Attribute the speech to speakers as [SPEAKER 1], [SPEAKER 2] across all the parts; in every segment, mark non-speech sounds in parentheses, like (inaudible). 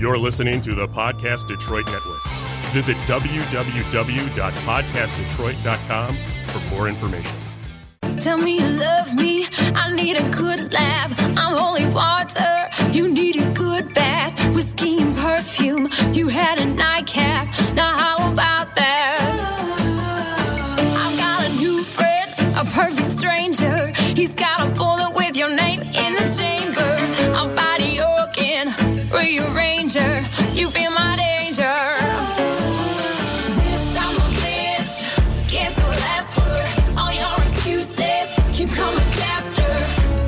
[SPEAKER 1] You're listening to the Podcast Detroit Network. Visit www.podcastdetroit.com for more information.
[SPEAKER 2] Tell me you love me. I need a good laugh. I'm holy water. You need a good bath. Whiskey and perfume. You had a nightcap. Now, how about that? I've got a new friend, a perfect stranger. He's got a bullet with your name in the chamber. I'm body organ, rearranger. You feel my danger. This time I'll glitch. Cancel last word. All your excuses keep coming faster.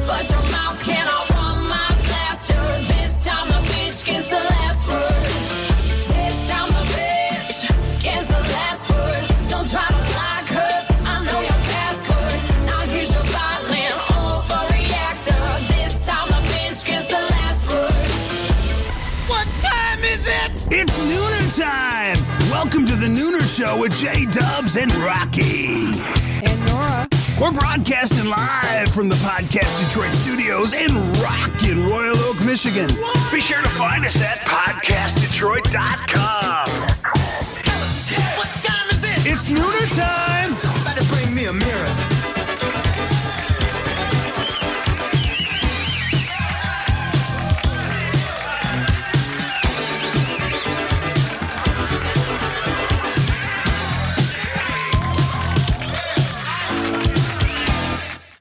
[SPEAKER 2] But your mouth cannot run my blaster. This time a bitch gets the last word. This time a bitch gets the last word. Don't try to lie, cause I know your passwords. Now here's your violin overreactor. This time a bitch gets the last word.
[SPEAKER 3] What time is it?
[SPEAKER 4] It's Nooner time! Welcome to the Nooner Show with Jay Dubs and Rocky.
[SPEAKER 5] And Nora.
[SPEAKER 4] We're broadcasting live from the Podcast Detroit studios in Rockin' Royal Oak, Michigan. Be sure to find us at podcastdetroit.com.
[SPEAKER 3] What time is it?
[SPEAKER 4] It's Nooner time!
[SPEAKER 3] Somebody bring me a mirror.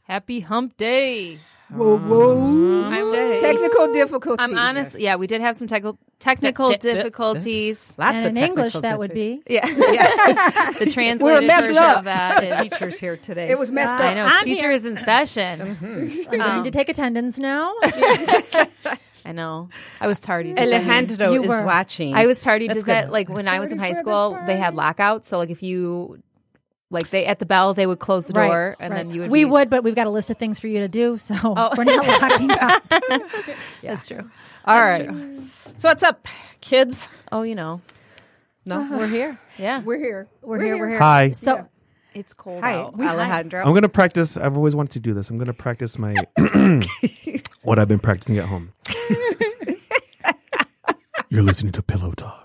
[SPEAKER 6] Happy hump day.
[SPEAKER 5] Whoa, whoa.
[SPEAKER 6] I'm,
[SPEAKER 5] Technical difficulties.
[SPEAKER 6] I'm honest. Yeah, we did have some technical technical
[SPEAKER 7] Th- th- th-
[SPEAKER 6] difficulties.
[SPEAKER 7] Lots
[SPEAKER 8] And in English, that would be.
[SPEAKER 6] Yeah. yeah. the translated
[SPEAKER 5] messed
[SPEAKER 6] version
[SPEAKER 5] up.
[SPEAKER 6] of that is
[SPEAKER 7] teachers here today.
[SPEAKER 5] It was messed
[SPEAKER 6] I
[SPEAKER 5] up.
[SPEAKER 6] know.
[SPEAKER 8] I'm
[SPEAKER 6] teacher
[SPEAKER 8] here.
[SPEAKER 6] is in session.
[SPEAKER 8] I'm going to take attendance
[SPEAKER 6] (laughs)
[SPEAKER 8] now.
[SPEAKER 6] I know. I was tardy. Does that mean-
[SPEAKER 7] Alejandro
[SPEAKER 8] You
[SPEAKER 7] is
[SPEAKER 8] were.
[SPEAKER 7] watching.
[SPEAKER 6] I was tardy.
[SPEAKER 7] That's
[SPEAKER 6] Does that
[SPEAKER 7] good.
[SPEAKER 6] like when I was in
[SPEAKER 5] Tardy
[SPEAKER 6] high
[SPEAKER 5] for the
[SPEAKER 6] school, they had lockouts. So like if you like they at the bell, they would close the
[SPEAKER 8] Right,
[SPEAKER 6] door and
[SPEAKER 8] right.
[SPEAKER 6] then you would
[SPEAKER 8] we
[SPEAKER 6] be- Oh.
[SPEAKER 8] would, but we've got a list of things for you to
[SPEAKER 6] (laughs)
[SPEAKER 8] do, so we're not locking up.
[SPEAKER 6] That's true.
[SPEAKER 7] All right. So what's up, kids?
[SPEAKER 6] Oh, you know.
[SPEAKER 7] No, we're here.
[SPEAKER 6] Yeah.
[SPEAKER 5] We're here.
[SPEAKER 8] We're, here,
[SPEAKER 6] (laughs)
[SPEAKER 8] We're here.
[SPEAKER 9] Hi.
[SPEAKER 8] So
[SPEAKER 6] it's cold
[SPEAKER 7] Hi,
[SPEAKER 6] out.
[SPEAKER 7] Alejandro.
[SPEAKER 9] I'm going to practice. I've always wanted to do this. I'm going to practice my what I've been practicing at home. You're listening to Pillow Talk.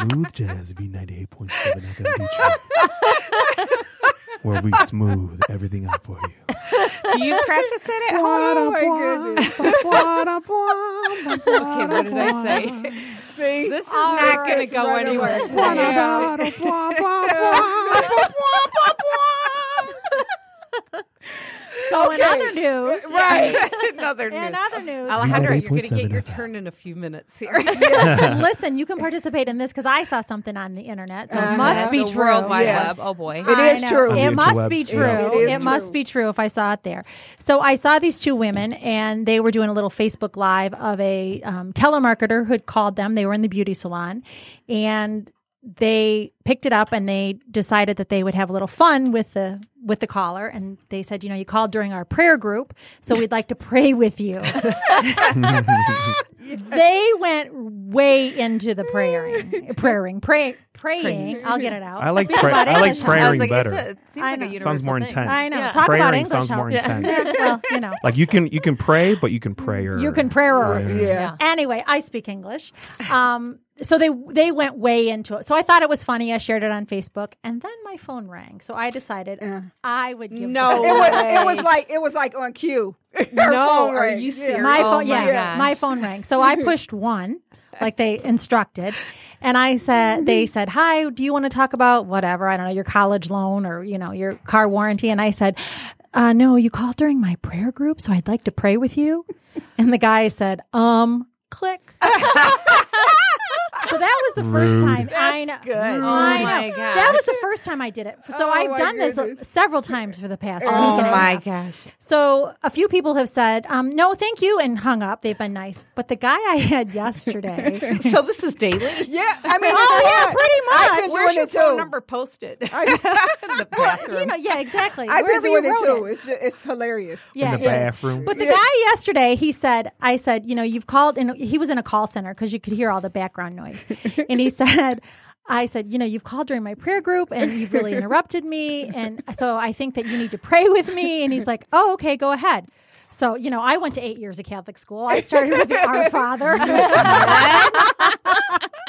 [SPEAKER 9] smooth Jazz V98.7 FM Detroit. Where we smooth everything out for you.
[SPEAKER 7] Do you practice that at home?
[SPEAKER 5] Oh my goodness.
[SPEAKER 7] Okay, what did I
[SPEAKER 6] (laughs)
[SPEAKER 7] say?
[SPEAKER 5] See?
[SPEAKER 7] This is not
[SPEAKER 5] right,
[SPEAKER 7] going
[SPEAKER 5] it's
[SPEAKER 7] to go
[SPEAKER 5] right
[SPEAKER 7] anywhere.
[SPEAKER 5] away.
[SPEAKER 7] today.
[SPEAKER 8] so in
[SPEAKER 6] (laughs)
[SPEAKER 8] other news,
[SPEAKER 7] Right. Another
[SPEAKER 8] (laughs) in
[SPEAKER 7] news.
[SPEAKER 8] other news,
[SPEAKER 7] Alejandro, you're going to
[SPEAKER 9] 98.7
[SPEAKER 7] get your
[SPEAKER 9] FM.
[SPEAKER 7] turn in a few minutes here.
[SPEAKER 6] (laughs)
[SPEAKER 8] listen, you can participate in this because I saw something on the internet, so it
[SPEAKER 6] Uh-huh. The
[SPEAKER 8] must be true.
[SPEAKER 6] World Wide
[SPEAKER 5] Yes.
[SPEAKER 6] Web. Oh boy.
[SPEAKER 5] It
[SPEAKER 8] I
[SPEAKER 5] is
[SPEAKER 8] know.
[SPEAKER 5] true.
[SPEAKER 8] It
[SPEAKER 9] the
[SPEAKER 8] must be
[SPEAKER 9] interwebs,
[SPEAKER 8] true.
[SPEAKER 9] yeah.
[SPEAKER 8] It,
[SPEAKER 5] It is true.
[SPEAKER 8] must be true if I saw it there. So I saw these two women, and they were doing a little Facebook Live of a um, telemarketer who had called them. They were in the beauty salon, and they picked it up and they decided that they would have a little fun with the with the caller and they said you know you called during our prayer group so we'd like to pray with you
[SPEAKER 5] (laughs)
[SPEAKER 8] (laughs) they went way into the praying praying pray, praying i'll get it out
[SPEAKER 9] I like
[SPEAKER 8] Speak
[SPEAKER 9] pray-
[SPEAKER 8] about
[SPEAKER 9] I like
[SPEAKER 8] English.
[SPEAKER 9] prayer.
[SPEAKER 6] I was
[SPEAKER 9] Airing
[SPEAKER 6] like,
[SPEAKER 9] better.
[SPEAKER 6] It's a, it seems
[SPEAKER 8] I
[SPEAKER 6] like a
[SPEAKER 8] know.
[SPEAKER 6] universal
[SPEAKER 9] Sounds more
[SPEAKER 6] thing.
[SPEAKER 9] intense.
[SPEAKER 8] I know.
[SPEAKER 6] Yeah.
[SPEAKER 8] Talk about
[SPEAKER 9] Praying
[SPEAKER 8] English.
[SPEAKER 9] sounds more
[SPEAKER 8] help. (laughs)
[SPEAKER 9] intense.
[SPEAKER 8] well, you know,
[SPEAKER 9] Like you can you can pray, but you can pray or
[SPEAKER 8] you can pray or
[SPEAKER 5] Yeah.
[SPEAKER 8] anyway. I speak English. Um, so they they went way into it. So I thought it was funny. I shared it on Facebook, and then my phone rang. So I decided I would give
[SPEAKER 7] No.
[SPEAKER 5] (laughs)
[SPEAKER 8] this- (laughs)
[SPEAKER 5] It was it was like it was like on cue. (laughs)
[SPEAKER 7] no, are
[SPEAKER 5] right.
[SPEAKER 7] you
[SPEAKER 5] Yeah.
[SPEAKER 7] serious?
[SPEAKER 8] my
[SPEAKER 6] Oh
[SPEAKER 8] phone.
[SPEAKER 6] my
[SPEAKER 8] yeah,
[SPEAKER 6] gosh.
[SPEAKER 8] my phone rang. So I pushed one, like they instructed, and I said they said, "Hi, do you want to talk about whatever? I don't know your college loan or you know your car warranty?" And I said. Uh, no, you called during my prayer group, so I'd like to pray with you. And the guy said, um, click. (laughs) so that was the first
[SPEAKER 9] Rude.
[SPEAKER 8] time. I know. I
[SPEAKER 6] Oh
[SPEAKER 8] know.
[SPEAKER 6] my
[SPEAKER 8] That
[SPEAKER 6] gosh.
[SPEAKER 8] was the first time I did it. So
[SPEAKER 5] Oh my
[SPEAKER 8] I've done
[SPEAKER 5] goodness.
[SPEAKER 8] this several times for the past week
[SPEAKER 7] Oh
[SPEAKER 8] and a
[SPEAKER 7] my
[SPEAKER 8] half.
[SPEAKER 7] gosh.
[SPEAKER 8] So a few people have said, um, no, thank you, and hung up. They've been nice. But the guy I (laughs) had yesterday,
[SPEAKER 7] So this is daily?
[SPEAKER 5] Yeah, I mean,
[SPEAKER 8] Oh,
[SPEAKER 5] it's
[SPEAKER 8] yeah,
[SPEAKER 5] hot.
[SPEAKER 8] pretty
[SPEAKER 5] I've been
[SPEAKER 8] much.
[SPEAKER 7] Where's
[SPEAKER 5] doing
[SPEAKER 7] your
[SPEAKER 5] it
[SPEAKER 7] phone
[SPEAKER 5] too.
[SPEAKER 7] number posted? (laughs)
[SPEAKER 8] (laughs)
[SPEAKER 5] I-
[SPEAKER 8] you know, yeah, exactly.
[SPEAKER 5] I've been
[SPEAKER 8] Wherever you
[SPEAKER 5] doing it
[SPEAKER 8] wrote
[SPEAKER 5] too. It's it's hilarious.
[SPEAKER 8] Yeah,
[SPEAKER 9] the
[SPEAKER 8] it is.
[SPEAKER 9] bathroom.
[SPEAKER 8] But the guy yesterday, he said, I said, you know, you've called, and he was in a call center because you could hear all the background noise. and he said, I said, you know, you've called during my prayer group and you've really interrupted me. And so I think that you need to pray with me. And he's like, oh, okay, go ahead. So, you know, I went to eight years of Catholic school. I started with the Our Father. (laughs)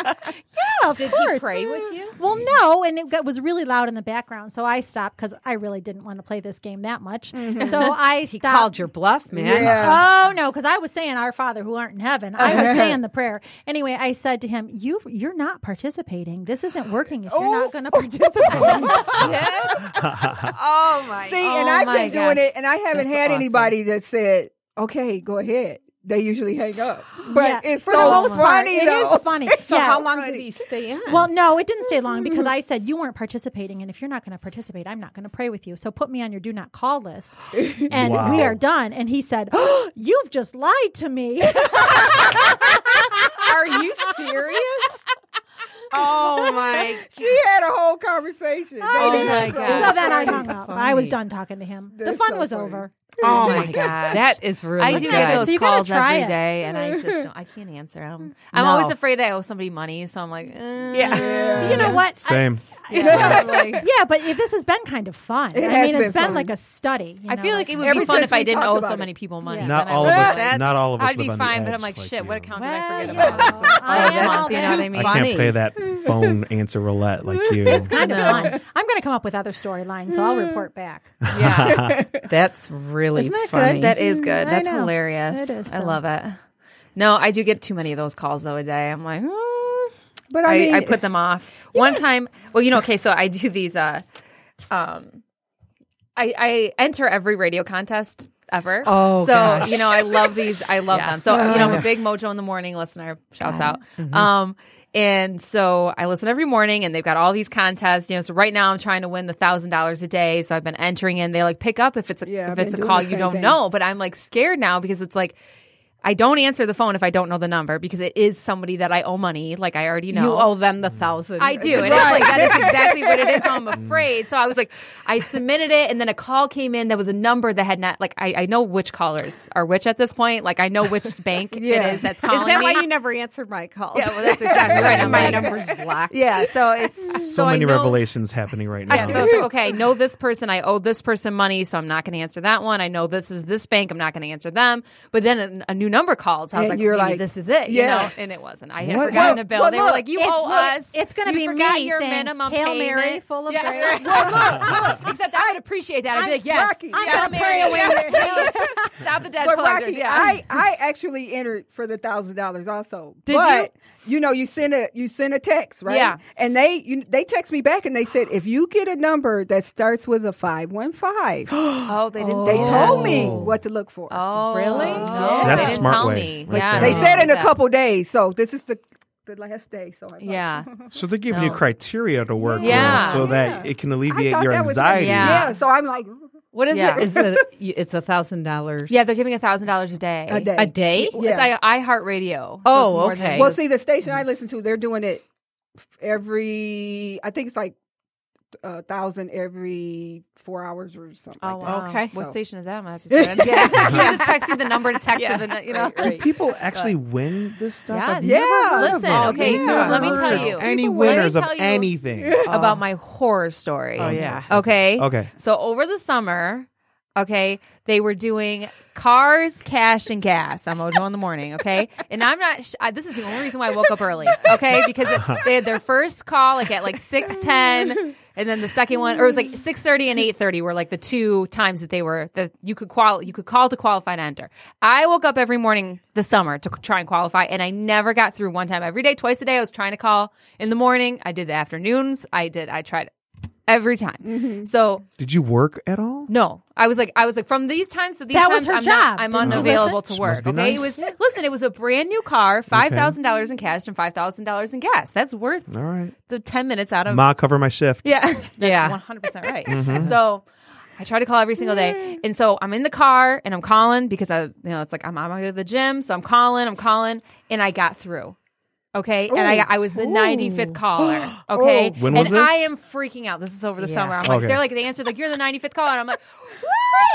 [SPEAKER 8] yeah, of Did course.
[SPEAKER 2] pray with you?
[SPEAKER 8] Well, no, and it got, was really loud in the background, so I stopped because I really didn't want to play this game that much. So I
[SPEAKER 10] He
[SPEAKER 8] stopped.
[SPEAKER 10] called your bluff, man.
[SPEAKER 5] Yeah.
[SPEAKER 8] Oh no, because I was saying our Father who art in heaven. I was saying the prayer. Anyway, I said to him, "You, you're not participating. This isn't working. If you're
[SPEAKER 7] Oh.
[SPEAKER 5] Oh.
[SPEAKER 8] not going
[SPEAKER 7] (laughs)
[SPEAKER 5] (laughs)
[SPEAKER 8] to participate,
[SPEAKER 10] Oh my.
[SPEAKER 5] See, and
[SPEAKER 10] oh
[SPEAKER 5] I've
[SPEAKER 10] my
[SPEAKER 5] been doing
[SPEAKER 10] gosh.
[SPEAKER 5] it, and I haven't
[SPEAKER 10] That's
[SPEAKER 5] had
[SPEAKER 10] awesome.
[SPEAKER 5] anybody that said, "Okay, go ahead." They usually hang up, but
[SPEAKER 8] Yeah,
[SPEAKER 5] it's
[SPEAKER 8] for
[SPEAKER 5] so
[SPEAKER 8] the most part,
[SPEAKER 5] funny
[SPEAKER 8] it
[SPEAKER 5] though.
[SPEAKER 8] is
[SPEAKER 5] (laughs)
[SPEAKER 8] funny.
[SPEAKER 10] So
[SPEAKER 8] Yeah.
[SPEAKER 10] how long did he stay in?
[SPEAKER 8] Well, no, it didn't stay long because I said you weren't participating, and if you're not going to participate, I'm not going to pray with you. So put me on your do not call list, and we
[SPEAKER 9] Wow.
[SPEAKER 8] are done. And he said, oh, "You've just lied to me."
[SPEAKER 2] Are you serious?
[SPEAKER 10] oh my.
[SPEAKER 5] She had a whole conversation.
[SPEAKER 8] I
[SPEAKER 5] They
[SPEAKER 8] did.
[SPEAKER 5] did
[SPEAKER 10] my
[SPEAKER 5] so-
[SPEAKER 10] God.
[SPEAKER 8] So then I
[SPEAKER 10] That's
[SPEAKER 8] hung up.
[SPEAKER 10] funny.
[SPEAKER 8] I was done talking to him. the
[SPEAKER 5] That's
[SPEAKER 8] fun
[SPEAKER 5] so
[SPEAKER 8] was
[SPEAKER 5] funny.
[SPEAKER 8] over.
[SPEAKER 10] Oh
[SPEAKER 2] my
[SPEAKER 10] my god.
[SPEAKER 2] gosh.
[SPEAKER 10] That is really
[SPEAKER 2] I do get
[SPEAKER 10] good.
[SPEAKER 2] those
[SPEAKER 8] So you gotta
[SPEAKER 2] calls
[SPEAKER 8] try
[SPEAKER 2] every day,
[SPEAKER 8] it.
[SPEAKER 2] and I just don't, I can't answer them. I'm always
[SPEAKER 10] No.
[SPEAKER 2] afraid I owe somebody money, so I'm like, eh.
[SPEAKER 10] Yeah.
[SPEAKER 8] You know what? I-
[SPEAKER 9] Same.
[SPEAKER 2] I'm like-
[SPEAKER 8] yeah, but it- this has been kind of fun. I
[SPEAKER 5] has
[SPEAKER 8] mean, it's
[SPEAKER 5] been
[SPEAKER 8] been
[SPEAKER 5] fun.
[SPEAKER 8] like a study. you
[SPEAKER 2] I
[SPEAKER 8] know,
[SPEAKER 2] feel like it would
[SPEAKER 5] Ever
[SPEAKER 2] be fun
[SPEAKER 5] since
[SPEAKER 2] if I
[SPEAKER 5] we
[SPEAKER 2] didn't
[SPEAKER 5] talked
[SPEAKER 2] owe
[SPEAKER 5] about
[SPEAKER 2] so
[SPEAKER 5] it.
[SPEAKER 2] many people money.
[SPEAKER 8] Yeah.
[SPEAKER 9] Not
[SPEAKER 2] Then I
[SPEAKER 9] all
[SPEAKER 2] would
[SPEAKER 9] of
[SPEAKER 2] be
[SPEAKER 9] us-
[SPEAKER 2] sad.
[SPEAKER 9] not all of us
[SPEAKER 2] I'd be
[SPEAKER 9] live on the
[SPEAKER 2] fine, but I'm
[SPEAKER 9] edge
[SPEAKER 2] like,
[SPEAKER 9] like
[SPEAKER 2] shit,
[SPEAKER 9] you.
[SPEAKER 2] what account did I
[SPEAKER 8] Well,
[SPEAKER 2] forget
[SPEAKER 8] you
[SPEAKER 2] about?
[SPEAKER 8] know,
[SPEAKER 2] So-
[SPEAKER 8] I
[SPEAKER 2] Last
[SPEAKER 8] am
[SPEAKER 2] month,
[SPEAKER 8] all
[SPEAKER 2] you know
[SPEAKER 8] down.
[SPEAKER 2] what I mean?
[SPEAKER 9] I
[SPEAKER 10] Funny.
[SPEAKER 9] can't play that phone answer roulette like you.
[SPEAKER 8] kind of
[SPEAKER 2] No.
[SPEAKER 8] fun. I'm going to come up with other storylines, so I'll report back.
[SPEAKER 2] Yeah,
[SPEAKER 10] That's really
[SPEAKER 8] Isn't that good?
[SPEAKER 10] funny.
[SPEAKER 2] that is good.
[SPEAKER 8] Mm, I
[SPEAKER 2] That's
[SPEAKER 8] know.
[SPEAKER 2] hilarious.
[SPEAKER 8] It is
[SPEAKER 2] I
[SPEAKER 8] so.
[SPEAKER 2] love it. No, I do get too many of those calls though a day. I'm like, mm.
[SPEAKER 5] (laughs) But
[SPEAKER 2] I,
[SPEAKER 5] I mean,
[SPEAKER 2] I put them off. One time, well, you know, okay, so I do these. Uh, um, I I enter every radio contest ever.
[SPEAKER 10] Oh,
[SPEAKER 2] so
[SPEAKER 10] gosh.
[SPEAKER 2] you know, I love these. I love them. So you know, I'm a big Mojo in the morning listener. Shouts out.
[SPEAKER 5] Mm-hmm.
[SPEAKER 2] Um, and so I listen every morning, and they've got all these contests. You know, so right now I'm trying to win the thousand dollars a day. So I've been entering in. They like pick up if it's a,
[SPEAKER 5] Yeah, I've
[SPEAKER 2] if
[SPEAKER 5] been
[SPEAKER 2] it's a
[SPEAKER 5] doing
[SPEAKER 2] call
[SPEAKER 5] the
[SPEAKER 2] you
[SPEAKER 5] same
[SPEAKER 2] don't
[SPEAKER 5] thing.
[SPEAKER 2] know. But I'm like scared now because it's like. I don't answer the phone if I don't know the number because it is somebody that I owe money, like I already know.
[SPEAKER 10] You owe them the thousand.
[SPEAKER 2] I do. And it's like, that is exactly what it is. So I'm afraid. So I was like, I submitted it, and then a call came in. There was a number that had not, like, I, I know which callers are which at this point. Like, I know which bank
[SPEAKER 5] Yeah.
[SPEAKER 2] it is that's calling
[SPEAKER 10] Is that
[SPEAKER 2] me.
[SPEAKER 10] why you never answered my calls?
[SPEAKER 2] yeah, well, that's exactly
[SPEAKER 10] (laughs)
[SPEAKER 2] right. I'm
[SPEAKER 10] my
[SPEAKER 2] like-
[SPEAKER 10] number's blocked.
[SPEAKER 2] Yeah, so it's
[SPEAKER 9] so,
[SPEAKER 2] I
[SPEAKER 9] many
[SPEAKER 2] know-
[SPEAKER 9] revelations happening right now.
[SPEAKER 2] Yeah, so it's like, okay, I know this person. I owe this person money, so I'm not going to answer that one. I know this is this bank. I'm not going to answer them. But then a, a new number called. So I was
[SPEAKER 5] And
[SPEAKER 2] like,
[SPEAKER 5] you're
[SPEAKER 2] maybe
[SPEAKER 5] like,
[SPEAKER 2] this is it, you
[SPEAKER 5] yeah.
[SPEAKER 2] know? And it wasn't. I had
[SPEAKER 9] What?
[SPEAKER 2] forgotten a
[SPEAKER 5] Well,
[SPEAKER 2] bill.
[SPEAKER 5] well,
[SPEAKER 2] they were
[SPEAKER 5] look,
[SPEAKER 2] like, you
[SPEAKER 8] it's-
[SPEAKER 2] owe
[SPEAKER 8] look,
[SPEAKER 2] us.
[SPEAKER 8] it's gonna
[SPEAKER 2] You
[SPEAKER 8] be
[SPEAKER 2] forgot
[SPEAKER 8] me
[SPEAKER 2] your
[SPEAKER 8] saying,
[SPEAKER 2] minimum
[SPEAKER 8] "Hail
[SPEAKER 2] payment."
[SPEAKER 8] Mary, full of grace. (laughs)
[SPEAKER 2] well, look, look. Except I would appreciate that. I'd be like, yes,
[SPEAKER 5] Rocky,
[SPEAKER 2] Hail
[SPEAKER 8] I'm
[SPEAKER 2] Mary,
[SPEAKER 5] (laughs)
[SPEAKER 8] praying
[SPEAKER 2] yes, please. Stop the debt
[SPEAKER 5] (laughs) but
[SPEAKER 2] collectors.
[SPEAKER 5] Rocky,
[SPEAKER 2] yeah. (laughs)
[SPEAKER 5] I, I actually entered for the thousand dollars also.
[SPEAKER 2] Did
[SPEAKER 5] but you? know, you send a you send a text, right?
[SPEAKER 2] Yeah.
[SPEAKER 5] And they you, they text me back and they said if you get a number that starts with a five one five,
[SPEAKER 2] oh, they didn't.
[SPEAKER 5] they
[SPEAKER 2] say that.
[SPEAKER 5] told me what to look for.
[SPEAKER 2] Oh,
[SPEAKER 10] Really?
[SPEAKER 2] No,
[SPEAKER 9] So
[SPEAKER 2] they
[SPEAKER 9] that's a
[SPEAKER 2] didn't
[SPEAKER 9] smart
[SPEAKER 2] tell
[SPEAKER 9] way.
[SPEAKER 2] me.
[SPEAKER 9] Right
[SPEAKER 2] yeah,
[SPEAKER 9] there.
[SPEAKER 5] They
[SPEAKER 2] no,
[SPEAKER 5] said in a
[SPEAKER 2] yeah.
[SPEAKER 5] couple days, so this is the the last day. So I
[SPEAKER 2] Yeah.
[SPEAKER 9] So they're giving you
[SPEAKER 2] No.
[SPEAKER 9] criteria to work
[SPEAKER 2] Yeah.
[SPEAKER 9] with so that
[SPEAKER 5] Yeah.
[SPEAKER 9] it can
[SPEAKER 5] I
[SPEAKER 9] alleviate
[SPEAKER 5] thought
[SPEAKER 9] your
[SPEAKER 5] that was
[SPEAKER 9] anxiety.
[SPEAKER 2] Yeah.
[SPEAKER 5] yeah. So I'm like
[SPEAKER 10] What is
[SPEAKER 2] Yeah.
[SPEAKER 10] it? Is it? It's a thousand dollars.
[SPEAKER 2] Yeah, they're giving a thousand dollars a day.
[SPEAKER 5] a day.
[SPEAKER 10] A day?
[SPEAKER 2] Well, It's
[SPEAKER 5] Yeah.
[SPEAKER 2] I, iHeartRadio.
[SPEAKER 10] Oh,
[SPEAKER 2] it's more
[SPEAKER 10] okay.
[SPEAKER 2] than
[SPEAKER 5] Well,
[SPEAKER 2] just- Mm-hmm.
[SPEAKER 5] see, the station I listen to, they're doing it every. I think it's like a thousand every four hours or something.
[SPEAKER 2] Oh,
[SPEAKER 5] like that.
[SPEAKER 2] wow.
[SPEAKER 10] Okay.
[SPEAKER 2] What
[SPEAKER 5] So-
[SPEAKER 2] station is that? I'm gonna have to say
[SPEAKER 5] (laughs)
[SPEAKER 2] that. Yeah. Can you just text me the number to text
[SPEAKER 10] Yeah.
[SPEAKER 2] to the, you know?
[SPEAKER 10] Right, right.
[SPEAKER 9] People actually win this stuff. I've
[SPEAKER 2] Yes.
[SPEAKER 5] Yeah.
[SPEAKER 9] never heard of
[SPEAKER 2] Listen,
[SPEAKER 9] it.
[SPEAKER 2] okay,
[SPEAKER 5] Yeah. dude,
[SPEAKER 2] let me
[SPEAKER 9] Never
[SPEAKER 2] tell
[SPEAKER 9] heard of
[SPEAKER 2] you.
[SPEAKER 9] Any
[SPEAKER 2] People win.
[SPEAKER 9] winners
[SPEAKER 2] Let
[SPEAKER 9] of
[SPEAKER 2] me tell you-
[SPEAKER 9] anything.
[SPEAKER 2] about my horror story.
[SPEAKER 10] Oh, yeah.
[SPEAKER 2] Okay.
[SPEAKER 9] Okay.
[SPEAKER 2] So over the summer, okay, they were doing cars, cash, and gas on Mojo in the morning. Okay, and I'm not. Sh- I, this is the only reason why I woke up early. Okay, because it, they had their first call like at like six ten. And then the second one, or it was like six thirty and eight thirty, were like the two times that they were that you could qual you could call to qualify to enter. I woke up every morning this summer to try and qualify, and I never got through one time. Every day, twice a day, I was trying to call in the morning. I did the afternoons. I did. I tried every time.
[SPEAKER 8] Mm-hmm.
[SPEAKER 2] So
[SPEAKER 9] Did you work at
[SPEAKER 2] (laughs)
[SPEAKER 9] all?
[SPEAKER 2] no, I was like, I was like, from these times to these
[SPEAKER 8] That
[SPEAKER 2] times,
[SPEAKER 8] was her
[SPEAKER 2] I'm, not-
[SPEAKER 8] job.
[SPEAKER 2] I'm
[SPEAKER 8] Didn't
[SPEAKER 9] you
[SPEAKER 2] unavailable
[SPEAKER 8] listen?
[SPEAKER 2] to
[SPEAKER 9] She
[SPEAKER 2] work.
[SPEAKER 9] must be
[SPEAKER 2] okay, it
[SPEAKER 9] nice.
[SPEAKER 2] was listen, it was a brand new car, five thousand dollars in cash and five thousand dollars in gas. That's worth
[SPEAKER 9] All right.
[SPEAKER 2] the ten minutes out of
[SPEAKER 9] Ma, cover my shift.
[SPEAKER 2] yeah, (laughs) that's
[SPEAKER 10] Yeah.
[SPEAKER 2] 100% right.
[SPEAKER 9] Mm-hmm.
[SPEAKER 2] So I try to call every single day. And so I'm in the car and I'm calling because I, you know, it's like I'm on my way to the gym. So I'm calling, I'm calling, and I got through. Okay. And I, I was the 95th
[SPEAKER 9] (gasps)
[SPEAKER 2] caller. Okay.
[SPEAKER 9] Oh. When was
[SPEAKER 2] and I
[SPEAKER 9] this?
[SPEAKER 2] am freaking out. This is over the
[SPEAKER 10] Yeah.
[SPEAKER 2] summer. I'm like,
[SPEAKER 9] Okay.
[SPEAKER 2] they're like, they answered, like, you're the 95th caller. And I'm like,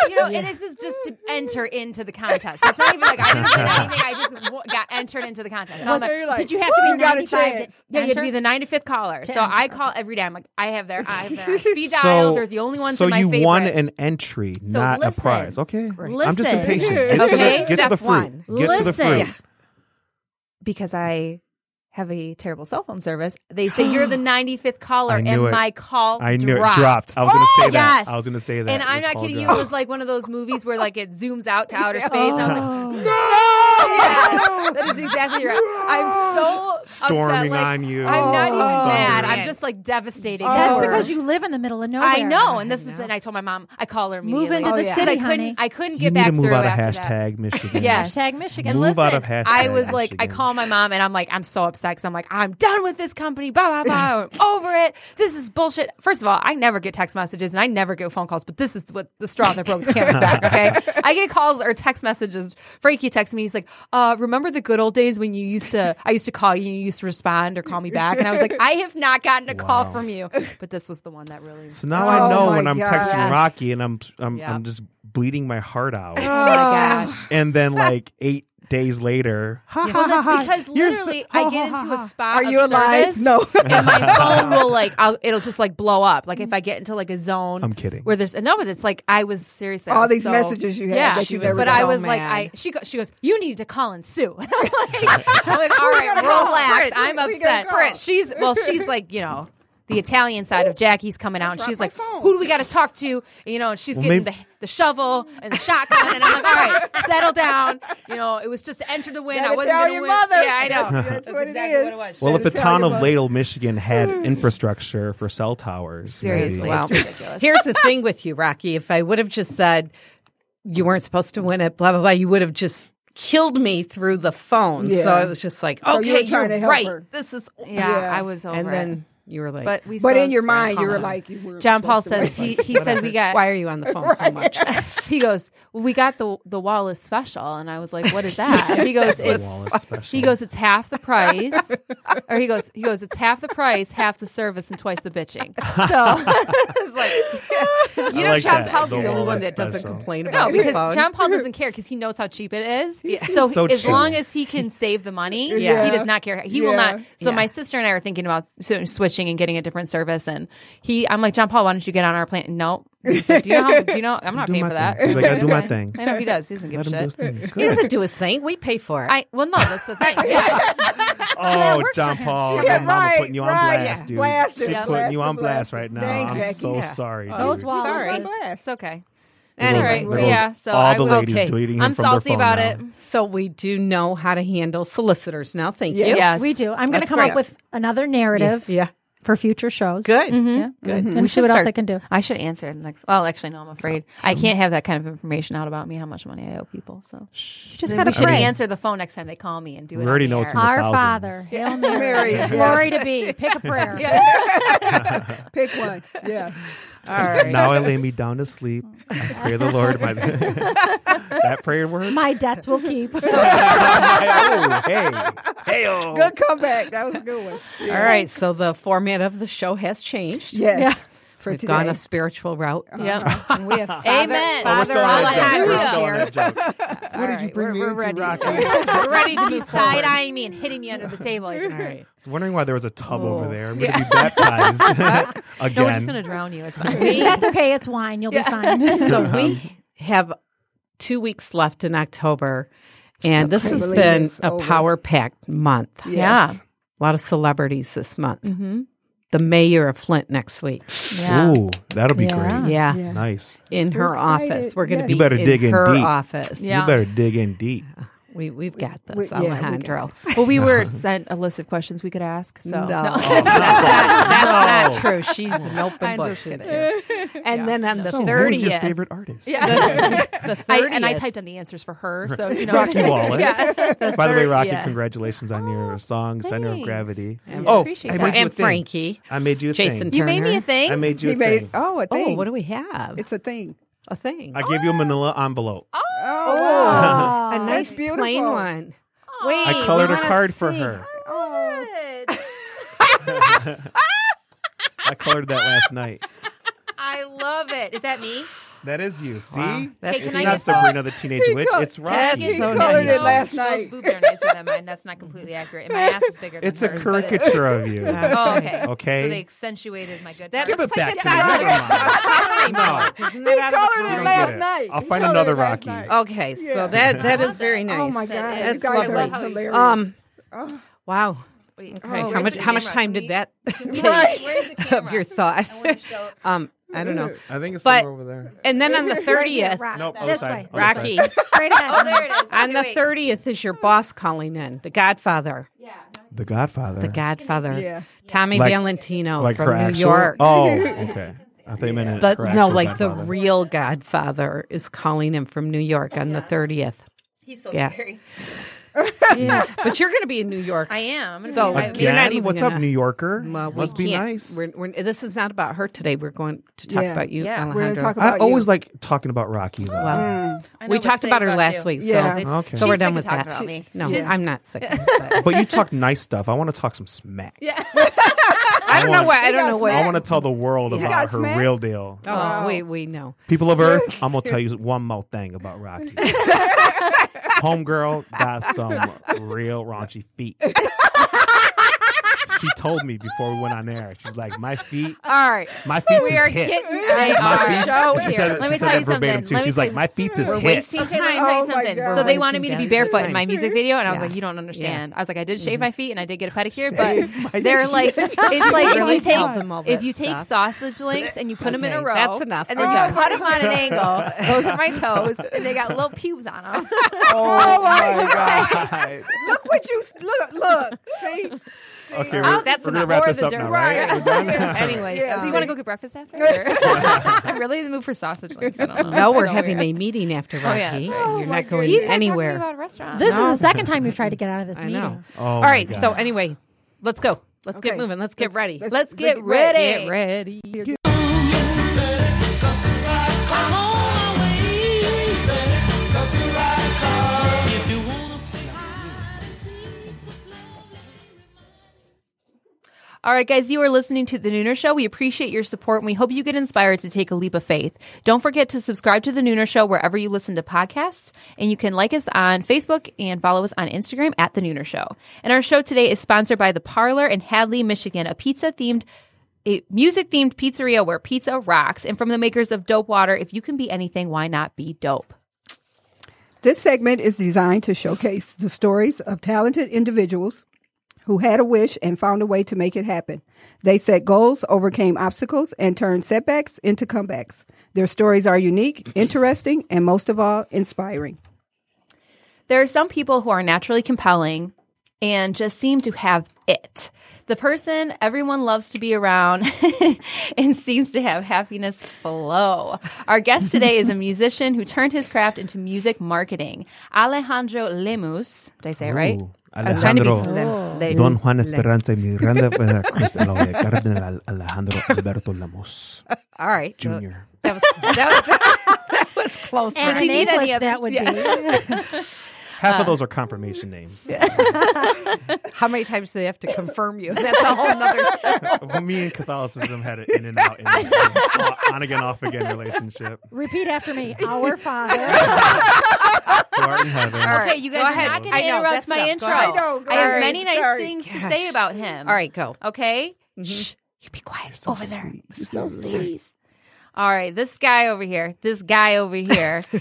[SPEAKER 2] you know, and this is just to enter into the contest. It's not even like I didn't do anything. I just w- got entered into the contest. So I'm like,
[SPEAKER 8] Did you have to be
[SPEAKER 5] "Woo, you got a
[SPEAKER 8] 95 to
[SPEAKER 5] chance."
[SPEAKER 2] yeah, you'd
[SPEAKER 8] enter?
[SPEAKER 2] be the 95th caller. So
[SPEAKER 8] enter,
[SPEAKER 2] I call every day. I'm like, I have their, I have (laughs) their speed dial.
[SPEAKER 9] So,
[SPEAKER 2] They're the only ones
[SPEAKER 9] so
[SPEAKER 2] in my
[SPEAKER 9] you
[SPEAKER 2] favorite.
[SPEAKER 9] won an entry, not
[SPEAKER 2] listen.
[SPEAKER 9] a prize. Okay, I'm just
[SPEAKER 2] Listen.
[SPEAKER 9] impatient. Get, to,
[SPEAKER 2] Okay,
[SPEAKER 9] the, get to
[SPEAKER 10] step
[SPEAKER 9] the fruit.
[SPEAKER 10] one.
[SPEAKER 9] Get to the
[SPEAKER 2] Listen.
[SPEAKER 9] fruit.
[SPEAKER 2] because I have a terrible cell phone service. They say you're the
[SPEAKER 9] (gasps)
[SPEAKER 2] 95th caller,
[SPEAKER 9] I
[SPEAKER 2] and
[SPEAKER 9] knew it.
[SPEAKER 2] my call
[SPEAKER 9] I knew
[SPEAKER 2] dropped.
[SPEAKER 9] it dropped. I was going to say that.
[SPEAKER 2] Yes.
[SPEAKER 9] I was going to say that.
[SPEAKER 2] And I'm
[SPEAKER 9] Your
[SPEAKER 2] not
[SPEAKER 9] call
[SPEAKER 2] kidding you. It
[SPEAKER 9] dropped.
[SPEAKER 2] was like one of those movies where like it zooms out to
[SPEAKER 9] (laughs)
[SPEAKER 2] outer space. And I was like,
[SPEAKER 5] No!
[SPEAKER 2] (laughs) yeah, that is exactly right. I'm so upset.
[SPEAKER 9] Storming
[SPEAKER 2] Like,
[SPEAKER 9] on you.
[SPEAKER 2] I'm not even
[SPEAKER 9] Oh.
[SPEAKER 2] mad. I'm
[SPEAKER 9] Man.
[SPEAKER 2] just like devastated.
[SPEAKER 8] That's
[SPEAKER 5] Oh.
[SPEAKER 8] because you live in the middle of nowhere.
[SPEAKER 2] I know, and this is, and I told my mom, I call her
[SPEAKER 8] Move
[SPEAKER 2] immediately.
[SPEAKER 8] into the
[SPEAKER 5] yeah.
[SPEAKER 2] Because
[SPEAKER 8] city,
[SPEAKER 2] I couldn't,
[SPEAKER 8] honey.
[SPEAKER 2] I couldn't
[SPEAKER 9] you
[SPEAKER 2] get
[SPEAKER 9] need
[SPEAKER 2] back
[SPEAKER 9] to move
[SPEAKER 2] through
[SPEAKER 9] out of
[SPEAKER 2] after that.
[SPEAKER 9] hashtag
[SPEAKER 2] (laughs)
[SPEAKER 9] Michigan.
[SPEAKER 2] Yes.
[SPEAKER 8] Hashtag Michigan.
[SPEAKER 2] And
[SPEAKER 9] Move
[SPEAKER 2] listen,
[SPEAKER 9] out of hashtag
[SPEAKER 2] I was like, I
[SPEAKER 9] Michigan.
[SPEAKER 2] call my mom and I'm like, I'm so upset because I'm like, I'm done with this company. Blah blah
[SPEAKER 9] (laughs)
[SPEAKER 2] blah. I'm over it. This is bullshit. First of all, I never get text messages and I never get phone calls, but this is what the straw that broke the camel's
[SPEAKER 9] (laughs)
[SPEAKER 2] back. Okay, I get calls or text messages. Frankie texts me. He's like, uh, Remember the good old days when you used to? I used to call you. You used to respond or call me back, and I was like, I have not gotten a call from you. But this was the one that really.
[SPEAKER 9] So now
[SPEAKER 5] Oh
[SPEAKER 9] I know
[SPEAKER 5] my
[SPEAKER 9] when I'm
[SPEAKER 5] God.
[SPEAKER 9] texting
[SPEAKER 5] Yes.
[SPEAKER 9] Rocky and I'm I'm,
[SPEAKER 2] Yeah.
[SPEAKER 9] I'm just bleeding my heart out.
[SPEAKER 2] Oh (laughs) my
[SPEAKER 5] (laughs)
[SPEAKER 2] gosh.
[SPEAKER 9] and then like eight days later, ha,
[SPEAKER 2] Well,
[SPEAKER 9] ha, ha, ha,
[SPEAKER 2] that's (laughs) because
[SPEAKER 9] you're so-
[SPEAKER 2] literally
[SPEAKER 9] ha,
[SPEAKER 2] I get
[SPEAKER 9] ha, ha,
[SPEAKER 2] into (laughs) a
[SPEAKER 9] ha.
[SPEAKER 2] spot.
[SPEAKER 5] Are
[SPEAKER 2] of
[SPEAKER 5] you alive?
[SPEAKER 2] service,
[SPEAKER 5] No.
[SPEAKER 2] (laughs) and my phone
[SPEAKER 9] (laughs)
[SPEAKER 2] will like I'll, it'll just like blow up. Like if I get into like a zone,
[SPEAKER 9] I'm kidding.
[SPEAKER 2] Where there's no, but it's like I was seriously I
[SPEAKER 5] All
[SPEAKER 2] was
[SPEAKER 5] these
[SPEAKER 2] so-
[SPEAKER 5] messages you had
[SPEAKER 2] Yeah,
[SPEAKER 5] that you never Oh,
[SPEAKER 2] but
[SPEAKER 5] got.
[SPEAKER 2] I
[SPEAKER 5] So
[SPEAKER 2] was like
[SPEAKER 10] mad.
[SPEAKER 2] I she go, she goes you need to call and sue. (laughs)
[SPEAKER 5] (laughs)
[SPEAKER 2] And I'm like, I'm like all right, relax.
[SPEAKER 5] Brit.
[SPEAKER 2] I'm
[SPEAKER 5] We- we
[SPEAKER 2] upset.
[SPEAKER 5] gotta call.
[SPEAKER 2] Brit, she's well, she's
[SPEAKER 5] (laughs)
[SPEAKER 2] like you know. The Italian side of Jackie's coming out, and she's like, "Who do we got to talk to?" And, you know, and she's getting
[SPEAKER 9] maybe-
[SPEAKER 2] the, the shovel and the shotgun, and I'm like, "All right, settle down." You know, it was just to enter
[SPEAKER 5] (laughs)
[SPEAKER 2] the win.
[SPEAKER 5] That
[SPEAKER 2] I wasn't gonna
[SPEAKER 5] Italian
[SPEAKER 2] win.
[SPEAKER 5] mother.
[SPEAKER 2] Yeah, I (laughs) know.
[SPEAKER 5] That's- that's what it
[SPEAKER 2] exactly
[SPEAKER 5] is.
[SPEAKER 2] what it was.
[SPEAKER 9] Well, if the
[SPEAKER 5] Tell
[SPEAKER 9] town
[SPEAKER 5] you
[SPEAKER 9] of
[SPEAKER 5] about it.
[SPEAKER 9] Ladle, Michigan had infrastructure for cell towers,
[SPEAKER 2] Seriously,
[SPEAKER 9] maybe.
[SPEAKER 2] it's ridiculous.
[SPEAKER 10] Here's the thing with you, Rocky. If I would have just said you weren't supposed to win it, blah blah blah, you would have just killed me through the phone. So
[SPEAKER 5] Yeah.
[SPEAKER 10] it was just like,
[SPEAKER 5] So you were
[SPEAKER 10] okay,
[SPEAKER 5] trying
[SPEAKER 10] you
[SPEAKER 5] to
[SPEAKER 10] are
[SPEAKER 5] help
[SPEAKER 10] right.
[SPEAKER 5] her.
[SPEAKER 10] This is
[SPEAKER 2] yeah,
[SPEAKER 5] Yeah.
[SPEAKER 2] I was over
[SPEAKER 10] and
[SPEAKER 2] it.
[SPEAKER 10] then you were like,
[SPEAKER 2] But we.
[SPEAKER 5] But
[SPEAKER 2] still
[SPEAKER 5] in your
[SPEAKER 2] just
[SPEAKER 5] mind,
[SPEAKER 2] wanna
[SPEAKER 5] you were
[SPEAKER 2] call it.
[SPEAKER 5] like, you were
[SPEAKER 2] John Paul
[SPEAKER 5] supposed to
[SPEAKER 2] says
[SPEAKER 5] win.
[SPEAKER 2] he he said we got.
[SPEAKER 10] why are you on
[SPEAKER 2] (laughs)
[SPEAKER 10] the phone so much?
[SPEAKER 2] He goes, well, we got the the Wallace special, and I was like, what is that?
[SPEAKER 5] (laughs)
[SPEAKER 2] And he goes, it's.
[SPEAKER 9] Wallace special.
[SPEAKER 2] He goes, it's half the price, or he goes, he goes, it's half the price, half the service, and twice the
[SPEAKER 9] (laughs)
[SPEAKER 2] bitching. So (laughs) it's like,
[SPEAKER 5] (laughs)
[SPEAKER 10] You
[SPEAKER 9] I
[SPEAKER 10] know,
[SPEAKER 9] like
[SPEAKER 10] John's
[SPEAKER 9] that.
[SPEAKER 10] Paul's
[SPEAKER 9] The
[SPEAKER 10] the only one
[SPEAKER 9] Wallace
[SPEAKER 10] that doesn't
[SPEAKER 9] special.
[SPEAKER 10] complain about
[SPEAKER 2] No,
[SPEAKER 10] the
[SPEAKER 2] because
[SPEAKER 10] phone. (laughs)
[SPEAKER 2] John Paul doesn't
[SPEAKER 9] (laughs)
[SPEAKER 2] care because he knows how cheap it is. So,
[SPEAKER 9] so
[SPEAKER 2] as
[SPEAKER 9] chill.
[SPEAKER 2] long as he can save the
[SPEAKER 9] (laughs)
[SPEAKER 2] money,
[SPEAKER 10] Yeah.
[SPEAKER 2] he does not care. He will
[SPEAKER 5] Yeah.
[SPEAKER 2] not. So my sister and I are thinking about so- switching and getting a different service. And he, I'm like, John Paul, why don't you get on our plane? No. He's like, do you know
[SPEAKER 9] (laughs)
[SPEAKER 2] how? Do you know? I'm not
[SPEAKER 9] Do
[SPEAKER 2] paying
[SPEAKER 9] my
[SPEAKER 2] for that.
[SPEAKER 9] thing. He's like, I do my
[SPEAKER 2] Okay.
[SPEAKER 9] thing.
[SPEAKER 2] (laughs) I know he does. He doesn't give
[SPEAKER 9] Let him do
[SPEAKER 2] a
[SPEAKER 9] his
[SPEAKER 2] shit.
[SPEAKER 9] thing.
[SPEAKER 10] he
[SPEAKER 9] Good.
[SPEAKER 10] doesn't do a thing. We pay for it.
[SPEAKER 2] I well, no, that's the thing. Yeah.
[SPEAKER 9] Oh, John Paul,
[SPEAKER 5] Yeah,
[SPEAKER 9] your mama
[SPEAKER 5] right,
[SPEAKER 9] putting you on
[SPEAKER 5] right.
[SPEAKER 9] blast, dude.
[SPEAKER 5] Blasted,
[SPEAKER 9] She
[SPEAKER 5] yeah.
[SPEAKER 9] putting you on
[SPEAKER 5] Blasted,
[SPEAKER 9] blast right now.
[SPEAKER 5] blasted. Thank
[SPEAKER 9] I'm
[SPEAKER 5] you,
[SPEAKER 9] so
[SPEAKER 10] Jackie.
[SPEAKER 9] sorry. dude.
[SPEAKER 8] Those walls.
[SPEAKER 5] Sorry.
[SPEAKER 8] Sorry.
[SPEAKER 5] glass.
[SPEAKER 2] It's okay.
[SPEAKER 9] There goes-
[SPEAKER 2] Anyway,
[SPEAKER 9] there goes
[SPEAKER 2] yeah. So
[SPEAKER 9] all
[SPEAKER 2] I
[SPEAKER 9] the
[SPEAKER 2] was,
[SPEAKER 9] ladies
[SPEAKER 10] okay.
[SPEAKER 9] deleting him
[SPEAKER 2] I'm
[SPEAKER 9] from their
[SPEAKER 2] salty
[SPEAKER 9] phone
[SPEAKER 2] about
[SPEAKER 9] now.
[SPEAKER 2] it.
[SPEAKER 10] so we do know how to handle solicitors now. Thank you.
[SPEAKER 2] Yes.
[SPEAKER 8] We do. I'm going to
[SPEAKER 2] That's
[SPEAKER 8] come
[SPEAKER 2] great.
[SPEAKER 8] up with another narrative
[SPEAKER 10] Yeah.
[SPEAKER 8] for future shows.
[SPEAKER 10] Good.
[SPEAKER 8] Yeah.
[SPEAKER 10] Good.
[SPEAKER 8] And see
[SPEAKER 2] should
[SPEAKER 8] what else
[SPEAKER 2] start-
[SPEAKER 8] I can do.
[SPEAKER 2] I should answer it next. Well, actually, no. I'm afraid I can't have that kind of information out about me, how much money I owe people. So
[SPEAKER 8] You just
[SPEAKER 2] Then
[SPEAKER 8] got
[SPEAKER 2] we
[SPEAKER 8] to
[SPEAKER 2] should
[SPEAKER 8] pray.
[SPEAKER 2] answer the phone next time they call me and do it.
[SPEAKER 9] We
[SPEAKER 2] on
[SPEAKER 9] already
[SPEAKER 2] the
[SPEAKER 9] know
[SPEAKER 2] air.
[SPEAKER 9] it's in the
[SPEAKER 8] Our Father,
[SPEAKER 9] thousands.
[SPEAKER 8] Hail Mary,
[SPEAKER 5] Mary,
[SPEAKER 8] glory to be. Pick a prayer. (laughs)
[SPEAKER 5] Pick one. Yeah.
[SPEAKER 9] (laughs)
[SPEAKER 10] All right.
[SPEAKER 9] Now I lay me down to sleep. I pray the Lord my that prayer word. (laughs)
[SPEAKER 8] My debts will (laughs) keep.
[SPEAKER 9] oh, hey, hey, oh.
[SPEAKER 5] (laughs) Good comeback. That was a good one.
[SPEAKER 10] All right. So the format of the show has changed.
[SPEAKER 5] Yes. For
[SPEAKER 10] We've
[SPEAKER 5] today.
[SPEAKER 10] gone a spiritual route. (laughs)
[SPEAKER 2] Yep.
[SPEAKER 5] And we have five
[SPEAKER 2] Amen.
[SPEAKER 9] Oh, we're still on that joke. We're still on that joke.
[SPEAKER 10] What did you bring me into, (laughs) Rocky?
[SPEAKER 2] We're ready to be side eyeing me and hitting me under the table. He's like,
[SPEAKER 10] All right.
[SPEAKER 9] I was wondering why there was a tub over there. I'm going to be baptized (laughs) again.
[SPEAKER 2] no, we're just gonna drown you. It's fine.
[SPEAKER 8] That's okay. It's wine. You'll be (laughs) fine.
[SPEAKER 10] So we have two weeks left in October, and this has
[SPEAKER 5] believe
[SPEAKER 10] been
[SPEAKER 5] it's
[SPEAKER 10] a
[SPEAKER 5] over.
[SPEAKER 10] power packed month.
[SPEAKER 2] Yeah.
[SPEAKER 10] A lot of celebrities this month. The mayor of Flint next week.
[SPEAKER 2] Yeah.
[SPEAKER 9] Ooh, that'll be great.
[SPEAKER 10] Yeah.
[SPEAKER 9] Nice.
[SPEAKER 10] In her
[SPEAKER 5] excited.
[SPEAKER 10] office. We're going to
[SPEAKER 5] Yes.
[SPEAKER 10] be
[SPEAKER 5] You
[SPEAKER 9] better
[SPEAKER 10] in
[SPEAKER 9] dig in
[SPEAKER 10] her
[SPEAKER 9] deep.
[SPEAKER 10] office.
[SPEAKER 2] Yeah.
[SPEAKER 9] You better dig in deep.
[SPEAKER 10] We, we've got this,
[SPEAKER 5] We- yeah, we got
[SPEAKER 10] Alejandro.
[SPEAKER 2] Well,
[SPEAKER 9] (laughs)
[SPEAKER 2] we were sent a list of questions we could ask. So
[SPEAKER 10] (laughs) that's, not, that's not true. She's an open
[SPEAKER 2] I'm
[SPEAKER 10] book.
[SPEAKER 2] just kidding.
[SPEAKER 10] And then on the
[SPEAKER 9] So, who's your
[SPEAKER 10] 30th,
[SPEAKER 9] favorite artist?
[SPEAKER 2] Yeah. (laughs) I, and I
[SPEAKER 10] 30th.
[SPEAKER 2] typed in the answers for her. So you know,
[SPEAKER 10] (laughs)
[SPEAKER 9] Rocky Wallace. By the way, Rocky,
[SPEAKER 10] yeah. Oh,
[SPEAKER 9] congratulations on your song "Center of Gravity."
[SPEAKER 2] oh,
[SPEAKER 9] I
[SPEAKER 2] appreciate
[SPEAKER 9] made
[SPEAKER 2] that.
[SPEAKER 9] you a
[SPEAKER 10] and
[SPEAKER 9] thing.
[SPEAKER 10] Frankie.
[SPEAKER 9] I made you a
[SPEAKER 10] Jason
[SPEAKER 9] thing.
[SPEAKER 2] You made me a
[SPEAKER 10] Turner.
[SPEAKER 2] thing.
[SPEAKER 9] I made you
[SPEAKER 5] He
[SPEAKER 9] a
[SPEAKER 5] made
[SPEAKER 9] thing.
[SPEAKER 5] oh a
[SPEAKER 10] Oh,
[SPEAKER 5] thing.
[SPEAKER 10] what do we have?
[SPEAKER 5] it's a thing.
[SPEAKER 10] a thing.
[SPEAKER 9] I gave you a manila envelope.
[SPEAKER 5] Oh, (laughs)
[SPEAKER 10] a nice
[SPEAKER 5] that's beautiful.
[SPEAKER 10] plain one. Wait,
[SPEAKER 9] I colored
[SPEAKER 10] we
[SPEAKER 9] a
[SPEAKER 10] wanna
[SPEAKER 9] card for
[SPEAKER 10] see.
[SPEAKER 9] her.
[SPEAKER 5] Oh.
[SPEAKER 2] Good.
[SPEAKER 9] I colored that last night.
[SPEAKER 2] (laughs) I love it. Is that me?
[SPEAKER 11] That is you. See?
[SPEAKER 10] Wow. That's-
[SPEAKER 2] Hey, can
[SPEAKER 11] it's
[SPEAKER 2] I
[SPEAKER 11] not
[SPEAKER 2] get some-
[SPEAKER 11] Sabrina the Teenage
[SPEAKER 5] He
[SPEAKER 11] Witch.
[SPEAKER 5] co-
[SPEAKER 11] It's
[SPEAKER 5] That's
[SPEAKER 11] Rocky.
[SPEAKER 5] He
[SPEAKER 2] so
[SPEAKER 5] colored
[SPEAKER 2] nice.
[SPEAKER 5] it last
[SPEAKER 2] No, Joe's
[SPEAKER 5] night.
[SPEAKER 2] boobs are nicer than mine. That's not completely accurate. My ass is
[SPEAKER 9] (laughs)
[SPEAKER 2] bigger.
[SPEAKER 11] It's a
[SPEAKER 2] than hers, but it-
[SPEAKER 11] caricature of
[SPEAKER 10] (laughs)
[SPEAKER 11] you.
[SPEAKER 2] Oh, okay.
[SPEAKER 11] Okay.
[SPEAKER 2] So they accentuated my good.
[SPEAKER 10] That
[SPEAKER 2] parts.
[SPEAKER 11] Give it
[SPEAKER 10] looks like
[SPEAKER 11] back
[SPEAKER 10] it's
[SPEAKER 11] to me.
[SPEAKER 10] out
[SPEAKER 11] Never
[SPEAKER 9] (laughs)
[SPEAKER 11] mind.
[SPEAKER 10] of the (laughs) Isn't that out of
[SPEAKER 5] colored
[SPEAKER 10] the
[SPEAKER 11] You
[SPEAKER 5] it
[SPEAKER 11] don't
[SPEAKER 10] blue?
[SPEAKER 5] last
[SPEAKER 11] get it.
[SPEAKER 5] night.
[SPEAKER 11] I'll
[SPEAKER 5] He
[SPEAKER 11] find
[SPEAKER 5] colored
[SPEAKER 11] another
[SPEAKER 5] it last
[SPEAKER 11] Rocky.
[SPEAKER 5] night.
[SPEAKER 10] Okay,
[SPEAKER 5] Yeah.
[SPEAKER 10] so that that is very nice.
[SPEAKER 5] Oh my god, you
[SPEAKER 10] That's
[SPEAKER 5] guys
[SPEAKER 10] lovely.
[SPEAKER 5] are hilarious.
[SPEAKER 10] Um,
[SPEAKER 5] Oh.
[SPEAKER 10] wow.
[SPEAKER 2] Wait,
[SPEAKER 10] Okay,
[SPEAKER 2] where's
[SPEAKER 10] how much
[SPEAKER 2] the
[SPEAKER 10] how much
[SPEAKER 2] camera? Can
[SPEAKER 10] time did
[SPEAKER 2] we-
[SPEAKER 10] that
[SPEAKER 2] (laughs)
[SPEAKER 10] take
[SPEAKER 2] Right. Where's the camera?
[SPEAKER 10] (laughs) of your thought?
[SPEAKER 2] I want to
[SPEAKER 10] (laughs)
[SPEAKER 2] show.
[SPEAKER 10] um, I don't know.
[SPEAKER 11] I think it's
[SPEAKER 10] But-
[SPEAKER 11] somewhere over there.
[SPEAKER 10] And then on the thirtieth,
[SPEAKER 8] Rock.
[SPEAKER 11] Nope.
[SPEAKER 8] This
[SPEAKER 11] other
[SPEAKER 8] way.
[SPEAKER 11] side, other side.
[SPEAKER 10] Rocky.
[SPEAKER 8] Straight ahead.
[SPEAKER 2] Oh, there it is.
[SPEAKER 10] On
[SPEAKER 2] Okay,
[SPEAKER 10] the
[SPEAKER 2] wait.
[SPEAKER 10] thirtieth is your boss calling in, the Godfather,
[SPEAKER 2] Yeah.
[SPEAKER 9] The Godfather.
[SPEAKER 10] the Godfather,
[SPEAKER 5] Yeah.
[SPEAKER 10] Tommy
[SPEAKER 9] Like-
[SPEAKER 10] Valentino
[SPEAKER 9] like her
[SPEAKER 10] from New
[SPEAKER 9] actual.
[SPEAKER 10] York.
[SPEAKER 9] Oh, okay. I thought you meant it.
[SPEAKER 10] The-
[SPEAKER 9] her
[SPEAKER 10] no,
[SPEAKER 9] actual
[SPEAKER 10] like the
[SPEAKER 9] Godfather.
[SPEAKER 10] real Godfather is calling him from New York on the thirtieth.
[SPEAKER 2] He's so
[SPEAKER 10] Yeah.
[SPEAKER 2] scary.
[SPEAKER 10] Yeah, (laughs) but you're going to be in New York.
[SPEAKER 2] I am. I'm
[SPEAKER 10] So-
[SPEAKER 2] gonna be- I-
[SPEAKER 10] Again? You're not even
[SPEAKER 11] What's
[SPEAKER 10] gonna-
[SPEAKER 11] up, New Yorker?
[SPEAKER 10] Well, we
[SPEAKER 11] Must be
[SPEAKER 10] can't-
[SPEAKER 11] nice.
[SPEAKER 10] We're, we're, this is not about her today. We're going to talk
[SPEAKER 5] Yeah.
[SPEAKER 10] about you,
[SPEAKER 2] Yeah. We're
[SPEAKER 5] We're
[SPEAKER 10] Alejandro.
[SPEAKER 5] gonna talk about
[SPEAKER 9] I always
[SPEAKER 5] you.
[SPEAKER 9] like talking about Rocky. Though.
[SPEAKER 10] Well,
[SPEAKER 2] I know,
[SPEAKER 10] we
[SPEAKER 2] but
[SPEAKER 10] talked
[SPEAKER 2] today's
[SPEAKER 10] about her last
[SPEAKER 2] you.
[SPEAKER 10] week, so
[SPEAKER 5] Yeah.
[SPEAKER 11] Okay.
[SPEAKER 10] so we're
[SPEAKER 2] She's
[SPEAKER 10] done
[SPEAKER 2] sick
[SPEAKER 10] with
[SPEAKER 2] of talking
[SPEAKER 10] that.
[SPEAKER 2] about me.
[SPEAKER 10] No,
[SPEAKER 2] She's-
[SPEAKER 10] I'm not sick. (laughs) of that.
[SPEAKER 9] (laughs) but you talk nice stuff. I want to talk some smack.
[SPEAKER 2] Yeah.
[SPEAKER 10] I don't know what I don't
[SPEAKER 5] got
[SPEAKER 10] know what.
[SPEAKER 9] I want to tell the world about
[SPEAKER 5] got
[SPEAKER 9] her
[SPEAKER 5] smack?
[SPEAKER 9] real deal.
[SPEAKER 10] Oh,
[SPEAKER 5] Wow.
[SPEAKER 10] we we know.
[SPEAKER 9] People of Earth, I'm gonna tell you one more thing about Rocky. Homegirl got some real raunchy feet. she told me before we went on air. She's like, my feet,
[SPEAKER 10] All right,
[SPEAKER 9] my feet
[SPEAKER 10] we
[SPEAKER 9] is
[SPEAKER 10] are
[SPEAKER 9] hit. (laughs)
[SPEAKER 10] getting out
[SPEAKER 9] And
[SPEAKER 10] of
[SPEAKER 9] she
[SPEAKER 10] show
[SPEAKER 9] said,
[SPEAKER 10] here.
[SPEAKER 9] it-
[SPEAKER 2] Let
[SPEAKER 9] she
[SPEAKER 2] me
[SPEAKER 9] said
[SPEAKER 2] tell
[SPEAKER 9] it
[SPEAKER 2] you
[SPEAKER 9] verbatim
[SPEAKER 2] something.
[SPEAKER 9] too.
[SPEAKER 2] Let me
[SPEAKER 9] She's
[SPEAKER 2] tell
[SPEAKER 9] like,
[SPEAKER 2] you-
[SPEAKER 9] my feet is
[SPEAKER 10] We're
[SPEAKER 9] hit.
[SPEAKER 10] wasting
[SPEAKER 2] Okay, let me
[SPEAKER 10] time.
[SPEAKER 2] tell you
[SPEAKER 5] Oh my
[SPEAKER 2] something.
[SPEAKER 5] God.
[SPEAKER 2] So they wanted me to be
[SPEAKER 10] Yeah.
[SPEAKER 2] barefoot
[SPEAKER 10] Yeah.
[SPEAKER 2] in my music video, and I was
[SPEAKER 10] Yeah.
[SPEAKER 2] like, "You don't understand." I was like, "I did shave my feet, and I did get a pedicure, but they're
[SPEAKER 9] shit.
[SPEAKER 2] like, it's like if
[SPEAKER 10] Really
[SPEAKER 2] you
[SPEAKER 10] tell them all
[SPEAKER 2] take if
[SPEAKER 10] that
[SPEAKER 2] you take
[SPEAKER 10] stuff.
[SPEAKER 2] sausage links and you put them in a
[SPEAKER 10] Okay,
[SPEAKER 2] row,
[SPEAKER 10] that's enough.
[SPEAKER 2] and then
[SPEAKER 10] We're
[SPEAKER 2] you
[SPEAKER 10] done.
[SPEAKER 2] put them on an angle. Those are my toes, and they got little pubes on them.
[SPEAKER 5] Oh my
[SPEAKER 9] my God.
[SPEAKER 5] Look what you look look. See?
[SPEAKER 9] Okay,
[SPEAKER 2] I'll
[SPEAKER 9] we're,
[SPEAKER 2] just
[SPEAKER 9] we're gonna
[SPEAKER 2] ignore
[SPEAKER 9] wrap this
[SPEAKER 2] the
[SPEAKER 9] up now,
[SPEAKER 2] dirt.
[SPEAKER 9] right? We're done?
[SPEAKER 2] (laughs)
[SPEAKER 10] Anyway,
[SPEAKER 5] Yeah.
[SPEAKER 2] So you
[SPEAKER 10] um,
[SPEAKER 2] want to go get breakfast after? (laughs) I'm really in the mood for sausage links. I don't know.
[SPEAKER 10] no, we're
[SPEAKER 2] So
[SPEAKER 10] having
[SPEAKER 2] weird.
[SPEAKER 10] a meeting after Rocky.
[SPEAKER 2] yeah, that's right.
[SPEAKER 10] You're not going
[SPEAKER 2] He's not
[SPEAKER 10] anywhere.
[SPEAKER 2] Talking about a restaurant.
[SPEAKER 8] This is the second time you've tried to get out of this
[SPEAKER 10] I
[SPEAKER 8] meeting.
[SPEAKER 10] know.
[SPEAKER 9] Oh
[SPEAKER 10] All
[SPEAKER 9] my
[SPEAKER 10] right.
[SPEAKER 9] God.
[SPEAKER 10] So anyway, let's go. Let's get
[SPEAKER 5] Okay.
[SPEAKER 10] moving. Let's get ready.
[SPEAKER 2] Let's get
[SPEAKER 10] Get
[SPEAKER 2] ready.
[SPEAKER 10] ready.
[SPEAKER 2] All right, guys, you are listening to The Nooner Show. We appreciate your support and we hope you get inspired to take a leap of faith. Don't forget to subscribe to The Nooner Show wherever you listen to podcasts. And you can like us on Facebook and follow us on Instagram at The Nooner Show. And our show today is sponsored by The Parlor in Hadley, Michigan, a pizza themed a music themed pizzeria where pizza rocks and from the makers of dope water if you can be anything why not be dope
[SPEAKER 5] This segment is designed to showcase the stories of talented individuals who had a wish and found a way to make it happen. They set goals, overcame obstacles, and turned setbacks into comebacks. Their stories are unique, interesting, and most of all, inspiring.
[SPEAKER 2] There are some people who are naturally compelling and just seem to have it. The person everyone loves to be around (laughs) and seems to have happiness flow. Our guest today
[SPEAKER 10] (laughs)
[SPEAKER 2] is a musician who turned his craft into music marketing. Alejandro Lemus. Did I say it right?
[SPEAKER 9] Ooh,
[SPEAKER 2] I was trying to be
[SPEAKER 9] Alejandro.
[SPEAKER 2] slim.
[SPEAKER 9] Don Juan Esperanza Miranda (laughs) Veracruz Eloy Cardinal Al- Alejandro Alberto Lamos
[SPEAKER 10] All right.
[SPEAKER 9] Jr.
[SPEAKER 10] That was, that was, (laughs) that was close.
[SPEAKER 8] And
[SPEAKER 10] right?
[SPEAKER 2] he
[SPEAKER 8] in
[SPEAKER 2] need any
[SPEAKER 8] English,
[SPEAKER 2] of-
[SPEAKER 8] that would (laughs) be.
[SPEAKER 9] Half of those are confirmation names.
[SPEAKER 10] How many times do they have to confirm you? That's a whole nother.
[SPEAKER 9] Well, me and Catholicism had an in and out, in and out on again, off again relationship.
[SPEAKER 8] Repeat after (laughs) me. Our Father.
[SPEAKER 9] Who art in heaven.
[SPEAKER 2] Okay, you guys
[SPEAKER 10] Go
[SPEAKER 2] are
[SPEAKER 10] ahead.
[SPEAKER 2] not going
[SPEAKER 10] I
[SPEAKER 2] to
[SPEAKER 10] know,
[SPEAKER 2] interrupt
[SPEAKER 10] that's
[SPEAKER 2] my
[SPEAKER 10] enough. Go
[SPEAKER 2] intro.
[SPEAKER 10] ahead.
[SPEAKER 5] I know, go
[SPEAKER 2] have
[SPEAKER 5] ahead.
[SPEAKER 2] many nice
[SPEAKER 5] Sorry.
[SPEAKER 2] things to
[SPEAKER 10] Gosh.
[SPEAKER 2] say about him.
[SPEAKER 10] All right, go.
[SPEAKER 2] Okay? Shh. You be quiet over there. so, sweet. All right, this guy over here, this guy over here (laughs)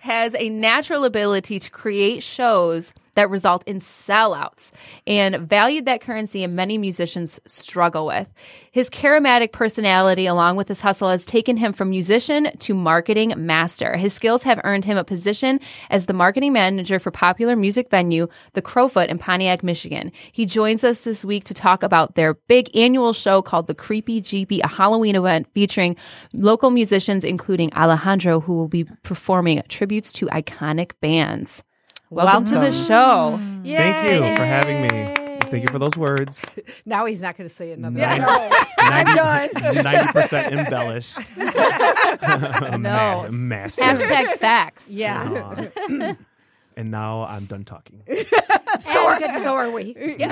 [SPEAKER 2] has a natural ability to create shows that result in sellouts and valued that currency and many musicians struggle with. His charismatic personality along with his hustle has taken him from musician to marketing master. His skills have earned him a position as the marketing manager for popular music venue The Crowfoot in Pontiac, Michigan. He joins us this week to talk about their big annual show called The Creepy GP, a Halloween event featuring local musicians including Alejandro who will be performing tributes to iconic bands. Welcome, to the (laughs) show.
[SPEAKER 9] Thank you for having me. Thank you for those words.
[SPEAKER 10] Now he's not going to say another.
[SPEAKER 9] Ninety- Ninety percent embellished. Ma- master. Oh,
[SPEAKER 2] Hashtag facts.
[SPEAKER 10] Yeah.
[SPEAKER 9] Uh, and now I'm done talking.
[SPEAKER 8] so, good so are
[SPEAKER 2] (laughs)
[SPEAKER 8] we.
[SPEAKER 9] and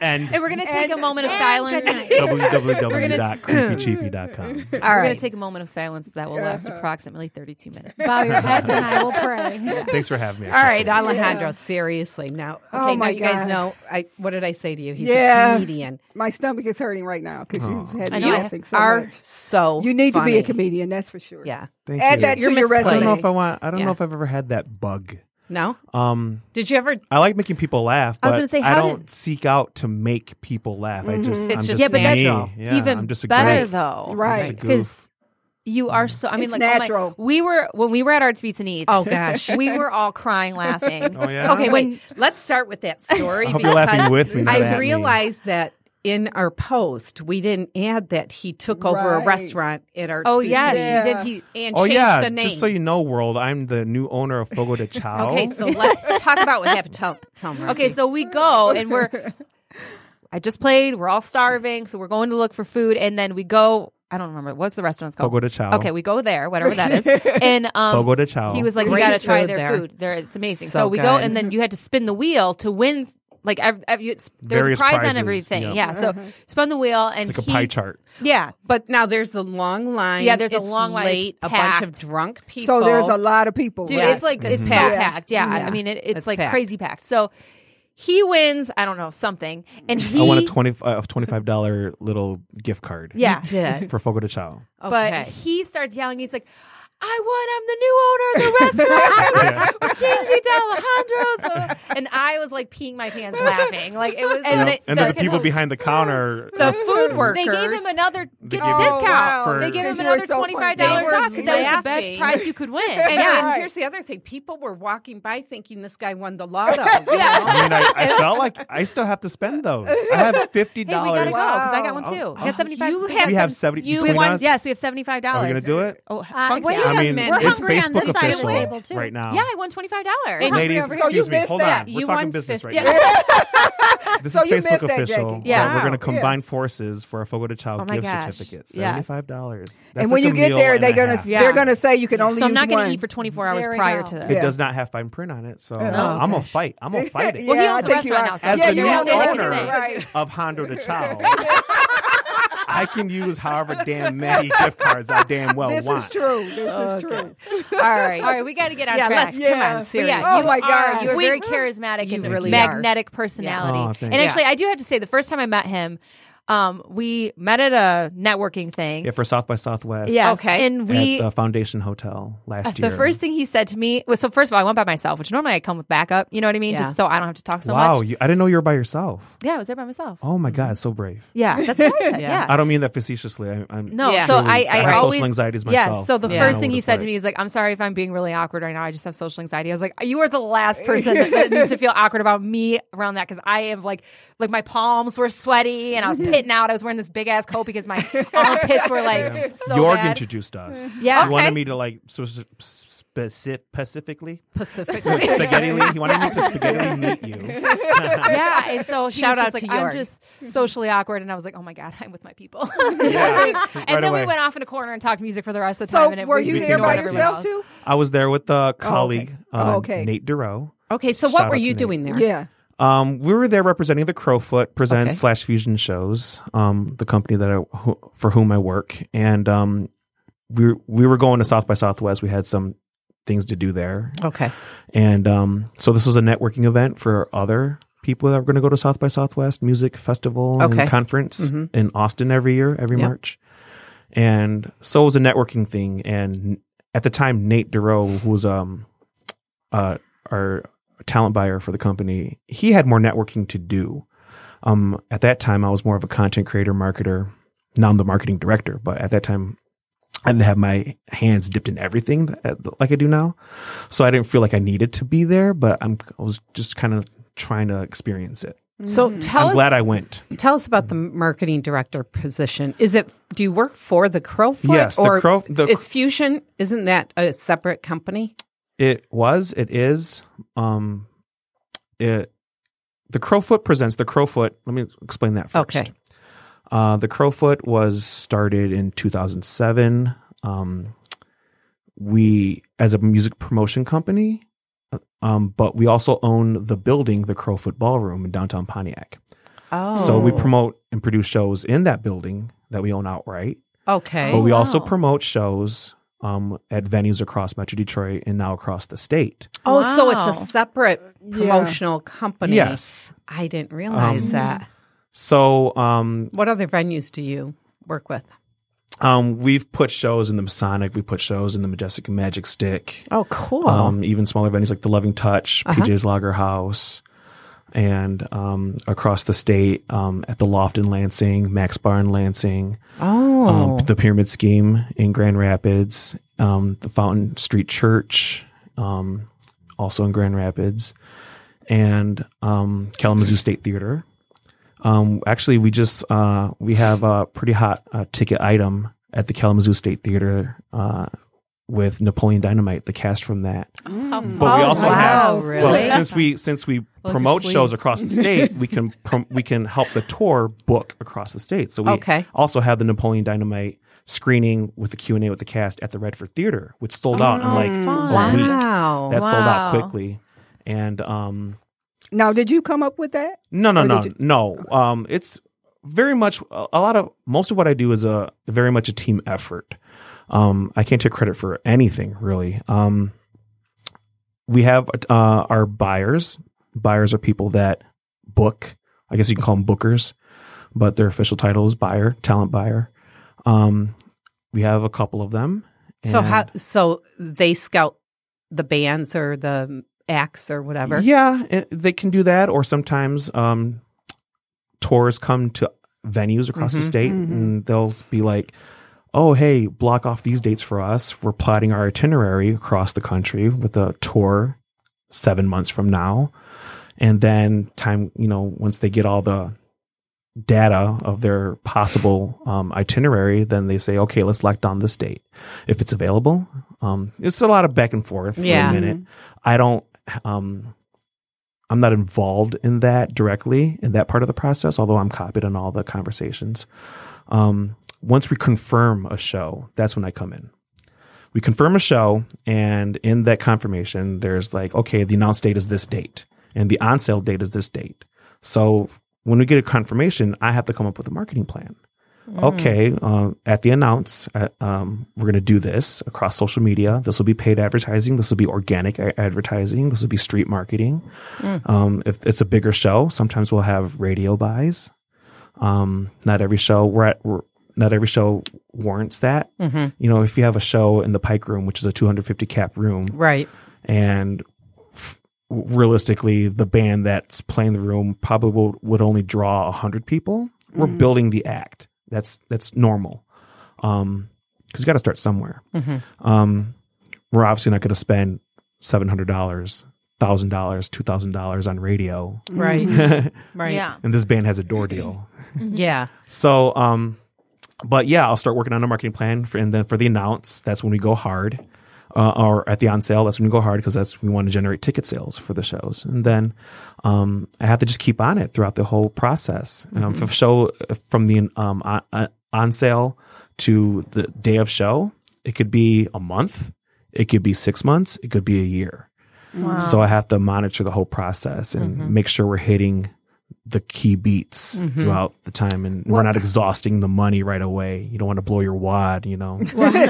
[SPEAKER 2] And we're going to take a moment of silence. (laughs)
[SPEAKER 9] www.creepycheapy.com.
[SPEAKER 2] We're
[SPEAKER 10] All
[SPEAKER 2] going
[SPEAKER 10] right.
[SPEAKER 2] to take a moment of silence that will last approximately 32 minutes.
[SPEAKER 8] Bow your heads and I will pray. (laughs)
[SPEAKER 9] Thanks for having me. I
[SPEAKER 10] All right,
[SPEAKER 9] appreciate it.
[SPEAKER 10] Alejandro, seriously. Now, okay,
[SPEAKER 5] Oh my
[SPEAKER 10] now you guys
[SPEAKER 5] God.
[SPEAKER 10] know. I, what did I say to you? He's
[SPEAKER 5] Yeah.
[SPEAKER 10] a comedian.
[SPEAKER 5] My stomach is hurting right now because you've had
[SPEAKER 2] I
[SPEAKER 5] me
[SPEAKER 2] know, I
[SPEAKER 5] laughing so
[SPEAKER 10] Are
[SPEAKER 5] much.
[SPEAKER 10] so
[SPEAKER 5] You need to be
[SPEAKER 10] funny.
[SPEAKER 5] a comedian, that's for sure.
[SPEAKER 10] Yeah.
[SPEAKER 9] Thank
[SPEAKER 5] Add
[SPEAKER 9] you.
[SPEAKER 5] that
[SPEAKER 10] You're
[SPEAKER 5] to your
[SPEAKER 10] misplaced.
[SPEAKER 9] I don't know
[SPEAKER 5] resume.
[SPEAKER 9] if I want. I don't
[SPEAKER 10] Yeah.
[SPEAKER 9] know if I've ever had that bug.
[SPEAKER 10] No.
[SPEAKER 9] Um,
[SPEAKER 10] Did you ever?
[SPEAKER 9] I like making people laugh,
[SPEAKER 2] I
[SPEAKER 9] but
[SPEAKER 2] was
[SPEAKER 9] I,
[SPEAKER 2] gonna say, how
[SPEAKER 9] don't
[SPEAKER 2] did- Mm-hmm.
[SPEAKER 9] seek out to make people laugh. I just, I'm
[SPEAKER 10] It's
[SPEAKER 9] just,
[SPEAKER 10] just Yeah, but that's
[SPEAKER 9] me.
[SPEAKER 10] all.
[SPEAKER 9] Yeah,
[SPEAKER 2] even
[SPEAKER 9] I'm just a
[SPEAKER 2] better
[SPEAKER 9] goof.
[SPEAKER 2] though,
[SPEAKER 5] Right.
[SPEAKER 9] Just a goof.
[SPEAKER 2] Because you are so. I mean,
[SPEAKER 5] It's
[SPEAKER 2] like
[SPEAKER 5] natural.
[SPEAKER 2] Oh my, we were when we were at Arts Beats and Eats.
[SPEAKER 10] Oh, gosh.
[SPEAKER 2] we were all crying laughing.
[SPEAKER 9] (laughs) Oh, yeah?
[SPEAKER 2] Okay, when
[SPEAKER 10] Wait, let's start
[SPEAKER 2] (laughs)
[SPEAKER 10] with that story.
[SPEAKER 9] I hope you're laughing
[SPEAKER 10] because
[SPEAKER 9] with me, not at
[SPEAKER 10] I
[SPEAKER 9] me.
[SPEAKER 10] realized that in our post we didn't add that he took over a
[SPEAKER 5] Right.
[SPEAKER 10] restaurant at our.
[SPEAKER 2] oh yes, you
[SPEAKER 5] Yeah.
[SPEAKER 2] did. He,
[SPEAKER 10] and
[SPEAKER 9] Oh
[SPEAKER 10] changed
[SPEAKER 9] yeah,
[SPEAKER 10] the name.
[SPEAKER 9] just so you know, world, I'm the new owner of
[SPEAKER 2] (laughs)
[SPEAKER 9] Fogo de Chao.
[SPEAKER 10] Okay, so let's talk about what happened. Tell, tell me.
[SPEAKER 2] Okay, so we go and
[SPEAKER 10] (laughs)
[SPEAKER 2] we're. I just played. We're all starving, so we're going to look for food, and then we go. I don't remember what's the restaurant's called.
[SPEAKER 9] Fogo de Chao.
[SPEAKER 2] Okay, we go there, whatever that is,
[SPEAKER 10] (laughs)
[SPEAKER 2] and um,
[SPEAKER 9] Fogo de Chao.
[SPEAKER 2] He was like, "We
[SPEAKER 10] Great
[SPEAKER 2] got to try
[SPEAKER 10] food
[SPEAKER 2] their
[SPEAKER 10] there.
[SPEAKER 2] food. There, it's amazing." So,
[SPEAKER 10] So
[SPEAKER 2] we go,
[SPEAKER 10] good.
[SPEAKER 2] and then you had to spin the wheel to win. Like, ev- ev- you- it's- there's
[SPEAKER 9] Various
[SPEAKER 2] a prize
[SPEAKER 9] prizes,
[SPEAKER 2] on everything.
[SPEAKER 9] yeah.
[SPEAKER 2] Yeah,
[SPEAKER 10] Uh-huh.
[SPEAKER 2] so spun the wheel, and
[SPEAKER 9] like a
[SPEAKER 2] he-
[SPEAKER 9] pie chart.
[SPEAKER 2] Yeah,
[SPEAKER 10] But now there's a long line.
[SPEAKER 2] Yeah, there's a
[SPEAKER 10] It's
[SPEAKER 2] long line. It's
[SPEAKER 10] late, a bunch of
[SPEAKER 2] packed.
[SPEAKER 10] drunk people.
[SPEAKER 5] So there's a lot of people.
[SPEAKER 2] dude,
[SPEAKER 5] right?
[SPEAKER 2] it's like it's,
[SPEAKER 10] It's
[SPEAKER 9] Mm-hmm.
[SPEAKER 2] so
[SPEAKER 10] packed.
[SPEAKER 2] packed. Yeah, I
[SPEAKER 10] Yeah.
[SPEAKER 2] mean, it, it's,
[SPEAKER 10] It's
[SPEAKER 2] like
[SPEAKER 10] packed.
[SPEAKER 2] crazy packed. So he wins. I don't know something, and he
[SPEAKER 9] I want a twenty uh, twenty five dollar little gift card.
[SPEAKER 2] yeah,
[SPEAKER 10] (laughs) did.
[SPEAKER 9] for Fogo de Chao.
[SPEAKER 2] but he starts yelling. He's like. I want. I'm the new owner of the restaurant. We're changing it to Alejandro's, and I was like peeing my pants laughing. Like it was,
[SPEAKER 10] And
[SPEAKER 9] You know,
[SPEAKER 10] they-
[SPEAKER 9] and
[SPEAKER 10] so-
[SPEAKER 9] then the people behind the counter.
[SPEAKER 10] (laughs) the food workers.
[SPEAKER 2] They gave him another get
[SPEAKER 9] They gave
[SPEAKER 2] discount.
[SPEAKER 9] him-
[SPEAKER 5] Oh, wow.
[SPEAKER 9] For-
[SPEAKER 2] They gave him
[SPEAKER 5] Because you were
[SPEAKER 2] another
[SPEAKER 5] so
[SPEAKER 2] twenty five
[SPEAKER 5] funny.
[SPEAKER 2] dollars
[SPEAKER 10] They were
[SPEAKER 2] off because that was the best
[SPEAKER 10] laughing.
[SPEAKER 2] price you could win.
[SPEAKER 10] And,
[SPEAKER 2] yeah.
[SPEAKER 10] and here's the other thing: people were walking by thinking this guy won the lotto. (laughs) you
[SPEAKER 2] Yeah.
[SPEAKER 10] know?
[SPEAKER 9] I mean, I, I felt like I still have to spend those. I have fifty
[SPEAKER 2] (laughs) Hey, we gotta
[SPEAKER 9] dollars.
[SPEAKER 2] go because I got one too.
[SPEAKER 9] Wow.
[SPEAKER 2] I got seventy five.
[SPEAKER 10] You
[SPEAKER 9] We have seventy.
[SPEAKER 10] You
[SPEAKER 9] between
[SPEAKER 10] won-
[SPEAKER 9] us,
[SPEAKER 2] Yes, we have seventy five
[SPEAKER 9] Are we
[SPEAKER 2] dollars.
[SPEAKER 9] gonna do it?
[SPEAKER 2] Oh,
[SPEAKER 8] Uh,
[SPEAKER 2] fuck
[SPEAKER 8] what do
[SPEAKER 2] yeah.
[SPEAKER 8] you
[SPEAKER 9] I
[SPEAKER 8] guys
[SPEAKER 9] mean,
[SPEAKER 8] meant- We're
[SPEAKER 9] it's
[SPEAKER 8] hungry on
[SPEAKER 9] Facebook
[SPEAKER 8] this side of the
[SPEAKER 9] official
[SPEAKER 8] table, too.
[SPEAKER 9] right now.
[SPEAKER 2] Yeah, I won twenty five dollars.
[SPEAKER 10] And Hungry
[SPEAKER 9] Ladies,
[SPEAKER 10] over here.
[SPEAKER 5] So you
[SPEAKER 9] excuse me.
[SPEAKER 5] missed
[SPEAKER 9] Hold
[SPEAKER 5] that.
[SPEAKER 9] on.
[SPEAKER 10] You
[SPEAKER 9] We're talking
[SPEAKER 10] won
[SPEAKER 9] business right
[SPEAKER 10] 50.
[SPEAKER 9] now. (laughs) This
[SPEAKER 5] So
[SPEAKER 9] is
[SPEAKER 5] you missed
[SPEAKER 9] Facebook
[SPEAKER 5] that,
[SPEAKER 9] official.
[SPEAKER 5] Jackie.
[SPEAKER 2] Yeah.
[SPEAKER 9] that We're going
[SPEAKER 10] Wow.
[SPEAKER 9] to combine forces for a Fogo de Chao
[SPEAKER 2] Oh my
[SPEAKER 9] gift
[SPEAKER 2] gosh.
[SPEAKER 9] certificate.
[SPEAKER 2] Yes.
[SPEAKER 9] Seventy-five dollars.
[SPEAKER 5] and when you get there, they're gonna
[SPEAKER 2] Yeah.
[SPEAKER 5] they're gonna say you can only
[SPEAKER 2] So I'm
[SPEAKER 5] use
[SPEAKER 2] not
[SPEAKER 5] one.
[SPEAKER 2] gonna eat for twenty four hours
[SPEAKER 8] There we
[SPEAKER 2] prior
[SPEAKER 8] go.
[SPEAKER 2] to
[SPEAKER 9] It
[SPEAKER 2] this.
[SPEAKER 5] Yeah. Oh,
[SPEAKER 9] does not have fine print on it, so I'm gonna fight.
[SPEAKER 5] (laughs)
[SPEAKER 9] I'm gonna fight it.
[SPEAKER 2] Well, he owns
[SPEAKER 5] I
[SPEAKER 2] the
[SPEAKER 5] think you
[SPEAKER 2] restaurant
[SPEAKER 5] are.
[SPEAKER 2] now, so
[SPEAKER 9] As
[SPEAKER 2] Yeah,
[SPEAKER 9] the
[SPEAKER 2] you
[SPEAKER 9] new
[SPEAKER 2] have to-
[SPEAKER 9] owner
[SPEAKER 5] Right.
[SPEAKER 9] of Hondo de
[SPEAKER 5] (laughs)
[SPEAKER 9] Chao, I can use however damn many gift cards I damn
[SPEAKER 2] Oh,
[SPEAKER 9] well
[SPEAKER 5] This
[SPEAKER 9] want.
[SPEAKER 5] is true. This is true.
[SPEAKER 10] All (laughs) right,
[SPEAKER 2] All right, we got to get on
[SPEAKER 10] yeah,
[SPEAKER 2] track.
[SPEAKER 10] let's
[SPEAKER 5] Yeah.
[SPEAKER 10] come on,
[SPEAKER 2] But
[SPEAKER 10] seriously.
[SPEAKER 2] yeah,
[SPEAKER 5] Oh
[SPEAKER 2] you
[SPEAKER 5] my
[SPEAKER 2] are.
[SPEAKER 5] God.
[SPEAKER 2] You are
[SPEAKER 10] We-
[SPEAKER 2] very charismatic
[SPEAKER 10] You
[SPEAKER 2] and
[SPEAKER 10] really
[SPEAKER 2] magnetic personality.
[SPEAKER 9] Oh, thank
[SPEAKER 2] and
[SPEAKER 9] you.
[SPEAKER 2] actually,
[SPEAKER 10] Yeah.
[SPEAKER 2] I do have to say, the first time I met him, um, we met at a networking thing.
[SPEAKER 9] Yeah, for South by Southwest.
[SPEAKER 2] Yes.
[SPEAKER 10] Okay.
[SPEAKER 2] And
[SPEAKER 9] at
[SPEAKER 2] we
[SPEAKER 9] the Foundation Hotel last year.
[SPEAKER 2] the first thing he said to me was so first of all, I went by myself, which normally I come with backup, you know what I mean?
[SPEAKER 10] Yeah.
[SPEAKER 2] Just so I don't have to talk so
[SPEAKER 9] wow,
[SPEAKER 2] much.
[SPEAKER 9] you, I didn't know you were by yourself.
[SPEAKER 2] Yeah, I was there by myself.
[SPEAKER 9] Oh my God, so brave.
[SPEAKER 2] Yeah, that's what I said.
[SPEAKER 10] Yeah.
[SPEAKER 2] yeah.
[SPEAKER 9] I don't mean that facetiously. I, I'm
[SPEAKER 2] No,
[SPEAKER 10] Yeah.
[SPEAKER 2] so
[SPEAKER 9] truly-
[SPEAKER 2] I, I,
[SPEAKER 9] have
[SPEAKER 2] always
[SPEAKER 9] social anxieties
[SPEAKER 2] yeah,
[SPEAKER 9] myself.
[SPEAKER 2] so the
[SPEAKER 9] I
[SPEAKER 2] first
[SPEAKER 9] know
[SPEAKER 2] thing
[SPEAKER 9] what
[SPEAKER 2] he
[SPEAKER 9] it's
[SPEAKER 2] said
[SPEAKER 9] like.
[SPEAKER 2] to me is like, "I'm sorry if I'm being really awkward right now. I just have social anxiety." I was like, "You are the last person that needs to feel awkward about me around that because I am like, like my palms were sweaty and I was pitting out. I was wearing this big ass coat because my armpits were like so
[SPEAKER 9] Jorg
[SPEAKER 2] bad. Mm-hmm.
[SPEAKER 9] introduced us.
[SPEAKER 2] Yeah.
[SPEAKER 9] He wanted me to like specific,
[SPEAKER 2] (laughs)
[SPEAKER 9] specifically.
[SPEAKER 10] Pacific.
[SPEAKER 9] Spaghetti. He wanted me to spaghetti
[SPEAKER 2] (laughs)
[SPEAKER 9] meet you.
[SPEAKER 2] yeah, and so he was
[SPEAKER 10] Shout out
[SPEAKER 2] just
[SPEAKER 10] to
[SPEAKER 2] like, "I'm
[SPEAKER 10] Jorg.
[SPEAKER 2] just socially awkward," and I was like, "Oh my god, I'm with my people."
[SPEAKER 9] Yeah,
[SPEAKER 2] and
[SPEAKER 9] right
[SPEAKER 2] then
[SPEAKER 9] away.
[SPEAKER 2] we went off in a corner and talked music for the rest of the time.
[SPEAKER 5] So
[SPEAKER 2] and it,
[SPEAKER 5] were
[SPEAKER 2] we
[SPEAKER 5] you
[SPEAKER 9] we
[SPEAKER 5] there
[SPEAKER 2] ignored
[SPEAKER 5] by
[SPEAKER 9] ignored
[SPEAKER 2] everyone
[SPEAKER 5] yourself
[SPEAKER 2] else.
[SPEAKER 5] too?
[SPEAKER 9] I was there with
[SPEAKER 2] Oh,
[SPEAKER 9] a colleague, uh,
[SPEAKER 5] Oh, okay.
[SPEAKER 9] Nate Duro.
[SPEAKER 10] (laughs) Okay, so
[SPEAKER 9] Shout
[SPEAKER 10] what were
[SPEAKER 9] out to
[SPEAKER 10] you
[SPEAKER 9] Nate.
[SPEAKER 10] doing there?
[SPEAKER 5] Yeah.
[SPEAKER 9] Um, we were there representing the Crowfoot Presents
[SPEAKER 10] Okay.
[SPEAKER 9] slash Fusion shows, um, the company that I, who, for whom I work, and um, we we were going to South by Southwest. We had some things to do there,
[SPEAKER 10] Okay.
[SPEAKER 9] and um, so this was a networking event for other people that were going to go to South by Southwest Music Festival
[SPEAKER 10] Okay.
[SPEAKER 9] and conference in Austin every year, every March. And so it was a networking thing. And at the time, Nate Duro, who was um, uh, our talent buyer for the company, he had more networking to do. Um, at that time, I was more of a content creator, marketer. Now I'm the marketing director, but at that time, I didn't have my hands dipped in everything that, like I do now. So I didn't feel like I needed to be there, but I'm, I was just kind of trying to experience it.
[SPEAKER 10] So tell
[SPEAKER 9] I'm glad
[SPEAKER 10] us
[SPEAKER 9] I went.
[SPEAKER 10] tell us about the marketing director position. Is it do you work for the Crowfoot
[SPEAKER 9] Yes, the
[SPEAKER 10] or
[SPEAKER 9] Crow- the-
[SPEAKER 10] is Fusion isn't that a separate company?
[SPEAKER 9] It was, it is, um, it, the Crowfoot presents the Crowfoot. Let me explain that first.
[SPEAKER 10] Okay.
[SPEAKER 9] Uh, the Crowfoot was started in 2007. Um, we, as a music promotion company, Um, but we also own the building, the Crowfoot Ballroom in downtown Pontiac.
[SPEAKER 10] Oh.
[SPEAKER 9] So we promote and produce shows in that building that we own outright.
[SPEAKER 10] Okay.
[SPEAKER 9] but we also
[SPEAKER 2] wow.
[SPEAKER 9] promote shows um, at venues across Metro Detroit and now across the state.
[SPEAKER 10] oh, so
[SPEAKER 2] Wow.
[SPEAKER 10] it's a separate promotional company.
[SPEAKER 9] Yes.
[SPEAKER 10] I didn't realize
[SPEAKER 9] Um,
[SPEAKER 10] that.
[SPEAKER 9] So um,
[SPEAKER 10] What other venues do you work with?
[SPEAKER 9] um, we've put shows in the Masonic, we put shows in the Majestic and Magic Stick,
[SPEAKER 10] Oh, Uh-huh. cool.
[SPEAKER 9] um, even smaller venues like the Loving Touch, PJ's Lager House, and um, across the state um, at the Loft in Lansing, Max Bar in Lansing,
[SPEAKER 10] oh.
[SPEAKER 9] um, the Pyramid Scheme in Grand Rapids, um, the Fountain Street Church, um, also in Grand Rapids, and um, Kalamazoo State Theater. Um, actually, we just uh, we have a pretty hot uh, ticket item at the Kalamazoo State Theater uh, with Napoleon Dynamite, the cast from that. But we
[SPEAKER 10] Oh,
[SPEAKER 9] also
[SPEAKER 10] wow,
[SPEAKER 9] have
[SPEAKER 10] really?
[SPEAKER 9] well, since we since we
[SPEAKER 10] your
[SPEAKER 9] promote shows
[SPEAKER 10] sleeves.
[SPEAKER 9] across the state, we can prom- we can help the tour book across the state. So we
[SPEAKER 10] Okay.
[SPEAKER 9] also have the Napoleon Dynamite screening with the Q and A with the cast at the Redford Theater, which sold out in like a week.
[SPEAKER 10] Oh, Wow.
[SPEAKER 9] That sold out
[SPEAKER 2] Wow.
[SPEAKER 9] quickly, and um,
[SPEAKER 5] Now, did you come up with that?
[SPEAKER 9] no, no,
[SPEAKER 5] Or
[SPEAKER 9] no,
[SPEAKER 5] did
[SPEAKER 9] no. Um, it's very much a a lot of most of what I do is a very much a team effort. Um, I can't take credit for anything really. Um, we have uh, our buyers. Buyers are people that book. I guess you can call them bookers, but their official title is buyer, talent buyer. Um, we have a couple of them.
[SPEAKER 10] So
[SPEAKER 9] and-
[SPEAKER 10] how? So they scout the bands or the acts or whatever.
[SPEAKER 9] Yeah, it, they can do that. Or sometimes um, tours come to venues across the state and they'll be like, oh, hey, block off these dates for us. We're plotting our itinerary across the country with a tour seven months from now. And then, time, you know, once they get all the data of their possible um, itinerary, then they say, okay, let's lock down this date if it's available. Um, it's a lot of back and forth for
[SPEAKER 10] Yeah.
[SPEAKER 9] a minute. I don't, um, I'm not involved in that directly in that part of the process, although I'm copied on all the conversations. Um, once we confirm a show, that's when I come in. We confirm a show, and in that confirmation, there's like, okay, the announced date is this date, and the on sale date is this date. So when we get a confirmation, I have to come up with a marketing plan. Okay, uh, at the announce, uh, um, we're going to do this across social media. This will be paid advertising. This will be organic a- advertising. This will be street marketing. Um, if it's a bigger show, sometimes we'll have radio buys. Um, not every show we're at. We're, not every show warrants that. You know, if you have a show in the Pike Room, which is a 250 cap room,
[SPEAKER 10] Right.
[SPEAKER 9] and f- realistically the band that's playing the room probably will, would only draw 100 people we're building the act that's that's normal um because you got to start somewhere um we're obviously not going to spend $700 $1000 $2000 on radio
[SPEAKER 10] Right. (laughs) right.
[SPEAKER 2] Yeah.
[SPEAKER 9] and this band has a door deal
[SPEAKER 10] Yeah.
[SPEAKER 9] so, um, but yeah, I'll start working on a marketing plan, for, and then for the announce, that's when we go hard, uh, or at the on sale, that's when we go hard because that's we want to generate ticket sales for the shows, and then um, I have to just keep on it throughout the whole process. Um, for show from the um, on, uh, on sale to the day of show, it could be a month, it could be six months, it could be a year. So I have to monitor the whole process and make sure we're hitting the key beats
[SPEAKER 10] Mm-hmm.
[SPEAKER 9] throughout the time, and we're not exhausting the money right away. You don't want to blow your wad, you know.
[SPEAKER 10] how, do you,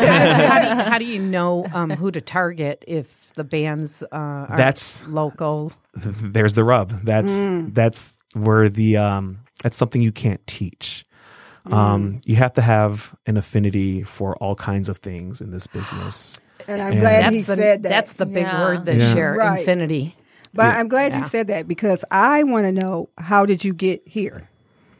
[SPEAKER 10] how do you know um, who to target if the bands uh, are
[SPEAKER 9] That's-
[SPEAKER 10] local?
[SPEAKER 9] (laughs) There's the rub. That's
[SPEAKER 10] Mm.
[SPEAKER 9] that's where the um that's something you can't teach.
[SPEAKER 10] Mm.
[SPEAKER 9] Um, you have to have an affinity for all kinds of things in this business.
[SPEAKER 5] And I'm
[SPEAKER 9] And-
[SPEAKER 5] glad
[SPEAKER 10] that's
[SPEAKER 5] he
[SPEAKER 10] the
[SPEAKER 5] said that.
[SPEAKER 10] that's the big
[SPEAKER 2] Yeah.
[SPEAKER 10] word this
[SPEAKER 9] Yeah.
[SPEAKER 10] year.
[SPEAKER 5] Right.
[SPEAKER 10] Infinity.
[SPEAKER 5] But I'm glad you said that because I want to know how did you get here?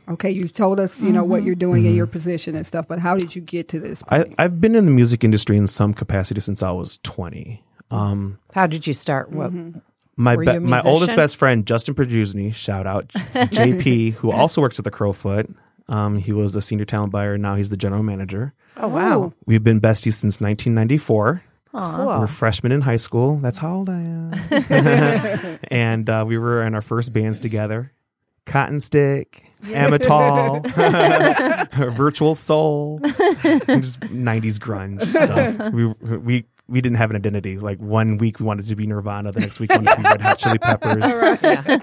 [SPEAKER 5] Okay, you told us, you know, what
[SPEAKER 9] Mm-hmm.
[SPEAKER 5] you're doing in your position and stuff, but how did you get to this
[SPEAKER 9] I,
[SPEAKER 5] point?
[SPEAKER 9] I've been in the music industry in some capacity since I was 20. Um,
[SPEAKER 10] How did you start? What?
[SPEAKER 9] My
[SPEAKER 10] Were
[SPEAKER 9] be-
[SPEAKER 10] you a
[SPEAKER 9] my
[SPEAKER 10] musician?
[SPEAKER 9] oldest best friend Justin Produzny, shout out
[SPEAKER 10] (laughs)
[SPEAKER 9] JP, who also works at the Crowfoot. Um, he was a senior talent buyer. Now he's the general manager.
[SPEAKER 10] Oh wow.
[SPEAKER 9] We've been besties since 1994. We're
[SPEAKER 10] Cool.
[SPEAKER 9] freshmen in high school. That's how old I am. (laughs) and uh, we were in our first bands together: Cotton Stick, (laughs) Amitol, Virtual Soul, just 90s grunge stuff. We we we didn't have an identity. Like one week we wanted to be Nirvana, the next week we wanted to be Red Hot Chili Peppers.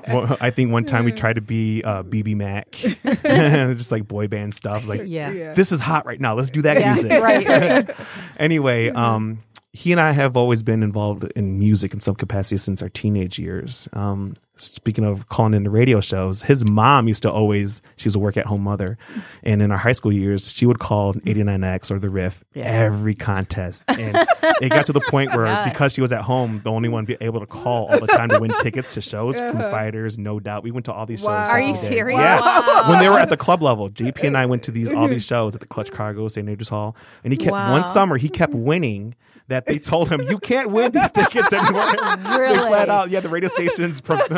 [SPEAKER 9] Well, I think one time we tried to be uh, BB Mac, (laughs) just like boy band stuff. Like
[SPEAKER 10] Yeah.
[SPEAKER 9] this is hot right now. Let's do that music.
[SPEAKER 2] right, right.
[SPEAKER 9] (laughs) anyway, um, he and I have always been involved in music in some capacity since our teenage years. Um, speaking of calling into radio shows, his mom used to always, she was a work at home mother. And in our high school years, she would call 89X or the Riff every contest. And it got to the
[SPEAKER 5] (laughs)
[SPEAKER 9] point where because she was at home, the only one be able to call all the time to win tickets to shows, Foo Fighters, No Doubt. We went to all these shows.
[SPEAKER 5] Uh-huh. Wow.
[SPEAKER 9] back
[SPEAKER 5] Are
[SPEAKER 9] in
[SPEAKER 5] you
[SPEAKER 9] the day.
[SPEAKER 2] serious?
[SPEAKER 9] Yeah
[SPEAKER 2] Wow.
[SPEAKER 9] when they were at the club level, JP and I went to these
[SPEAKER 5] (laughs)
[SPEAKER 9] all these shows at the Clutch Cargo, St. Andrews Hall, and he kept
[SPEAKER 2] Wow.
[SPEAKER 9] one summer he kept winning. That they told him you can't win
[SPEAKER 5] (laughs)
[SPEAKER 9] these tickets anymore. They flat out, yeah, the radio stations pre- (laughs)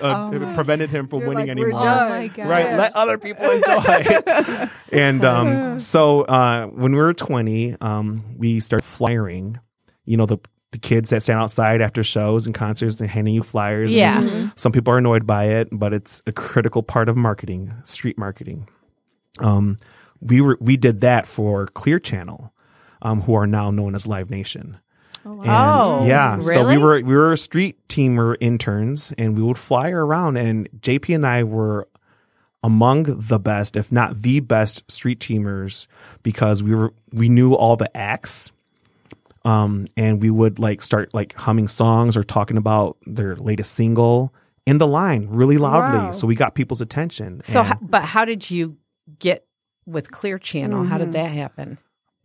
[SPEAKER 9] uh, prevented him from
[SPEAKER 5] Oh You're
[SPEAKER 9] winning
[SPEAKER 5] like, we're
[SPEAKER 9] anymore.
[SPEAKER 5] done.
[SPEAKER 2] Oh my god.
[SPEAKER 9] Right, let other
[SPEAKER 5] (laughs)
[SPEAKER 9] people enjoy. and um, so uh, when we were 20, um, we started flyering. You know the the kids that stand outside after shows and concerts and handing you flyers. and
[SPEAKER 10] Yeah.
[SPEAKER 9] some people are annoyed by it, but it's a critical part of marketing, street marketing. Um, we were we did that for Clear Channel, um, who are now known as Live Nation. Oh,
[SPEAKER 10] wow. Oh,
[SPEAKER 9] yeah. So we
[SPEAKER 10] really?
[SPEAKER 9] were we were a street team, we were interns, and we would fly around. And JP and I were among the best, if not the best, street teamers because we were we knew all the acts um, and we would like start like humming songs or talking about their latest single in the line really loudly.
[SPEAKER 5] Wow.
[SPEAKER 9] So we got people's attention.
[SPEAKER 10] So,
[SPEAKER 9] And,
[SPEAKER 10] ho- but how did you get with Clear Channel? How did
[SPEAKER 9] Mm-hmm.
[SPEAKER 10] that happen?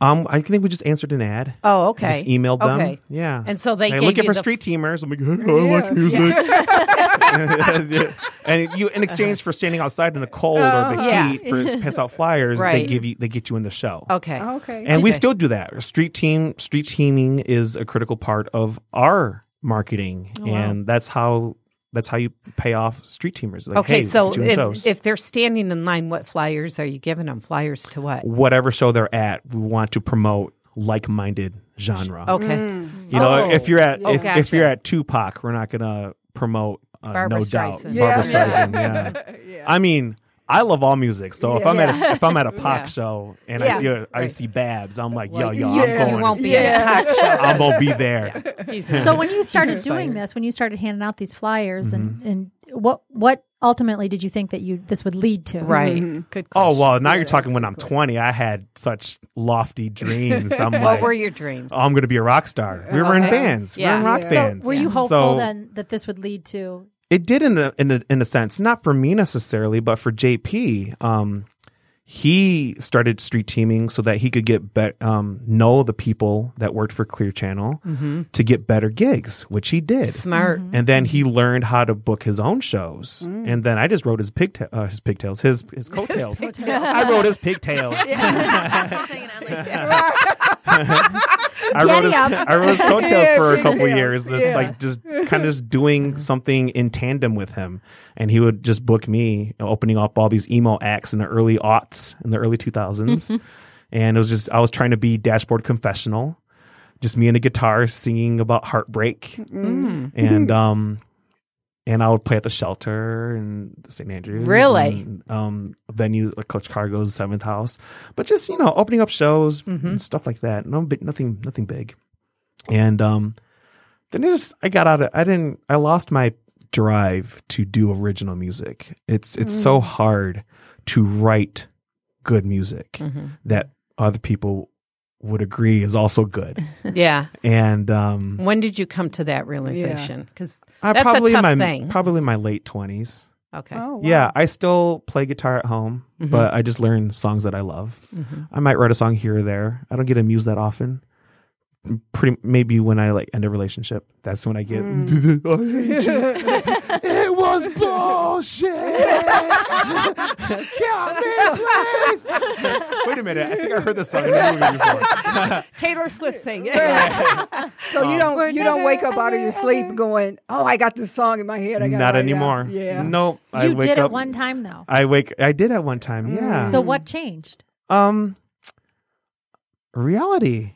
[SPEAKER 9] um, I think we just answered an ad.
[SPEAKER 10] Oh,
[SPEAKER 9] We
[SPEAKER 10] okay.
[SPEAKER 9] Just emailed them.
[SPEAKER 10] Okay.
[SPEAKER 9] Yeah.
[SPEAKER 10] And so they
[SPEAKER 9] And
[SPEAKER 10] gave
[SPEAKER 9] looking
[SPEAKER 10] you
[SPEAKER 9] for
[SPEAKER 10] the-
[SPEAKER 9] street teamers. I'm like, (laughs) "Hey, I like
[SPEAKER 10] (laughs)
[SPEAKER 9] music. (laughs) and you, in exchange for standing outside in the cold or the
[SPEAKER 10] Oh, Yeah.
[SPEAKER 9] heat for pass out flyers, they
[SPEAKER 10] Right.
[SPEAKER 9] give you, they get you in the show.
[SPEAKER 10] Okay.
[SPEAKER 5] Okay.
[SPEAKER 9] and we still do that. Street team, street teaming is a critical part of our marketing,
[SPEAKER 10] Oh,
[SPEAKER 9] and that's how that's how you pay off street teamers. Like,
[SPEAKER 10] Okay,
[SPEAKER 9] hey,
[SPEAKER 10] so
[SPEAKER 9] get you in
[SPEAKER 10] if,
[SPEAKER 9] shows.
[SPEAKER 10] if they're standing in line, what flyers are you giving them? Flyers to what?
[SPEAKER 9] whatever show they're at, we want to promote like-minded genre.
[SPEAKER 10] Okay.
[SPEAKER 2] Mm.
[SPEAKER 9] you know,
[SPEAKER 10] Oh.
[SPEAKER 9] if you're at
[SPEAKER 10] Oh,
[SPEAKER 9] if, if
[SPEAKER 10] gotcha.
[SPEAKER 9] you're at Tupac, we're not gonna promote uh,
[SPEAKER 10] Barbra
[SPEAKER 9] no doubt
[SPEAKER 10] Streisand.
[SPEAKER 9] Barbara
[SPEAKER 5] Yeah.
[SPEAKER 9] Streisand.
[SPEAKER 10] (laughs)
[SPEAKER 9] Yeah. I mean. I love all music, so if I'm at a, if I'm at a Pac show and I
[SPEAKER 10] Yeah.
[SPEAKER 9] see a, I
[SPEAKER 10] Right.
[SPEAKER 9] see Babs, I'm like, yo, yo,
[SPEAKER 5] yeah.
[SPEAKER 9] I'm going.
[SPEAKER 10] You won't be
[SPEAKER 5] Yeah.
[SPEAKER 10] at the hot
[SPEAKER 9] I won't be there.
[SPEAKER 10] show. Jesus.
[SPEAKER 8] So when you started
[SPEAKER 10] Jesus
[SPEAKER 8] doing
[SPEAKER 10] fired.
[SPEAKER 8] this, when you started handing out these flyers, and and what what ultimately did you think that you this would lead to?
[SPEAKER 10] right. Good.
[SPEAKER 9] Oh
[SPEAKER 10] Question.
[SPEAKER 9] well, now you're talking when I'm 20. I had such lofty dreams. I'm
[SPEAKER 10] what
[SPEAKER 9] like,
[SPEAKER 10] were your dreams?
[SPEAKER 9] oh, I'm going to be a rock star. We were in
[SPEAKER 10] Okay.
[SPEAKER 9] bands. We were in
[SPEAKER 10] Yeah.
[SPEAKER 9] rock
[SPEAKER 5] Yeah.
[SPEAKER 8] So
[SPEAKER 9] bands.
[SPEAKER 8] were you hopeful
[SPEAKER 9] So
[SPEAKER 8] then that this would lead to?
[SPEAKER 9] It did in a, in a in a sense, not for me necessarily, but for JP. Um, he started street teaming so that he could get be- um, know the people that worked for Clear Channel to get better gigs, which he did.
[SPEAKER 10] Smart.
[SPEAKER 9] And then he learned how to book his own shows. And then I just wrote his pigtail, uh, his pigtails, his his coattails. I wrote his pigtails. I wrote his, I wrote his coattails for a couple years. Just like just kind of just doing something in tandem with him, and he would just book me, opening up all these emo acts in the early aughts, in the early two thousands, and it was just I was trying to be Dashboard Confessional, just me and a guitar singing about heartbreak, and um. And I would play at the shelter in St. Andrews.
[SPEAKER 10] Really?
[SPEAKER 9] and, um, venue like Clutch Cargo's Seventh House, but just you know opening up shows and stuff like that. No, big, nothing, nothing big. And um, then I just I got out of I didn't I lost my drive to do original music. It's it's so hard to write good music that other people would agree is also good.
[SPEAKER 10] Yeah.
[SPEAKER 9] and um,
[SPEAKER 10] When did you come to that realization? Because
[SPEAKER 9] I
[SPEAKER 10] that's
[SPEAKER 9] Uh, probably
[SPEAKER 10] a tough
[SPEAKER 9] in my
[SPEAKER 10] thing.
[SPEAKER 9] probably in my late twenties.
[SPEAKER 10] okay.
[SPEAKER 2] Oh,
[SPEAKER 9] Yeah, I still play guitar at home, but I just learn songs that I love. I might write a song here or there. I don't get amused that often. Pretty maybe when I like end a relationship, that's when I get. "I hate you. (laughs) it was bullshit. (laughs) Count me, please. Wait a minute. I think I heard this song in a movie before.
[SPEAKER 10] Taylor Swift sang it.
[SPEAKER 5] So you don't you don't
[SPEAKER 2] never,
[SPEAKER 5] wake up out of
[SPEAKER 2] ever,
[SPEAKER 5] your sleep
[SPEAKER 2] ever.
[SPEAKER 5] going, oh, I got this song in my head. I gotta
[SPEAKER 9] Not
[SPEAKER 5] write it
[SPEAKER 9] anymore.
[SPEAKER 5] out." Yeah.
[SPEAKER 9] Nope. I
[SPEAKER 8] You
[SPEAKER 9] wake
[SPEAKER 8] did it
[SPEAKER 9] up.
[SPEAKER 8] one time though.
[SPEAKER 9] I wake. I did at one time. Yeah.
[SPEAKER 8] So what changed?
[SPEAKER 9] Um, reality.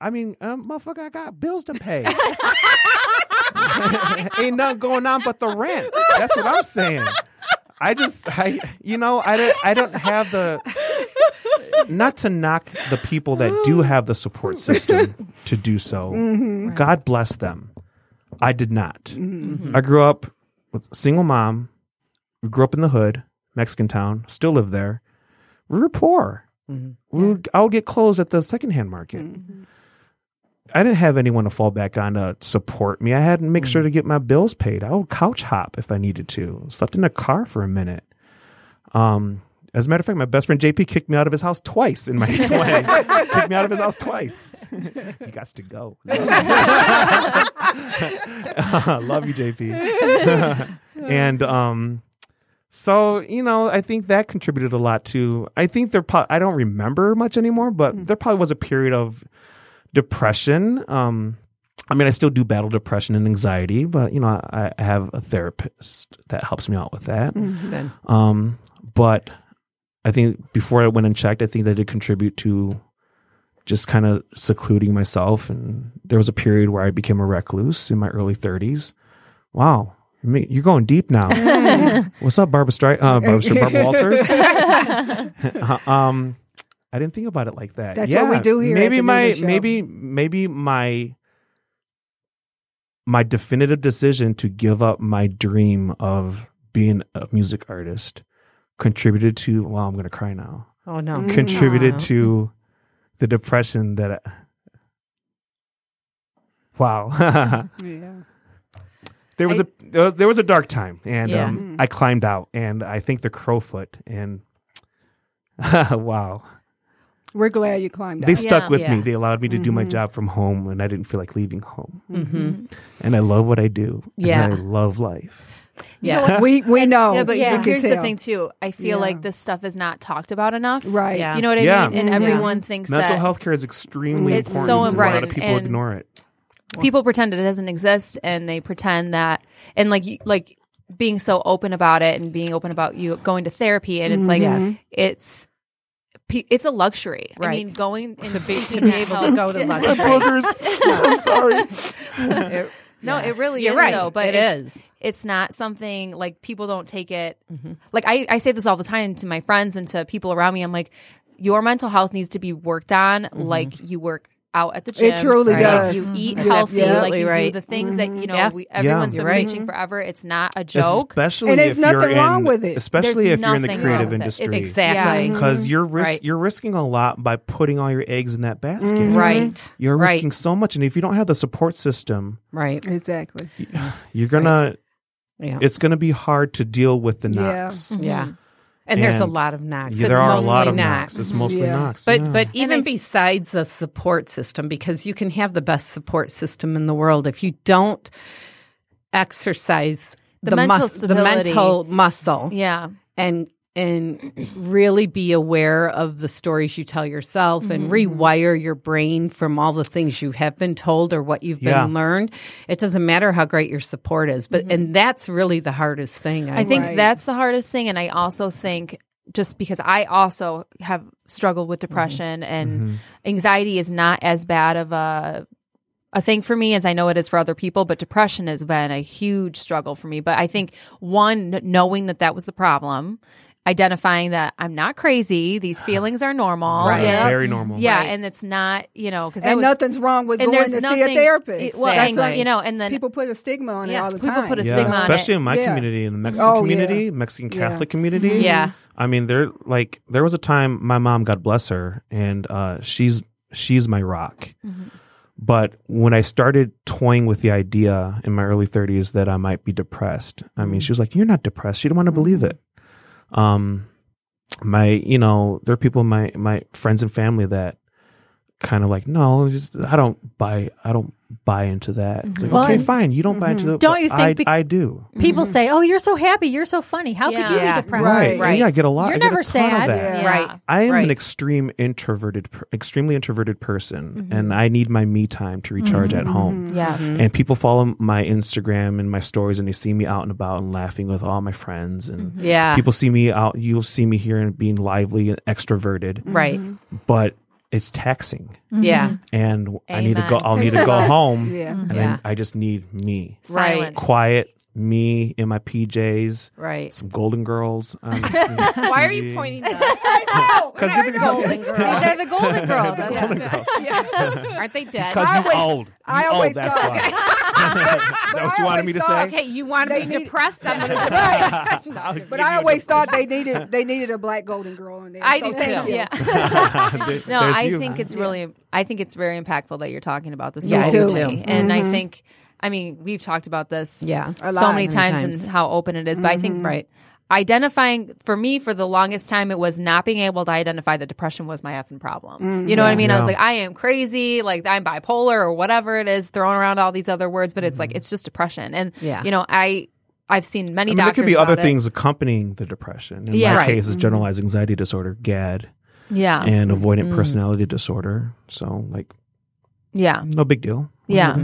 [SPEAKER 9] I mean, um, motherfucker, I got bills to pay. (laughs) Ain't nothing going on but the rent. That's what I'm saying. I just, I, you know, I don't, I don't have the. not to knock the people that do have the support system to do so. God bless them. I did not. I grew up with a single mom. We grew up in the hood, Mexican town. Still live there. We were poor. We would, I would get clothes at the secondhand market. I didn't have anyone to fall back on to support me. I had to make sure to get my bills paid. I would couch hop if I needed to. Slept in a car for a minute. Um, as a matter of fact, my best friend JP kicked me out of his house twice in my 20s. kicked me out of his house twice. he got to go. (laughs) Love you, JP. (laughs) and um, so, you know, I think that contributed a lot to. I think there, pro- I don't remember much anymore, but there probably was a period of depression. Um, I mean, I still do battle depression and anxiety, but you know, I, I have a therapist that helps me out with that.
[SPEAKER 10] Good.
[SPEAKER 9] Um, but I think before I went and checked, I think that did contribute to just kind of secluding myself. And there was a period where I became a recluse in my early 30s. Wow. I mean, You're going
[SPEAKER 5] (laughs)
[SPEAKER 9] deep now. What's up, Barbara Stri- uh, Barbara, Stri- Barbara Walters? (laughs) um, I didn't think about it like that.
[SPEAKER 5] That's
[SPEAKER 9] yeah,
[SPEAKER 5] what we do here at
[SPEAKER 9] Maybe
[SPEAKER 5] the
[SPEAKER 9] my
[SPEAKER 5] Nudie Show.
[SPEAKER 9] maybe maybe my my definitive decision to give up my dream of being a music artist contributed to. Well, I'm going to cry now.
[SPEAKER 10] Oh no.
[SPEAKER 9] Contributed
[SPEAKER 10] Aw.
[SPEAKER 2] Mm-hmm.
[SPEAKER 9] to the depression that. I, wow. (laughs)
[SPEAKER 5] Yeah.
[SPEAKER 9] there was a there was- there was a dark time, and
[SPEAKER 10] Yeah.
[SPEAKER 2] Mm-hmm.
[SPEAKER 9] um, I climbed out, and I think the Crowfoot, and (laughs) wow,
[SPEAKER 5] We're glad you climbed
[SPEAKER 9] they
[SPEAKER 5] out.
[SPEAKER 9] stuck
[SPEAKER 2] Yeah. Mm-hmm.
[SPEAKER 9] with me.
[SPEAKER 10] Yeah.
[SPEAKER 9] They allowed me to do my job from home, and I didn't feel like leaving home.
[SPEAKER 2] Mm.
[SPEAKER 10] Mm-hmm.
[SPEAKER 9] And I love what I do. and
[SPEAKER 10] Yeah.
[SPEAKER 9] I love life.
[SPEAKER 10] Yeah.
[SPEAKER 5] We we know.
[SPEAKER 2] Yeah,
[SPEAKER 9] Oh,
[SPEAKER 2] but
[SPEAKER 5] We can
[SPEAKER 2] here's the
[SPEAKER 5] tell.
[SPEAKER 2] thing too. I feel
[SPEAKER 5] Yeah.
[SPEAKER 2] like this stuff is not talked about enough.
[SPEAKER 5] Right.
[SPEAKER 10] Yeah.
[SPEAKER 2] You know what I
[SPEAKER 9] Yeah.
[SPEAKER 2] mean? And
[SPEAKER 10] Mhm.
[SPEAKER 2] everyone thinks
[SPEAKER 9] Mental
[SPEAKER 2] that
[SPEAKER 9] health care is extremely
[SPEAKER 2] It's
[SPEAKER 9] important.
[SPEAKER 2] so
[SPEAKER 9] and A lot of
[SPEAKER 2] important,
[SPEAKER 9] people
[SPEAKER 2] and-
[SPEAKER 9] ignore
[SPEAKER 2] (laughs)
[SPEAKER 9] it.
[SPEAKER 2] people pretend it doesn't exist and they pretend that and like you- like being so open about it and being open about you going to therapy and it's like it's pe- it's a luxury. I
[SPEAKER 10] Mm-hmm. Right.
[SPEAKER 2] mean, going and
[SPEAKER 10] To be, to
[SPEAKER 2] seeking
[SPEAKER 10] be
[SPEAKER 2] that
[SPEAKER 10] able to
[SPEAKER 2] help. (laughs)
[SPEAKER 10] go to
[SPEAKER 9] My (laughs)
[SPEAKER 10] luxury.
[SPEAKER 9] boogers. I'm sorry.
[SPEAKER 10] It-
[SPEAKER 2] (laughs) No,
[SPEAKER 10] yeah.
[SPEAKER 2] it really
[SPEAKER 10] You're
[SPEAKER 2] is
[SPEAKER 10] right.
[SPEAKER 2] though. But
[SPEAKER 10] It
[SPEAKER 2] it's,
[SPEAKER 10] is. Mm-hmm.
[SPEAKER 2] It's not something like people don't take it. Like I, I say this all the time to my friends and to people around me. I'm like, your mental health needs to be worked on,
[SPEAKER 10] Mm-hmm.
[SPEAKER 2] like you work out at the gym.
[SPEAKER 5] It truly
[SPEAKER 2] like
[SPEAKER 5] does.
[SPEAKER 2] You eat
[SPEAKER 10] That's
[SPEAKER 2] healthy, like
[SPEAKER 10] Mm-hmm. absolutely
[SPEAKER 2] you do
[SPEAKER 10] right. Mm-hmm.
[SPEAKER 2] the things that you know
[SPEAKER 10] Yeah.
[SPEAKER 2] we, everyone's
[SPEAKER 10] Yeah.
[SPEAKER 2] been
[SPEAKER 10] You're right.
[SPEAKER 2] preaching forever. It's not a joke.
[SPEAKER 9] Especially
[SPEAKER 5] And there's
[SPEAKER 9] if you're
[SPEAKER 5] nothing wrong
[SPEAKER 9] in-
[SPEAKER 5] with it.
[SPEAKER 9] Especially
[SPEAKER 2] There's
[SPEAKER 9] if you're in the
[SPEAKER 2] nothing wrong with
[SPEAKER 9] creative
[SPEAKER 2] it.
[SPEAKER 9] industry.
[SPEAKER 10] Exactly.
[SPEAKER 9] Because you're ris-
[SPEAKER 10] Right.
[SPEAKER 9] you're risking a lot by putting all your eggs in that basket.
[SPEAKER 2] Mm-hmm.
[SPEAKER 10] Right.
[SPEAKER 9] You're
[SPEAKER 10] right.
[SPEAKER 9] risking so much, and if you don't have the support system,
[SPEAKER 10] Right.
[SPEAKER 5] Exactly.
[SPEAKER 9] you're gonna
[SPEAKER 10] Yeah.
[SPEAKER 9] it's gonna be hard to deal with the
[SPEAKER 5] Yeah.
[SPEAKER 9] knocks.
[SPEAKER 10] yeah. And there's a
[SPEAKER 9] And-
[SPEAKER 10] lot of knocks.
[SPEAKER 9] Yeah,
[SPEAKER 10] it's
[SPEAKER 9] there are a
[SPEAKER 10] mostly
[SPEAKER 9] lot of
[SPEAKER 10] knocks.
[SPEAKER 9] knocks. It's mostly
[SPEAKER 5] Yeah.
[SPEAKER 9] knocks.
[SPEAKER 10] But
[SPEAKER 9] yeah.
[SPEAKER 10] but even
[SPEAKER 2] I-
[SPEAKER 10] besides the support system, because you can have the best support system in the world if you don't exercise
[SPEAKER 2] The mental
[SPEAKER 10] the
[SPEAKER 2] stability.
[SPEAKER 10] mental muscle
[SPEAKER 2] Yeah.
[SPEAKER 10] and and really be aware of the stories you tell yourself
[SPEAKER 9] Mm-hmm.
[SPEAKER 10] and rewire your brain from all the things you have been told or what you've been
[SPEAKER 9] Yeah. Mm-hmm.
[SPEAKER 10] learned. It doesn't matter how great your support is, but and that's really the hardest thing.
[SPEAKER 2] I think
[SPEAKER 5] Right.
[SPEAKER 2] that's the hardest thing. And I also think just because I also have struggled
[SPEAKER 5] Mm-hmm.
[SPEAKER 2] with depression and
[SPEAKER 9] Mm-hmm.
[SPEAKER 2] anxiety is not as bad of a a thing for me as I know it is for other people, but depression has been a huge struggle for me. But I think one kn- knowing that that was the problem, identifying that I'm not crazy,
[SPEAKER 9] (sighs)
[SPEAKER 2] these feelings are normal,
[SPEAKER 9] Right,
[SPEAKER 2] yeah,
[SPEAKER 9] very normal.
[SPEAKER 2] yeah,
[SPEAKER 10] Right.
[SPEAKER 2] and it's not you know because
[SPEAKER 5] And nothing's wrong with
[SPEAKER 2] and
[SPEAKER 5] going
[SPEAKER 2] there's
[SPEAKER 5] to
[SPEAKER 2] nothing
[SPEAKER 5] see a therapist.
[SPEAKER 2] it- well,
[SPEAKER 5] That's
[SPEAKER 2] and,
[SPEAKER 5] what
[SPEAKER 10] Exactly.
[SPEAKER 2] you know, and then
[SPEAKER 5] people put a stigma on it
[SPEAKER 10] Yeah,
[SPEAKER 5] all the
[SPEAKER 2] people
[SPEAKER 5] time.
[SPEAKER 2] put a
[SPEAKER 9] yeah,
[SPEAKER 2] stigma on it.
[SPEAKER 9] especially in my
[SPEAKER 5] Yeah.
[SPEAKER 9] community, in the Mexican
[SPEAKER 5] Oh, yeah.
[SPEAKER 9] community, Mexican
[SPEAKER 5] Yeah.
[SPEAKER 9] Catholic community.
[SPEAKER 2] Mm-hmm.
[SPEAKER 10] Yeah.
[SPEAKER 9] I mean, there like there was a time my mom, God bless her, and uh, she's she's my rock.
[SPEAKER 8] Mm-hmm.
[SPEAKER 9] But when I started toying with the idea in my early 30s that I might be depressed, I
[SPEAKER 8] Mm-hmm.
[SPEAKER 9] mean, she was like, "You're not depressed." She didn't want to believe it. Um, my you know, there are people in my my friends and family that kind of like, no, just, I don't buy, I don't buy into that. It's like,
[SPEAKER 8] Mm-hmm. Well,
[SPEAKER 9] okay,
[SPEAKER 8] and-
[SPEAKER 9] fine, you don't buy into the.
[SPEAKER 8] Don't you
[SPEAKER 9] but I,
[SPEAKER 8] think bec-
[SPEAKER 9] I do.
[SPEAKER 8] People say, "Oh, you're so happy. You're so funny. How
[SPEAKER 2] Yeah.
[SPEAKER 8] could you
[SPEAKER 10] Yeah.
[SPEAKER 8] be depressed?"
[SPEAKER 5] Right.
[SPEAKER 9] And Yeah, I get a lot.
[SPEAKER 8] You're
[SPEAKER 9] I get a
[SPEAKER 8] never
[SPEAKER 9] ton of
[SPEAKER 8] sad.
[SPEAKER 9] that.
[SPEAKER 5] Yeah.
[SPEAKER 10] Right.
[SPEAKER 9] I am
[SPEAKER 10] Right.
[SPEAKER 9] an extreme introverted, per- extremely introverted person,
[SPEAKER 5] Mm-hmm.
[SPEAKER 9] and I need my me time to recharge at home.
[SPEAKER 2] yes,
[SPEAKER 9] And people follow my Instagram and my stories, and they see me out and about and laughing with all my friends. And
[SPEAKER 5] Mm-hmm.
[SPEAKER 10] Yeah.
[SPEAKER 9] people see me out. You'll see me here and being lively and extroverted,
[SPEAKER 10] right.
[SPEAKER 11] Mm-hmm.
[SPEAKER 9] but it's taxing.
[SPEAKER 10] Yeah.
[SPEAKER 9] And I need to go.
[SPEAKER 2] Amen.
[SPEAKER 5] (laughs)
[SPEAKER 9] I'll need to go home,
[SPEAKER 5] Mm-hmm. Yeah. Mm-hmm.
[SPEAKER 9] and
[SPEAKER 10] Yeah.
[SPEAKER 9] then I just need me,
[SPEAKER 10] Right.
[SPEAKER 2] silence.
[SPEAKER 9] quiet, me in my PJs,
[SPEAKER 10] Right.
[SPEAKER 9] some Golden Girls.
[SPEAKER 5] (laughs)
[SPEAKER 9] Um, (laughs) On
[SPEAKER 11] Why are you
[SPEAKER 9] (laughs)
[SPEAKER 11] pointing at us?
[SPEAKER 9] Because
[SPEAKER 2] These are the Golden Girls. That's-
[SPEAKER 11] (laughs)
[SPEAKER 10] (laughs)
[SPEAKER 11] Aren't they dead?
[SPEAKER 9] Because you old. You
[SPEAKER 5] I always
[SPEAKER 9] old, that's
[SPEAKER 5] thought- (laughs)
[SPEAKER 9] why. Is that what you wanted me to say?
[SPEAKER 11] Okay, you want to
[SPEAKER 5] They
[SPEAKER 11] be
[SPEAKER 5] need-
[SPEAKER 11] depressed? I'm gonna
[SPEAKER 5] (laughs) But I always thought they needed they needed a black golden girl on there.
[SPEAKER 11] I
[SPEAKER 5] so
[SPEAKER 11] do
[SPEAKER 5] thank
[SPEAKER 11] too.
[SPEAKER 5] you.
[SPEAKER 2] Yeah.
[SPEAKER 9] There's
[SPEAKER 2] (laughs) No, I
[SPEAKER 9] you.
[SPEAKER 2] think it's really, I think it's very impactful that you're talking about this.
[SPEAKER 10] Yeah,
[SPEAKER 5] I
[SPEAKER 2] openly.
[SPEAKER 5] do too.
[SPEAKER 2] And I think, I mean, we've talked about this.
[SPEAKER 10] Yeah.
[SPEAKER 5] A
[SPEAKER 2] so
[SPEAKER 5] lot,
[SPEAKER 2] many
[SPEAKER 5] many
[SPEAKER 2] times,
[SPEAKER 10] times.
[SPEAKER 2] and how open it is. But I think
[SPEAKER 10] Right.
[SPEAKER 2] identifying for me for the longest time it was not being able to identify that depression was my effing problem. You know what I mean? I was
[SPEAKER 9] Yeah.
[SPEAKER 2] like, I am crazy, like I'm bipolar or whatever it is, throwing around all these other words, but it's like it's just depression. And
[SPEAKER 10] Yeah.
[SPEAKER 2] you know, I I've seen many
[SPEAKER 9] I mean, there
[SPEAKER 2] doctors.
[SPEAKER 9] could be other
[SPEAKER 2] about it.
[SPEAKER 9] things accompanying the depression. In
[SPEAKER 2] Yeah.
[SPEAKER 9] my
[SPEAKER 2] Right.
[SPEAKER 9] case, it's generalized anxiety disorder, GAD,
[SPEAKER 2] Yeah. Mm.
[SPEAKER 9] and avoidant personality disorder. So, like,
[SPEAKER 2] yeah.
[SPEAKER 9] no big deal.
[SPEAKER 2] Yeah.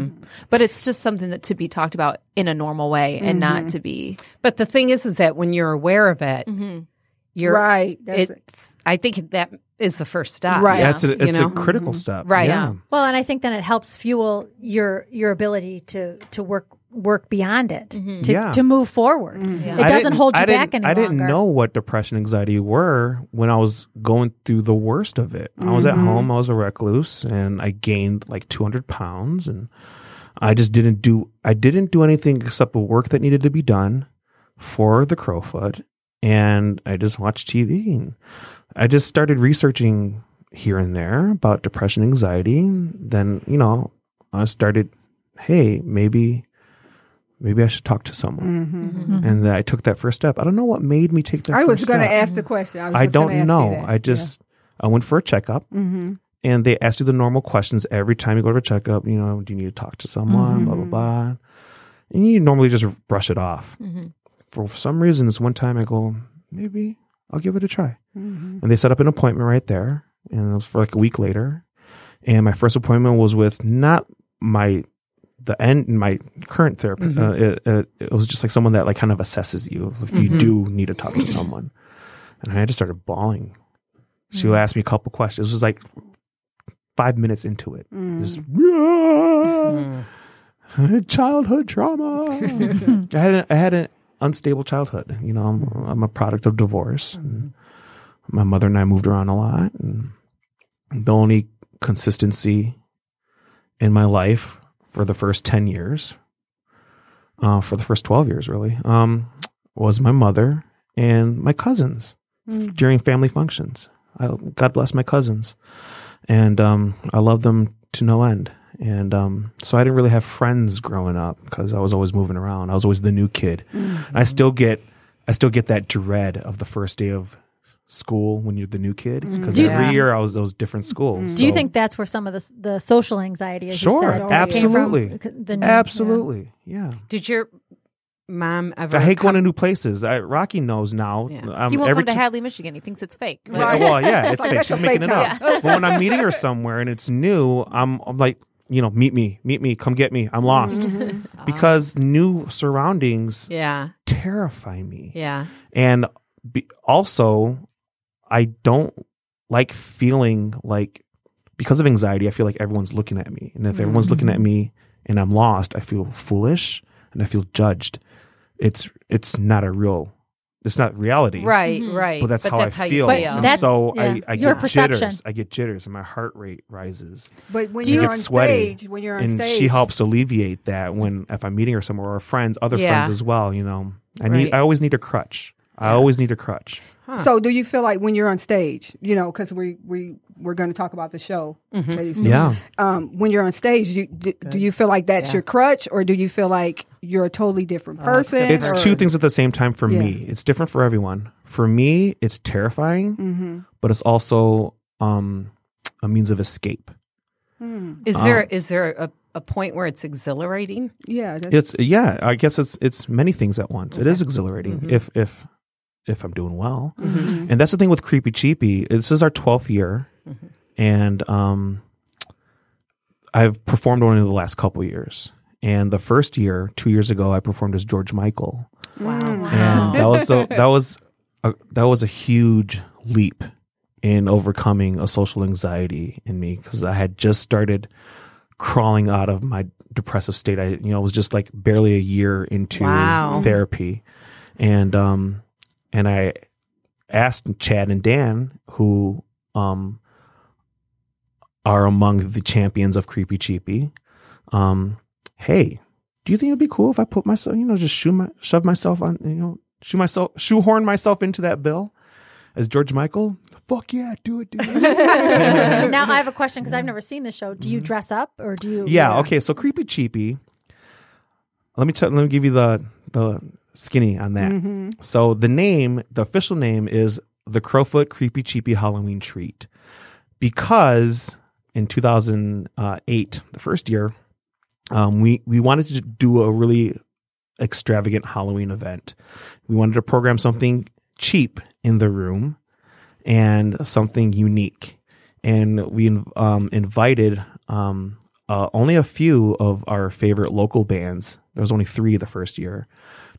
[SPEAKER 2] But it's just something that to be talked about in a normal way and not to be
[SPEAKER 10] But the thing is, is that when you're aware of it,
[SPEAKER 11] Mm-hmm.
[SPEAKER 10] you're
[SPEAKER 5] Right. That's it.
[SPEAKER 10] It's. I think that is the first step.
[SPEAKER 5] Right.
[SPEAKER 9] That's a,
[SPEAKER 10] You
[SPEAKER 9] it's
[SPEAKER 10] know?
[SPEAKER 9] a critical
[SPEAKER 2] Mm-hmm.
[SPEAKER 9] step.
[SPEAKER 10] Right.
[SPEAKER 9] Yeah.
[SPEAKER 8] Well, and I think then it helps fuel your your ability to to work work beyond it to
[SPEAKER 9] Yeah.
[SPEAKER 8] to move forward. It
[SPEAKER 9] I
[SPEAKER 8] doesn't
[SPEAKER 9] didn't-
[SPEAKER 8] hold you
[SPEAKER 9] I
[SPEAKER 8] back
[SPEAKER 9] didn't-
[SPEAKER 8] any
[SPEAKER 9] I didn't
[SPEAKER 8] longer.
[SPEAKER 9] know what depression and anxiety were when I was going through the worst of it. I was at
[SPEAKER 8] Mm-hmm.
[SPEAKER 9] home, I was a recluse, and I gained like 200 pounds, and I just didn't do I didn't do anything except the work that needed to be done for the Crowfoot, and I just watched TV. And I just started researching here and there about depression, anxiety. Then you know, I started, hey, maybe. Maybe I should talk to someone and that I took that first step. I don't know what made me take that.
[SPEAKER 5] Mm-hmm. I was
[SPEAKER 9] first
[SPEAKER 5] going to
[SPEAKER 9] step.
[SPEAKER 5] ask the question. I, was
[SPEAKER 9] I
[SPEAKER 5] just gonna ask
[SPEAKER 9] don't
[SPEAKER 5] you
[SPEAKER 9] know.
[SPEAKER 5] that. Mm-hmm.
[SPEAKER 9] I just I went for a checkup, and they asked you the normal questions every time you go to a checkup. You know, do you need to talk to someone? Blah blah
[SPEAKER 5] Mm-hmm.
[SPEAKER 9] blah. And you normally just brush it off. For some reason, this one time I go, maybe I'll give it a try,
[SPEAKER 5] Mm-hmm.
[SPEAKER 9] and they set up an appointment right there, and it was for like a week later. And my first appointment was with not my the end my current therapist
[SPEAKER 5] Mm-hmm.
[SPEAKER 9] uh, it, it, it was just like someone that like kind of assesses you if you
[SPEAKER 5] Mm-hmm.
[SPEAKER 9] do need to
[SPEAKER 5] (clears throat)
[SPEAKER 9] talk to someone and i just started bawling she asked me a couple questions it was like five minutes into it just childhood trauma i had a, i had an unstable childhood you know i'm, I'm a product of divorce and my mother and i moved around a lot and the only consistency in my life for the first 10 years, uh, for the first 12 years, really, um, was my mother and my cousins
[SPEAKER 8] Hmm.
[SPEAKER 9] f- during family functions. I, God bless my cousins. And um, I love them to no end. And um, so I didn't really have friends growing up because I was always moving around. I was always the new kid.
[SPEAKER 8] Mm-hmm.
[SPEAKER 9] I still get, I still get that dread of the first day of school when you're the new kid because
[SPEAKER 8] Do you-
[SPEAKER 9] every year I was those different schools.
[SPEAKER 8] Do you
[SPEAKER 9] so-
[SPEAKER 8] think that's where some of the the social anxiety is? you
[SPEAKER 9] Sure,
[SPEAKER 8] said, came from?
[SPEAKER 9] absolutely.
[SPEAKER 8] The new-
[SPEAKER 9] Absolutely. Yeah.
[SPEAKER 10] Did your mom ever?
[SPEAKER 9] I hate
[SPEAKER 10] come-
[SPEAKER 9] going to new places. I, Rocky knows now.
[SPEAKER 10] Yeah.
[SPEAKER 9] Um,
[SPEAKER 2] he won't
[SPEAKER 9] every
[SPEAKER 2] come to
[SPEAKER 9] ti-
[SPEAKER 2] Hadley, Michigan. He thinks it's fake.
[SPEAKER 9] Yeah, Well, yeah, it's
[SPEAKER 5] like,
[SPEAKER 9] fake.
[SPEAKER 5] that's
[SPEAKER 9] She's
[SPEAKER 5] a
[SPEAKER 9] making
[SPEAKER 5] fake
[SPEAKER 9] it up. But when I'm meeting her somewhere and it's new, I'm, I'm like, you know, meet me, meet me, come get me. I'm lost because new surroundings
[SPEAKER 10] Yeah.
[SPEAKER 9] terrify me,
[SPEAKER 10] Yeah.
[SPEAKER 9] and be, also I don't like feeling like because of anxiety. I feel like everyone's looking at me, and if everyone's looking at me and I'm lost, I feel foolish and I feel judged. It's it's not a real. It's not reality.
[SPEAKER 10] Right. Right.
[SPEAKER 9] But Mm-hmm. that's how I
[SPEAKER 10] you
[SPEAKER 9] feel.
[SPEAKER 8] But
[SPEAKER 9] And
[SPEAKER 8] that's-
[SPEAKER 9] so
[SPEAKER 8] yeah.
[SPEAKER 9] I, I
[SPEAKER 8] Your
[SPEAKER 9] get
[SPEAKER 8] perception.
[SPEAKER 9] jitters. I get jitters and my heart rate rises.
[SPEAKER 5] But when
[SPEAKER 9] And I
[SPEAKER 5] you're
[SPEAKER 9] get
[SPEAKER 5] on
[SPEAKER 9] sweaty.
[SPEAKER 5] stage, when you're on
[SPEAKER 9] and
[SPEAKER 5] stage,
[SPEAKER 9] she helps alleviate that when if I'm meeting her somewhere or friends, other
[SPEAKER 10] Yeah.
[SPEAKER 9] friends as well, you know. I
[SPEAKER 10] Right.
[SPEAKER 9] need I always need a crutch. I always need a crutch.
[SPEAKER 5] So do you feel like when you're on stage, you know, because we we we're going to talk about the show, ladies and
[SPEAKER 9] Yeah.
[SPEAKER 5] um, when you're on stage, you, d- do you feel like that's your crutch, or do you feel like you're a totally different person?
[SPEAKER 9] It's
[SPEAKER 5] or-
[SPEAKER 9] two things at the same time for
[SPEAKER 5] Yeah.
[SPEAKER 9] me. It's different for everyone. For me, it's terrifying,
[SPEAKER 5] Mm-hmm.
[SPEAKER 9] but it's also um, a means of escape.
[SPEAKER 10] Is
[SPEAKER 9] Uh-huh.
[SPEAKER 10] there is there a, a point where it's exhilarating?
[SPEAKER 5] Yeah, that's,
[SPEAKER 9] It's yeah, I guess it's it's many things at once. It is exhilarating if if if I'm doing well. And that's the thing with Creepy Cheapy. This is our 12th year and um I've performed only the last couple years. And the first year, 2 years ago, I performed as George Michael.
[SPEAKER 10] Wow.
[SPEAKER 9] And that was so that was a, that was a huge leap in overcoming a social anxiety in me because I had just started crawling out of my depressive state. I, you know, was just like barely a year into
[SPEAKER 10] Wow.
[SPEAKER 9] therapy. And, um, and I asked Chad and Dan, who, um, are among the champions of creepy cheapy. Um, hey, do you think it'd be cool if I put myself, you know, just shoe my, shove myself on, you know, shoe myself, shoehorn myself into that bill as George Michael? Fuck yeah, do it, do it.
[SPEAKER 8] now I have a question because I've never seen this show. Do
[SPEAKER 9] Mm-hmm.
[SPEAKER 8] you dress up or do you?
[SPEAKER 9] yeah. Okay. So creepy cheapy. Let me tell. Let me give you the the skinny on that. So the name, the official name is the Crowfoot Creepy Cheapy Halloween Treat, because in 2008, the first year, um, we we wanted to do a really extravagant Halloween event. We wanted to program something cheap in the room and something unique. And we um, invited um, uh, only a few of our favorite local bands. There was only three the first year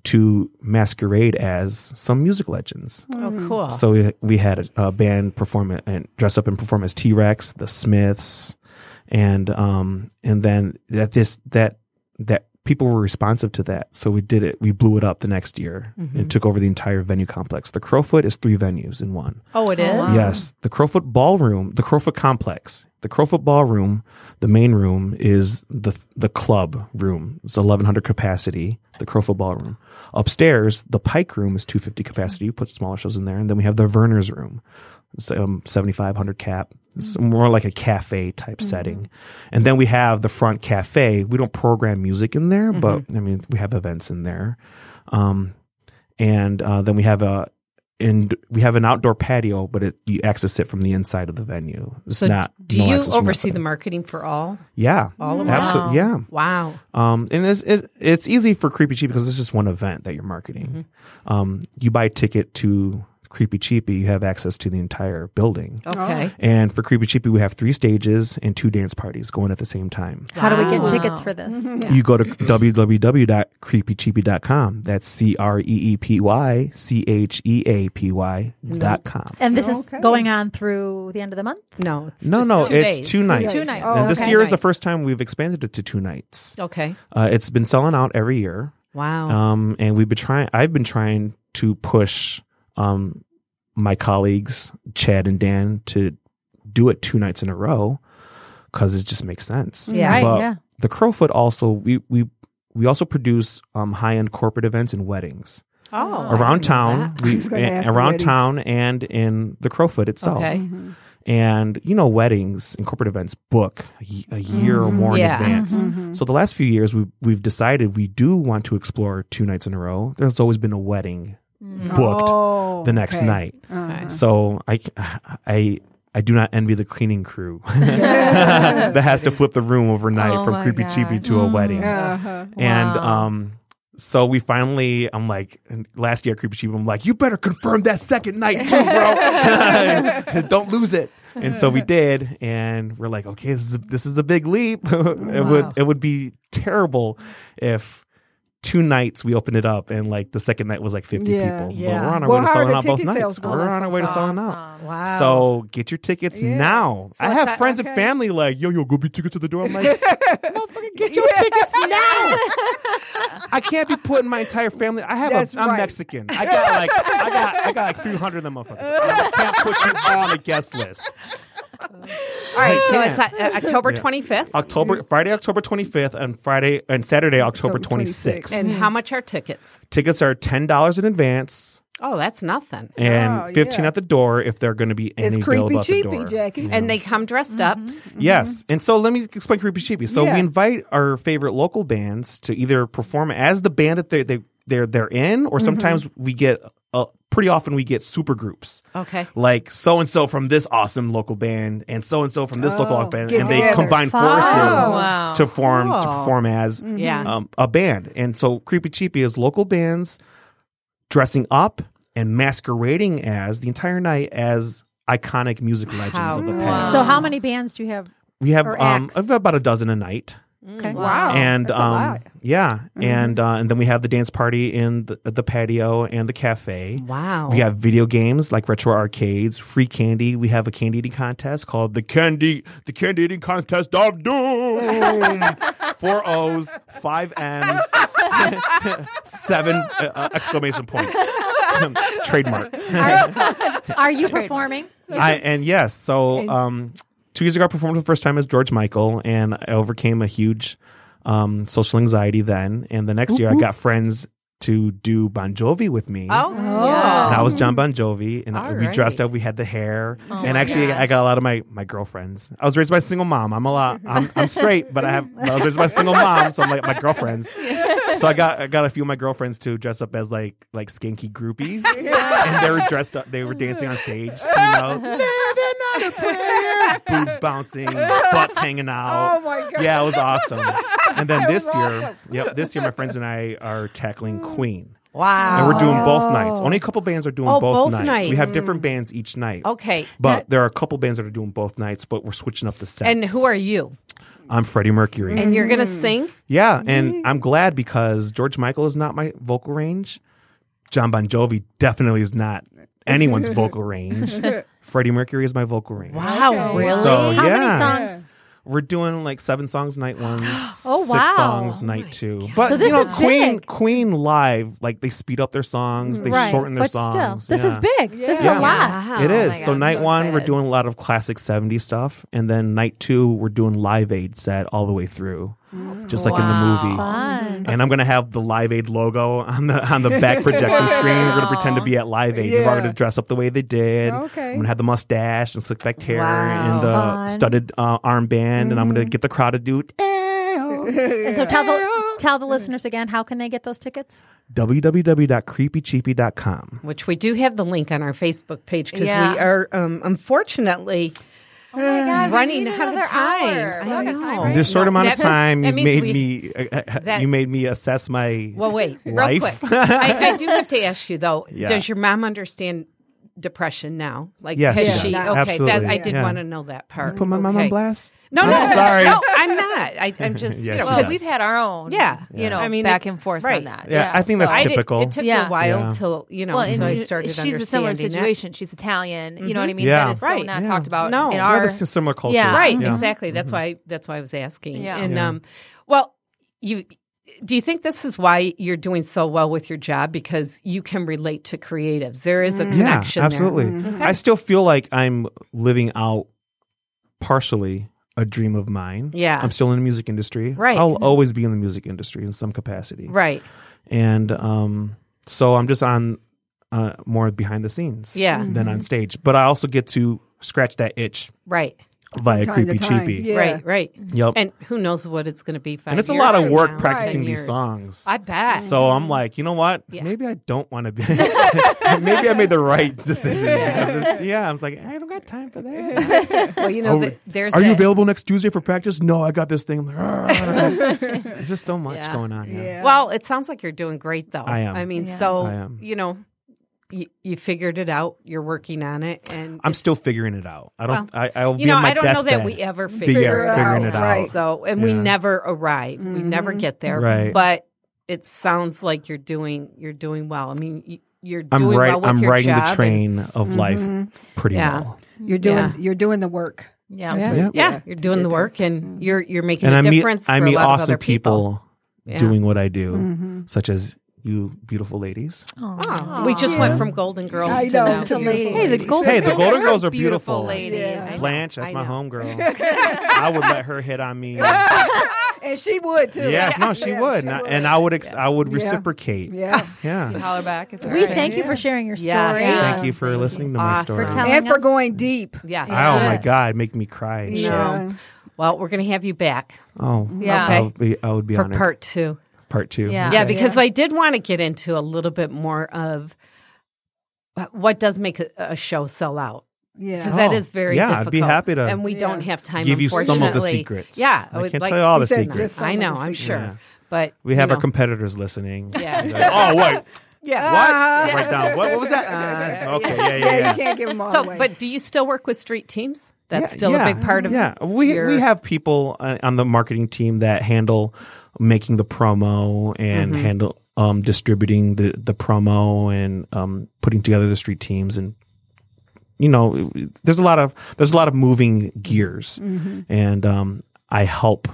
[SPEAKER 9] to masquerade as some music legends.
[SPEAKER 10] Oh, cool.
[SPEAKER 9] So we, we had a, a band perform it and dress up and perform as T Rex, the Smiths, and um and then that this that that people were responsive to that. So we did it. We blew it up the next year and took over the entire venue complex. The Crowfoot is three venues in one.
[SPEAKER 10] oh, it is.
[SPEAKER 9] Yes, the Crowfoot Ballroom, the Crowfoot Complex, the Crowfoot Ballroom, the main room is the the club room. It's eleven hundred capacity. The Crowfoot Ballroom. Upstairs, the Pike Room is two fifty capacity. You put smaller shows in there, and then we have the Verner's Room, it's, um, seventy five hundred cap. It's more like a cafe type setting, and then we have the front cafe. We don't program music in there, but I mean we have events in there. Um, and uh, then we have a and we have an outdoor patio, but it, you access it from the inside of the venue. It's
[SPEAKER 10] So
[SPEAKER 9] not.
[SPEAKER 10] do
[SPEAKER 9] no
[SPEAKER 10] you
[SPEAKER 9] access from
[SPEAKER 10] oversee
[SPEAKER 9] outside.
[SPEAKER 10] the marketing for all?
[SPEAKER 9] Yeah,
[SPEAKER 10] All of
[SPEAKER 9] absolutely. Yeah,
[SPEAKER 10] them? Wow.
[SPEAKER 9] um, and it's it, it's easy for Creepy Cheapy because it's just one event that you're marketing.
[SPEAKER 10] Mm-hmm.
[SPEAKER 9] Um, you buy a ticket to Creepy Cheapy, you have access to the entire
[SPEAKER 10] Oh.
[SPEAKER 9] building.
[SPEAKER 10] Okay.
[SPEAKER 9] And for Creepy Cheapy, we have three stages and two dance parties going at the same time.
[SPEAKER 8] How do we get
[SPEAKER 10] Wow.
[SPEAKER 8] tickets for this?
[SPEAKER 9] You go to www.creepycheapy.com. That's C R E E P Y C H E A P Y dot com.
[SPEAKER 8] And this
[SPEAKER 5] Okay.
[SPEAKER 8] is going on through the end of the month.
[SPEAKER 10] No, it's
[SPEAKER 9] No,
[SPEAKER 10] just
[SPEAKER 9] no,
[SPEAKER 10] two
[SPEAKER 9] it's
[SPEAKER 10] days.
[SPEAKER 9] two nights.
[SPEAKER 8] Two nights.
[SPEAKER 9] and this
[SPEAKER 8] okay.
[SPEAKER 9] year is the
[SPEAKER 10] Nights.
[SPEAKER 9] first time we've expanded it to two nights.
[SPEAKER 10] Okay.
[SPEAKER 9] Uh, it's been selling out every year.
[SPEAKER 10] Wow.
[SPEAKER 9] Um, and we've been trying. I've been trying to push um, my colleagues Chad and Dan to do it two nights in a row because it just makes sense.
[SPEAKER 10] Yeah. Right,
[SPEAKER 9] But
[SPEAKER 8] yeah.
[SPEAKER 9] The Crowfoot also we we we also produce um, high end corporate events and weddings
[SPEAKER 10] oh.
[SPEAKER 9] around town.
[SPEAKER 5] (laughs)
[SPEAKER 9] We,
[SPEAKER 5] was gonna
[SPEAKER 9] a-
[SPEAKER 5] ask the
[SPEAKER 9] around
[SPEAKER 5] weddings.
[SPEAKER 9] town and in the Crowfoot itself.
[SPEAKER 10] Okay.
[SPEAKER 9] And you know, weddings and corporate events book a y- a year or more
[SPEAKER 5] Mm-hmm.
[SPEAKER 10] Yeah.
[SPEAKER 9] in advance. So the last few years, we we've decided we do want to explore two nights in a row. There's always been a wedding booked
[SPEAKER 5] Oh,
[SPEAKER 9] the next
[SPEAKER 5] okay.
[SPEAKER 9] night.
[SPEAKER 5] Uh-huh.
[SPEAKER 9] So I I. I do not envy the cleaning crew (laughs) that has to flip the room overnight
[SPEAKER 2] Oh
[SPEAKER 9] from
[SPEAKER 2] my
[SPEAKER 9] creepy
[SPEAKER 2] God.
[SPEAKER 9] cheapy to a wedding.
[SPEAKER 5] Uh-huh.
[SPEAKER 9] And
[SPEAKER 10] Wow.
[SPEAKER 9] um, so we finally, I'm like, and last year at Creepy Cheap, I'm like, you better confirm that second night too, bro. (laughs) Don't lose it. And
[SPEAKER 5] (laughs)
[SPEAKER 9] so we did, and we're like, okay, this is a, this is a big leap. (laughs) it
[SPEAKER 5] Oh,
[SPEAKER 9] would it would be terrible if two nights we opened it up and like the second night was like 50
[SPEAKER 5] Yeah.
[SPEAKER 9] people. But
[SPEAKER 10] Yeah.
[SPEAKER 9] we're on our
[SPEAKER 5] Well,
[SPEAKER 9] way to
[SPEAKER 5] how are
[SPEAKER 9] selling
[SPEAKER 5] the
[SPEAKER 9] out both
[SPEAKER 5] ticket sales
[SPEAKER 9] nights.
[SPEAKER 5] going?
[SPEAKER 9] We're
[SPEAKER 5] That's
[SPEAKER 9] on our way to selling out.
[SPEAKER 10] Wow.
[SPEAKER 9] So get your tickets
[SPEAKER 5] Yeah.
[SPEAKER 9] now. I
[SPEAKER 5] it's
[SPEAKER 9] have
[SPEAKER 5] not-
[SPEAKER 9] friends
[SPEAKER 5] okay.
[SPEAKER 9] and family like, yo, yo, go get tickets at the door.
[SPEAKER 5] (laughs)
[SPEAKER 9] I'm like, motherfucker, get your tickets now. I can't be putting my entire family. I have.
[SPEAKER 5] That's
[SPEAKER 9] A, I'm
[SPEAKER 5] right.
[SPEAKER 9] Mexican. I got like, I got, I got like 300 of them motherfuckers. I can't put you all on the guest list.
[SPEAKER 11] All right, so
[SPEAKER 9] Yeah.
[SPEAKER 11] it's uh, October
[SPEAKER 9] Yeah.
[SPEAKER 11] 25th.
[SPEAKER 9] October, Friday, October 25th, and Friday and Saturday, October
[SPEAKER 5] October 26th.
[SPEAKER 9] 26th.
[SPEAKER 10] and how much are tickets?
[SPEAKER 9] Tickets are ten dollars in advance
[SPEAKER 10] Oh, that's nothing.
[SPEAKER 9] and
[SPEAKER 5] Wow,
[SPEAKER 9] 15
[SPEAKER 5] Oh, yeah.
[SPEAKER 9] at the door if they're going to be any
[SPEAKER 5] It's
[SPEAKER 9] deal
[SPEAKER 5] creepy
[SPEAKER 9] about the
[SPEAKER 5] cheapy,
[SPEAKER 9] door.
[SPEAKER 5] Jackie.
[SPEAKER 9] Mm-hmm.
[SPEAKER 10] And they come dressed
[SPEAKER 2] Mm-hmm.
[SPEAKER 10] up.
[SPEAKER 9] Yes. And so let me explain Creepy Cheapy. So
[SPEAKER 5] Yeah.
[SPEAKER 9] we invite our favorite local bands to either perform as the band that they, they, they're, they're in, or sometimes we get, uh, pretty often we get super groups.
[SPEAKER 10] Okay.
[SPEAKER 9] Like so and so from this awesome local band and so and so from this local band,
[SPEAKER 5] get
[SPEAKER 9] and they
[SPEAKER 5] together.
[SPEAKER 9] combine
[SPEAKER 8] Fun.
[SPEAKER 9] forces
[SPEAKER 5] Oh,
[SPEAKER 10] Wow.
[SPEAKER 9] to form to
[SPEAKER 10] Oh. Cool.
[SPEAKER 9] perform as
[SPEAKER 10] Yeah.
[SPEAKER 9] um, a band. And so Creepy Cheapy is local bands dressing up and masquerading as the entire night as iconic music legends
[SPEAKER 10] How
[SPEAKER 9] of the
[SPEAKER 10] cool.
[SPEAKER 9] past.
[SPEAKER 8] So how many bands do you have?
[SPEAKER 9] We have
[SPEAKER 8] Or
[SPEAKER 9] um
[SPEAKER 8] acts.
[SPEAKER 9] about a dozen a night.
[SPEAKER 5] Okay. Wow.
[SPEAKER 9] and
[SPEAKER 5] Oh, That's a
[SPEAKER 9] um,
[SPEAKER 5] lot. Mm-hmm.
[SPEAKER 9] yeah, and uh, and then we have the dance party in the, the patio and the cafe.
[SPEAKER 10] Wow.
[SPEAKER 9] We have video games like retro arcades, free candy. We have a candy eating contest called the candy the candy eating contest of
[SPEAKER 5] (laughs)
[SPEAKER 9] doom. Four O's, five M's, (laughs) seven uh, uh,
[SPEAKER 5] (laughs)
[SPEAKER 9] exclamation points. (laughs) Trademark.
[SPEAKER 8] Are you performing?
[SPEAKER 9] I, and yes, so um, two years ago, I performed for the first time as George Michael, and I overcame a huge um, social anxiety then. And the next year, I got friends to do Bon Jovi with me.
[SPEAKER 2] Oh,
[SPEAKER 9] And
[SPEAKER 2] yeah.
[SPEAKER 9] I was John Bon Jovi, and
[SPEAKER 10] All
[SPEAKER 9] we
[SPEAKER 10] right.
[SPEAKER 9] dressed up. We had the hair, and
[SPEAKER 2] my
[SPEAKER 9] actually,
[SPEAKER 2] gosh.
[SPEAKER 9] I got a lot of my, my girlfriends. I was raised by a single mom. I'm a lot. I'm, I'm straight, but I have. I was raised by a single mom, so I'm like my girlfriends. So I got I got a few of my girlfriends to dress up as like like skanky groupies, and they were dressed up. They were dancing on stage, you know, living on a prayer, boobs bouncing, butts hanging out.
[SPEAKER 5] Oh my God.
[SPEAKER 9] Yeah, it was awesome. And then this year, yep, this year my friends and I are tackling Queen.
[SPEAKER 10] Wow.
[SPEAKER 9] And we're doing both nights. Only a couple bands are doing
[SPEAKER 10] Oh,
[SPEAKER 9] both,
[SPEAKER 10] both
[SPEAKER 9] nights. We
[SPEAKER 10] nights.
[SPEAKER 9] have different bands each night.
[SPEAKER 10] Okay.
[SPEAKER 9] But there are a couple bands that are doing both nights, but we're switching up the sets.
[SPEAKER 10] and who are Mm-hmm. you?
[SPEAKER 9] I'm Freddie Mercury.
[SPEAKER 10] And you're
[SPEAKER 9] Mm.
[SPEAKER 10] gonna sing?
[SPEAKER 9] yeah, and I'm glad because George Michael is not my vocal range. John Bon Jovi definitely is not
[SPEAKER 10] (laughs)
[SPEAKER 9] anyone's vocal range. Freddie Mercury is my vocal range.
[SPEAKER 10] Wow, really?
[SPEAKER 9] So
[SPEAKER 8] How
[SPEAKER 9] yeah,
[SPEAKER 8] many songs?
[SPEAKER 9] we're doing like seven songs
[SPEAKER 8] (gasps)
[SPEAKER 9] night one, six
[SPEAKER 8] wow.
[SPEAKER 9] songs
[SPEAKER 8] Oh
[SPEAKER 9] night two. But
[SPEAKER 8] So this
[SPEAKER 9] you know,
[SPEAKER 8] is
[SPEAKER 9] Queen
[SPEAKER 8] big.
[SPEAKER 9] Queen live like they speed up their songs, they shorten their
[SPEAKER 8] but
[SPEAKER 9] songs.
[SPEAKER 8] still, this is
[SPEAKER 9] Yeah.
[SPEAKER 8] big. This is a
[SPEAKER 9] Yeah.
[SPEAKER 8] lot.
[SPEAKER 2] Wow.
[SPEAKER 9] It
[SPEAKER 2] Oh
[SPEAKER 9] is.
[SPEAKER 2] my God,
[SPEAKER 9] so
[SPEAKER 2] I'm
[SPEAKER 9] night one, we're
[SPEAKER 2] excited.
[SPEAKER 9] doing a lot of classic 70s stuff, and then night two, we're doing Live Aid set all the way through, just like in the movie.
[SPEAKER 8] Fun.
[SPEAKER 9] And I'm gonna have the Live Aid logo on the on the
[SPEAKER 10] (laughs)
[SPEAKER 9] back projection screen. We're gonna pretend to be at Live Aid. We're all gonna dress up the way they did.
[SPEAKER 5] Okay.
[SPEAKER 9] I'm gonna have the mustache and slick back hair
[SPEAKER 10] Wow. Mm-hmm.
[SPEAKER 9] and the
[SPEAKER 8] Fun.
[SPEAKER 9] studded uh, armband, and I'm gonna get the crowd to do
[SPEAKER 10] (laughs)
[SPEAKER 8] And so tell the tell the listeners again how can they get those tickets?
[SPEAKER 9] www.creepycheapy.com.
[SPEAKER 10] Which we do have the link on our Facebook page because
[SPEAKER 2] Yeah.
[SPEAKER 10] we are um, unfortunately
[SPEAKER 2] Oh my God, we
[SPEAKER 10] running
[SPEAKER 2] need
[SPEAKER 10] out of
[SPEAKER 2] another
[SPEAKER 10] time.
[SPEAKER 2] hour.
[SPEAKER 10] I
[SPEAKER 2] We're out of
[SPEAKER 10] know.
[SPEAKER 2] time,
[SPEAKER 10] And
[SPEAKER 2] right?
[SPEAKER 9] In this short amount of
[SPEAKER 10] That-
[SPEAKER 9] time,
[SPEAKER 10] that
[SPEAKER 9] you
[SPEAKER 10] means
[SPEAKER 9] made
[SPEAKER 10] we-
[SPEAKER 9] me uh,
[SPEAKER 10] that-
[SPEAKER 9] you made me assess my
[SPEAKER 10] Well, wait, real
[SPEAKER 9] life.
[SPEAKER 10] quick. I, I do have to ask you though.
[SPEAKER 9] Yeah.
[SPEAKER 10] Does your mom understand depression now? Like,
[SPEAKER 9] Yes,
[SPEAKER 10] has
[SPEAKER 9] she
[SPEAKER 10] she?
[SPEAKER 9] does.
[SPEAKER 10] Okay, that
[SPEAKER 9] Absolutely.
[SPEAKER 10] I did
[SPEAKER 9] Yeah.
[SPEAKER 10] want to know that part.
[SPEAKER 9] Put my mom on
[SPEAKER 10] Okay.
[SPEAKER 9] blast.
[SPEAKER 10] No, no,
[SPEAKER 9] I'm
[SPEAKER 10] no,
[SPEAKER 9] sorry.
[SPEAKER 10] No, I'm not. I,
[SPEAKER 9] (laughs)
[SPEAKER 10] I'm just.
[SPEAKER 9] Yeah,
[SPEAKER 10] you know,
[SPEAKER 9] she
[SPEAKER 2] Well,
[SPEAKER 9] does.
[SPEAKER 2] we've had our own.
[SPEAKER 10] Yeah.
[SPEAKER 2] You know,
[SPEAKER 10] I mean,
[SPEAKER 2] back
[SPEAKER 10] it-
[SPEAKER 2] and forth
[SPEAKER 10] right.
[SPEAKER 2] on that.
[SPEAKER 9] Yeah, I think that's
[SPEAKER 10] I did,
[SPEAKER 9] typical.
[SPEAKER 10] It took me
[SPEAKER 2] Yeah.
[SPEAKER 10] a while
[SPEAKER 9] Yeah.
[SPEAKER 10] till you know
[SPEAKER 2] Well,
[SPEAKER 10] until I
[SPEAKER 2] and
[SPEAKER 10] started
[SPEAKER 2] she's a similar
[SPEAKER 10] understanding it.
[SPEAKER 2] situation. She's Italian. You know what I mean?
[SPEAKER 9] Yeah.
[SPEAKER 2] That is so
[SPEAKER 10] Right.
[SPEAKER 2] not
[SPEAKER 9] Yeah.
[SPEAKER 2] talked about
[SPEAKER 10] No.
[SPEAKER 2] in
[SPEAKER 10] Yeah,
[SPEAKER 2] our.
[SPEAKER 9] We're the si- similar cultures.
[SPEAKER 2] Yeah.
[SPEAKER 10] Right,
[SPEAKER 9] Yeah.
[SPEAKER 10] exactly. That's why that's why I was asking.
[SPEAKER 2] Yeah.
[SPEAKER 10] And
[SPEAKER 9] Mm-hmm. Yeah.
[SPEAKER 10] um well, you do you think this is why you're doing so well with your job because you can relate to creatives. There is a
[SPEAKER 9] Yeah,
[SPEAKER 10] connection there. Mm. Mm-hmm.
[SPEAKER 9] absolutely.
[SPEAKER 10] Okay.
[SPEAKER 9] I still feel like I'm living out partially a dream of mine.
[SPEAKER 10] Yeah.
[SPEAKER 9] I'm still in the music industry.
[SPEAKER 10] Right. Mm-hmm.
[SPEAKER 9] I'll always be in the music industry in some capacity.
[SPEAKER 10] Right.
[SPEAKER 9] And um, so I'm just on uh, more behind the scenes
[SPEAKER 2] Mm.
[SPEAKER 10] Yeah.
[SPEAKER 9] than
[SPEAKER 5] Mm-hmm.
[SPEAKER 9] on stage. But I also get to scratch that itch
[SPEAKER 10] Right.
[SPEAKER 9] via
[SPEAKER 5] Time to
[SPEAKER 9] Creepy
[SPEAKER 5] time,
[SPEAKER 9] Cheapy.
[SPEAKER 5] yeah.
[SPEAKER 10] Right, right.
[SPEAKER 9] Yep.
[SPEAKER 10] And who knows what it's going to be five
[SPEAKER 9] And it's a
[SPEAKER 10] years
[SPEAKER 9] lot of
[SPEAKER 10] from
[SPEAKER 9] work
[SPEAKER 10] now,
[SPEAKER 9] practicing
[SPEAKER 10] 10
[SPEAKER 9] these
[SPEAKER 10] years.
[SPEAKER 9] songs.
[SPEAKER 10] I bet.
[SPEAKER 9] So I'm like, you know what?
[SPEAKER 10] Yeah.
[SPEAKER 9] Maybe I don't want
[SPEAKER 10] (laughs)
[SPEAKER 9] to be. (laughs) Maybe I made the right decision. because
[SPEAKER 10] (laughs)
[SPEAKER 9] it's- Yeah, I'm like, I don't got time for that.
[SPEAKER 10] well, you know,
[SPEAKER 9] Oh,
[SPEAKER 10] the, there's
[SPEAKER 9] Are you
[SPEAKER 10] that-
[SPEAKER 9] available next Tuesday for practice? No, I got this thing. I'm "Ah."
[SPEAKER 10] (laughs)
[SPEAKER 9] like, it's just so much
[SPEAKER 10] Yeah.
[SPEAKER 9] going on. Yeah.
[SPEAKER 5] Yeah.
[SPEAKER 10] Well, it sounds like you're doing great though.
[SPEAKER 9] I am.
[SPEAKER 10] I mean,
[SPEAKER 2] Yeah.
[SPEAKER 10] so
[SPEAKER 9] I am.
[SPEAKER 10] you know, you, you figured it out. You're working on it and
[SPEAKER 9] I'm
[SPEAKER 10] it's-
[SPEAKER 9] still figuring it out. I don't. I, I'll be
[SPEAKER 10] you know,
[SPEAKER 9] on my
[SPEAKER 10] I don't know that
[SPEAKER 9] deathbed.
[SPEAKER 10] we ever
[SPEAKER 9] Figure-
[SPEAKER 10] figure it
[SPEAKER 9] figuring
[SPEAKER 10] out.
[SPEAKER 9] it out.
[SPEAKER 10] So, and we
[SPEAKER 9] Yeah.
[SPEAKER 10] never arrive. We never get there.
[SPEAKER 9] Right.
[SPEAKER 10] But it sounds like you're doing you're doing well. I mean, you, you're
[SPEAKER 9] I'm
[SPEAKER 10] doing
[SPEAKER 9] right.
[SPEAKER 10] well with
[SPEAKER 9] I'm
[SPEAKER 10] your
[SPEAKER 9] riding
[SPEAKER 10] job
[SPEAKER 9] the
[SPEAKER 10] and- Mm-hmm.
[SPEAKER 9] train of life pretty
[SPEAKER 10] Yeah.
[SPEAKER 9] well,
[SPEAKER 5] You're doing
[SPEAKER 10] Yeah.
[SPEAKER 5] you're doing the work.
[SPEAKER 2] yeah.
[SPEAKER 9] Yeah.
[SPEAKER 10] yeah, you're doing the work, and you're you're making
[SPEAKER 9] and
[SPEAKER 10] a
[SPEAKER 9] I meet
[SPEAKER 10] difference.
[SPEAKER 9] I
[SPEAKER 10] for
[SPEAKER 9] meet
[SPEAKER 10] a lot of
[SPEAKER 9] awesome
[SPEAKER 10] other people. Yeah. Mm-hmm.
[SPEAKER 9] doing what I do, such as you beautiful ladies.
[SPEAKER 10] Oh, we just went from Golden Girls
[SPEAKER 5] I
[SPEAKER 10] to
[SPEAKER 5] know.
[SPEAKER 10] now.
[SPEAKER 5] To ladies.
[SPEAKER 2] Hey, the golden
[SPEAKER 9] Hey, the
[SPEAKER 2] Girls
[SPEAKER 9] Golden
[SPEAKER 2] are
[SPEAKER 9] Girls are beautiful.
[SPEAKER 2] ladies.
[SPEAKER 5] Yeah.
[SPEAKER 2] I know,
[SPEAKER 9] Blanche, that's
[SPEAKER 10] I
[SPEAKER 9] my
[SPEAKER 10] know.
[SPEAKER 9] homegirl. I would let her hit on me. Yeah,
[SPEAKER 5] (laughs) And she would too.
[SPEAKER 9] no, she would, and, I, and I would, ex- I would
[SPEAKER 5] Yeah.
[SPEAKER 9] reciprocate. Yeah,
[SPEAKER 5] Yeah.
[SPEAKER 2] You holler back. It's all
[SPEAKER 8] We
[SPEAKER 2] right.
[SPEAKER 8] thank you for sharing your story.
[SPEAKER 10] Yes.
[SPEAKER 9] Thank you for listening to my
[SPEAKER 10] Awesome.
[SPEAKER 9] story.
[SPEAKER 10] For
[SPEAKER 9] oh
[SPEAKER 8] telling-
[SPEAKER 5] And for
[SPEAKER 8] us-
[SPEAKER 5] going deep.
[SPEAKER 10] Yes.
[SPEAKER 9] my God, make me cry. and shit.
[SPEAKER 5] Yeah.
[SPEAKER 10] Well, we're gonna have you back
[SPEAKER 9] Oh,
[SPEAKER 2] Yeah.
[SPEAKER 9] I would be, I would be
[SPEAKER 10] for
[SPEAKER 9] honored.
[SPEAKER 10] part two.
[SPEAKER 9] part two.
[SPEAKER 2] Yeah.
[SPEAKER 10] Yeah, because I did want to get into a little bit more of uh, what does make a, a show sell out.
[SPEAKER 5] Yeah.
[SPEAKER 10] because that
[SPEAKER 9] Oh,
[SPEAKER 10] is very
[SPEAKER 9] yeah,
[SPEAKER 10] difficult.
[SPEAKER 9] I'd be happy to
[SPEAKER 10] and we don't have time.
[SPEAKER 9] give you some of the
[SPEAKER 10] unfortunately.
[SPEAKER 9] secrets.
[SPEAKER 10] Yeah,
[SPEAKER 9] I
[SPEAKER 10] would
[SPEAKER 9] can't tell you all the
[SPEAKER 5] said
[SPEAKER 9] secrets.
[SPEAKER 5] just some
[SPEAKER 10] I
[SPEAKER 5] of
[SPEAKER 10] know,
[SPEAKER 5] the
[SPEAKER 10] I'm
[SPEAKER 5] secrets.
[SPEAKER 10] sure,
[SPEAKER 9] Yeah.
[SPEAKER 10] but
[SPEAKER 9] We have
[SPEAKER 10] you
[SPEAKER 9] our
[SPEAKER 10] know.
[SPEAKER 9] competitors listening. (laughs)
[SPEAKER 10] Yeah.
[SPEAKER 9] They're like, oh wait,
[SPEAKER 10] yeah.
[SPEAKER 9] what? Write down. What, what was that? Uh, okay, yeah, yeah, yeah.
[SPEAKER 5] You can't give them all
[SPEAKER 10] So,
[SPEAKER 5] away.
[SPEAKER 10] but do you still work with street teams? That's still a big part of
[SPEAKER 9] yeah. We
[SPEAKER 10] your-
[SPEAKER 9] we have people uh, on the marketing team that handle making the promo and
[SPEAKER 10] Mhm.
[SPEAKER 9] handle um, distributing the the promo and um, putting together the street teams and you know there's a lot of there's a lot of moving gears
[SPEAKER 10] Mm-hmm.
[SPEAKER 5] Mhm.
[SPEAKER 9] and um, I help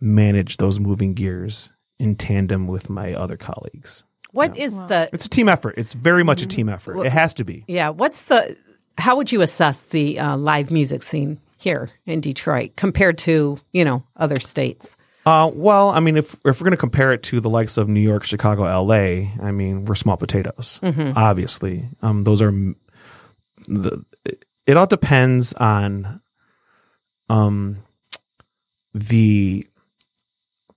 [SPEAKER 9] manage those moving gears in tandem with my other colleagues.
[SPEAKER 10] What is the
[SPEAKER 9] It's a team effort. It's very much a
[SPEAKER 10] Mm-hmm.
[SPEAKER 9] team effort.
[SPEAKER 10] Wha-
[SPEAKER 9] It has to be.
[SPEAKER 10] yeah? What's the how would you assess the uh, live music scene here in Detroit compared to you know other states?
[SPEAKER 9] Uh, well, I mean, if if we're going to compare it to the likes of New York, Chicago, L.A., I mean, we're small potatoes.
[SPEAKER 10] Mhm.
[SPEAKER 9] Obviously, um, those are m- the. it- It all depends on, um, the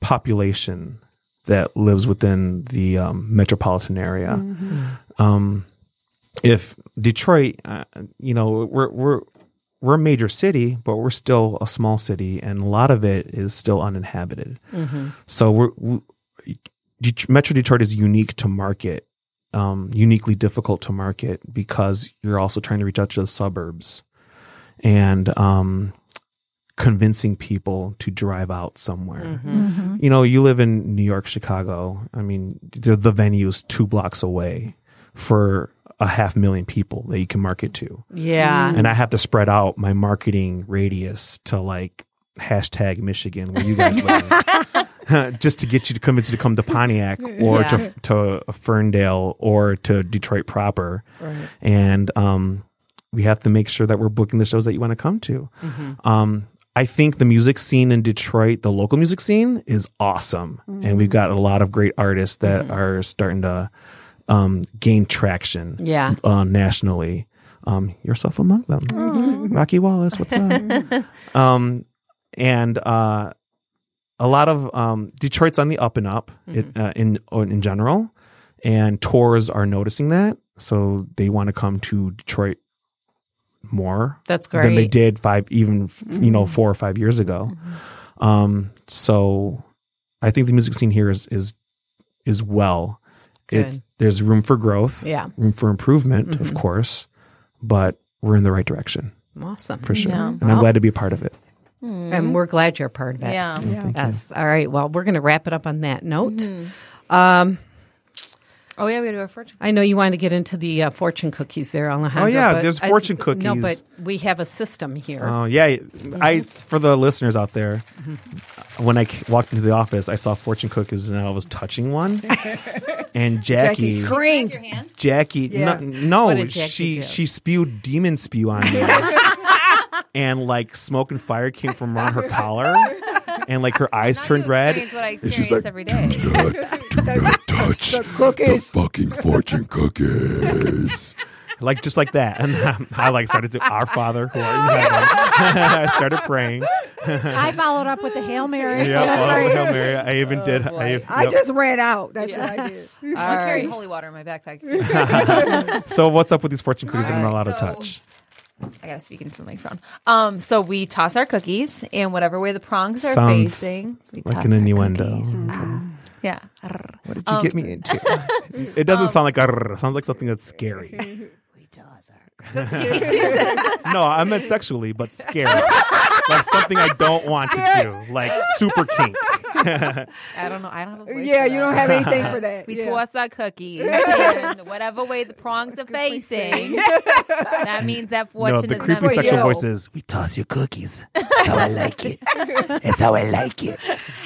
[SPEAKER 9] population that lives within the um, metropolitan area. Um, if Detroit, uh, you know, we're we're we're a major city, but we're still a small city, and a lot of it is still uninhabited.
[SPEAKER 10] Mhm.
[SPEAKER 9] So we're, we Det- Metro Detroit is unique to market, um, uniquely difficult to market because you're also trying to reach out to the suburbs, and um, convincing people to drive out somewhere. You know, you live in New York, Chicago. I mean, the, the venue's two blocks away for a half million people that you can market to.
[SPEAKER 10] Yeah.
[SPEAKER 9] And I have to spread out my marketing radius to like hashtag Michigan where you guys live. (laughs) Just to get you to convince you to come to
[SPEAKER 10] (laughs)
[SPEAKER 9] Pontiac or
[SPEAKER 10] Yeah.
[SPEAKER 9] to to Ferndale or to Detroit proper,
[SPEAKER 10] Right.
[SPEAKER 9] and um, we have to make sure that we're booking the shows that you want to come to.
[SPEAKER 10] Mm-hmm.
[SPEAKER 9] Um, I think the music scene in Detroit, the local music scene, is awesome, and
[SPEAKER 10] Mm.
[SPEAKER 9] we've got a lot of great artists that
[SPEAKER 10] Mm-hmm.
[SPEAKER 9] are starting to um, gain traction.
[SPEAKER 10] Yeah.
[SPEAKER 9] uh, nationally, um, yourself among them. Rocky Wallace, what's
[SPEAKER 10] (laughs)
[SPEAKER 9] up? um, and uh, a lot of um, Detroit's on the up and up
[SPEAKER 10] Mm-hmm.
[SPEAKER 9] it, uh, in in general, and tours are noticing that, so they want to come to Detroit more
[SPEAKER 10] That's
[SPEAKER 9] than they
[SPEAKER 10] great. Mm.
[SPEAKER 9] did five even f- you know four or five years ago
[SPEAKER 10] Mm-hmm.
[SPEAKER 9] um so i think the music scene here is is is well
[SPEAKER 10] Good.
[SPEAKER 9] there's room for growth
[SPEAKER 10] Yeah. Mm-hmm.
[SPEAKER 9] room for improvement of course but we're in the right direction
[SPEAKER 10] Awesome.
[SPEAKER 9] for sure
[SPEAKER 10] Yeah.
[SPEAKER 9] and i'm glad to be a part of it
[SPEAKER 8] Mm-hmm.
[SPEAKER 10] And we're glad you're a part of it.
[SPEAKER 9] Oh,
[SPEAKER 2] Yeah. Yeah,
[SPEAKER 10] Yes. All right. Well, we're going to wrap it up on that note.
[SPEAKER 8] Mm-hmm.
[SPEAKER 10] Um,
[SPEAKER 2] Oh yeah, we gotta do a fortune.
[SPEAKER 10] I know you wanted to get into the uh, fortune cookies there, Alejandro.
[SPEAKER 9] Oh, yeah,
[SPEAKER 10] but
[SPEAKER 9] there's
[SPEAKER 10] I-
[SPEAKER 9] fortune
[SPEAKER 10] No,
[SPEAKER 9] cookies.
[SPEAKER 10] but we have a system here.
[SPEAKER 9] Oh yeah, I for the listeners out there, when I c- walked into the office, I saw fortune cookies and I was touching one, and
[SPEAKER 5] Jackie
[SPEAKER 9] Jackie,
[SPEAKER 5] screamed.
[SPEAKER 9] Jackie,
[SPEAKER 5] Yeah.
[SPEAKER 9] no,
[SPEAKER 10] What
[SPEAKER 9] no
[SPEAKER 10] did Jackie
[SPEAKER 9] she
[SPEAKER 10] do?
[SPEAKER 9] she spewed demon spew on me, and like smoke and fire came from around her collar, and like her eyes
[SPEAKER 2] Now
[SPEAKER 9] turned
[SPEAKER 2] you
[SPEAKER 9] red.
[SPEAKER 2] experience What I experience every
[SPEAKER 10] (laughs)
[SPEAKER 2] day.
[SPEAKER 5] The cookies.
[SPEAKER 12] fucking fortune cookies.
[SPEAKER 9] like just like that. And um, I like started to our Father who art in heaven. (laughs) I started praying.
[SPEAKER 8] I followed up with the Hail Mary.
[SPEAKER 9] Yeah, well, Hail Mary. I even did. I, ev-
[SPEAKER 5] I
[SPEAKER 9] yep.
[SPEAKER 5] just ran out. That's what I did.
[SPEAKER 2] I'll carry holy water in my backpack. (laughs)
[SPEAKER 9] (laughs) so what's up with these fortune cookies? I'm not
[SPEAKER 2] Alright,
[SPEAKER 9] allowed to
[SPEAKER 2] so-
[SPEAKER 9] touch.
[SPEAKER 2] I gotta speak into the microphone. Um, so we toss our cookies in whatever way the prongs are
[SPEAKER 9] Sounds
[SPEAKER 2] facing. We
[SPEAKER 9] like
[SPEAKER 2] toss
[SPEAKER 9] an
[SPEAKER 2] our
[SPEAKER 9] innuendo. Mm.
[SPEAKER 2] cookies. Ah, Yeah.
[SPEAKER 9] What did you get me into? It doesn't sound like grrr. It sounds like something that's scary. No, I meant sexually, but scary. like something I don't want to do. Like super kink.
[SPEAKER 2] (laughs) I don't know. I don't have a voice.
[SPEAKER 5] Yeah,
[SPEAKER 2] for that.
[SPEAKER 5] you don't have
[SPEAKER 2] (laughs)
[SPEAKER 5] anything for that.
[SPEAKER 2] We
[SPEAKER 5] yeah.
[SPEAKER 2] toss our cookies
[SPEAKER 10] (laughs)
[SPEAKER 2] in whatever way the prongs are facing. (laughs) that means that
[SPEAKER 9] (laughs) No,
[SPEAKER 2] fortune
[SPEAKER 9] the
[SPEAKER 2] is
[SPEAKER 9] creepy
[SPEAKER 2] not
[SPEAKER 9] sexual
[SPEAKER 5] you.
[SPEAKER 9] voice is we
[SPEAKER 12] Toss your cookies. How I like it. That's how I like it.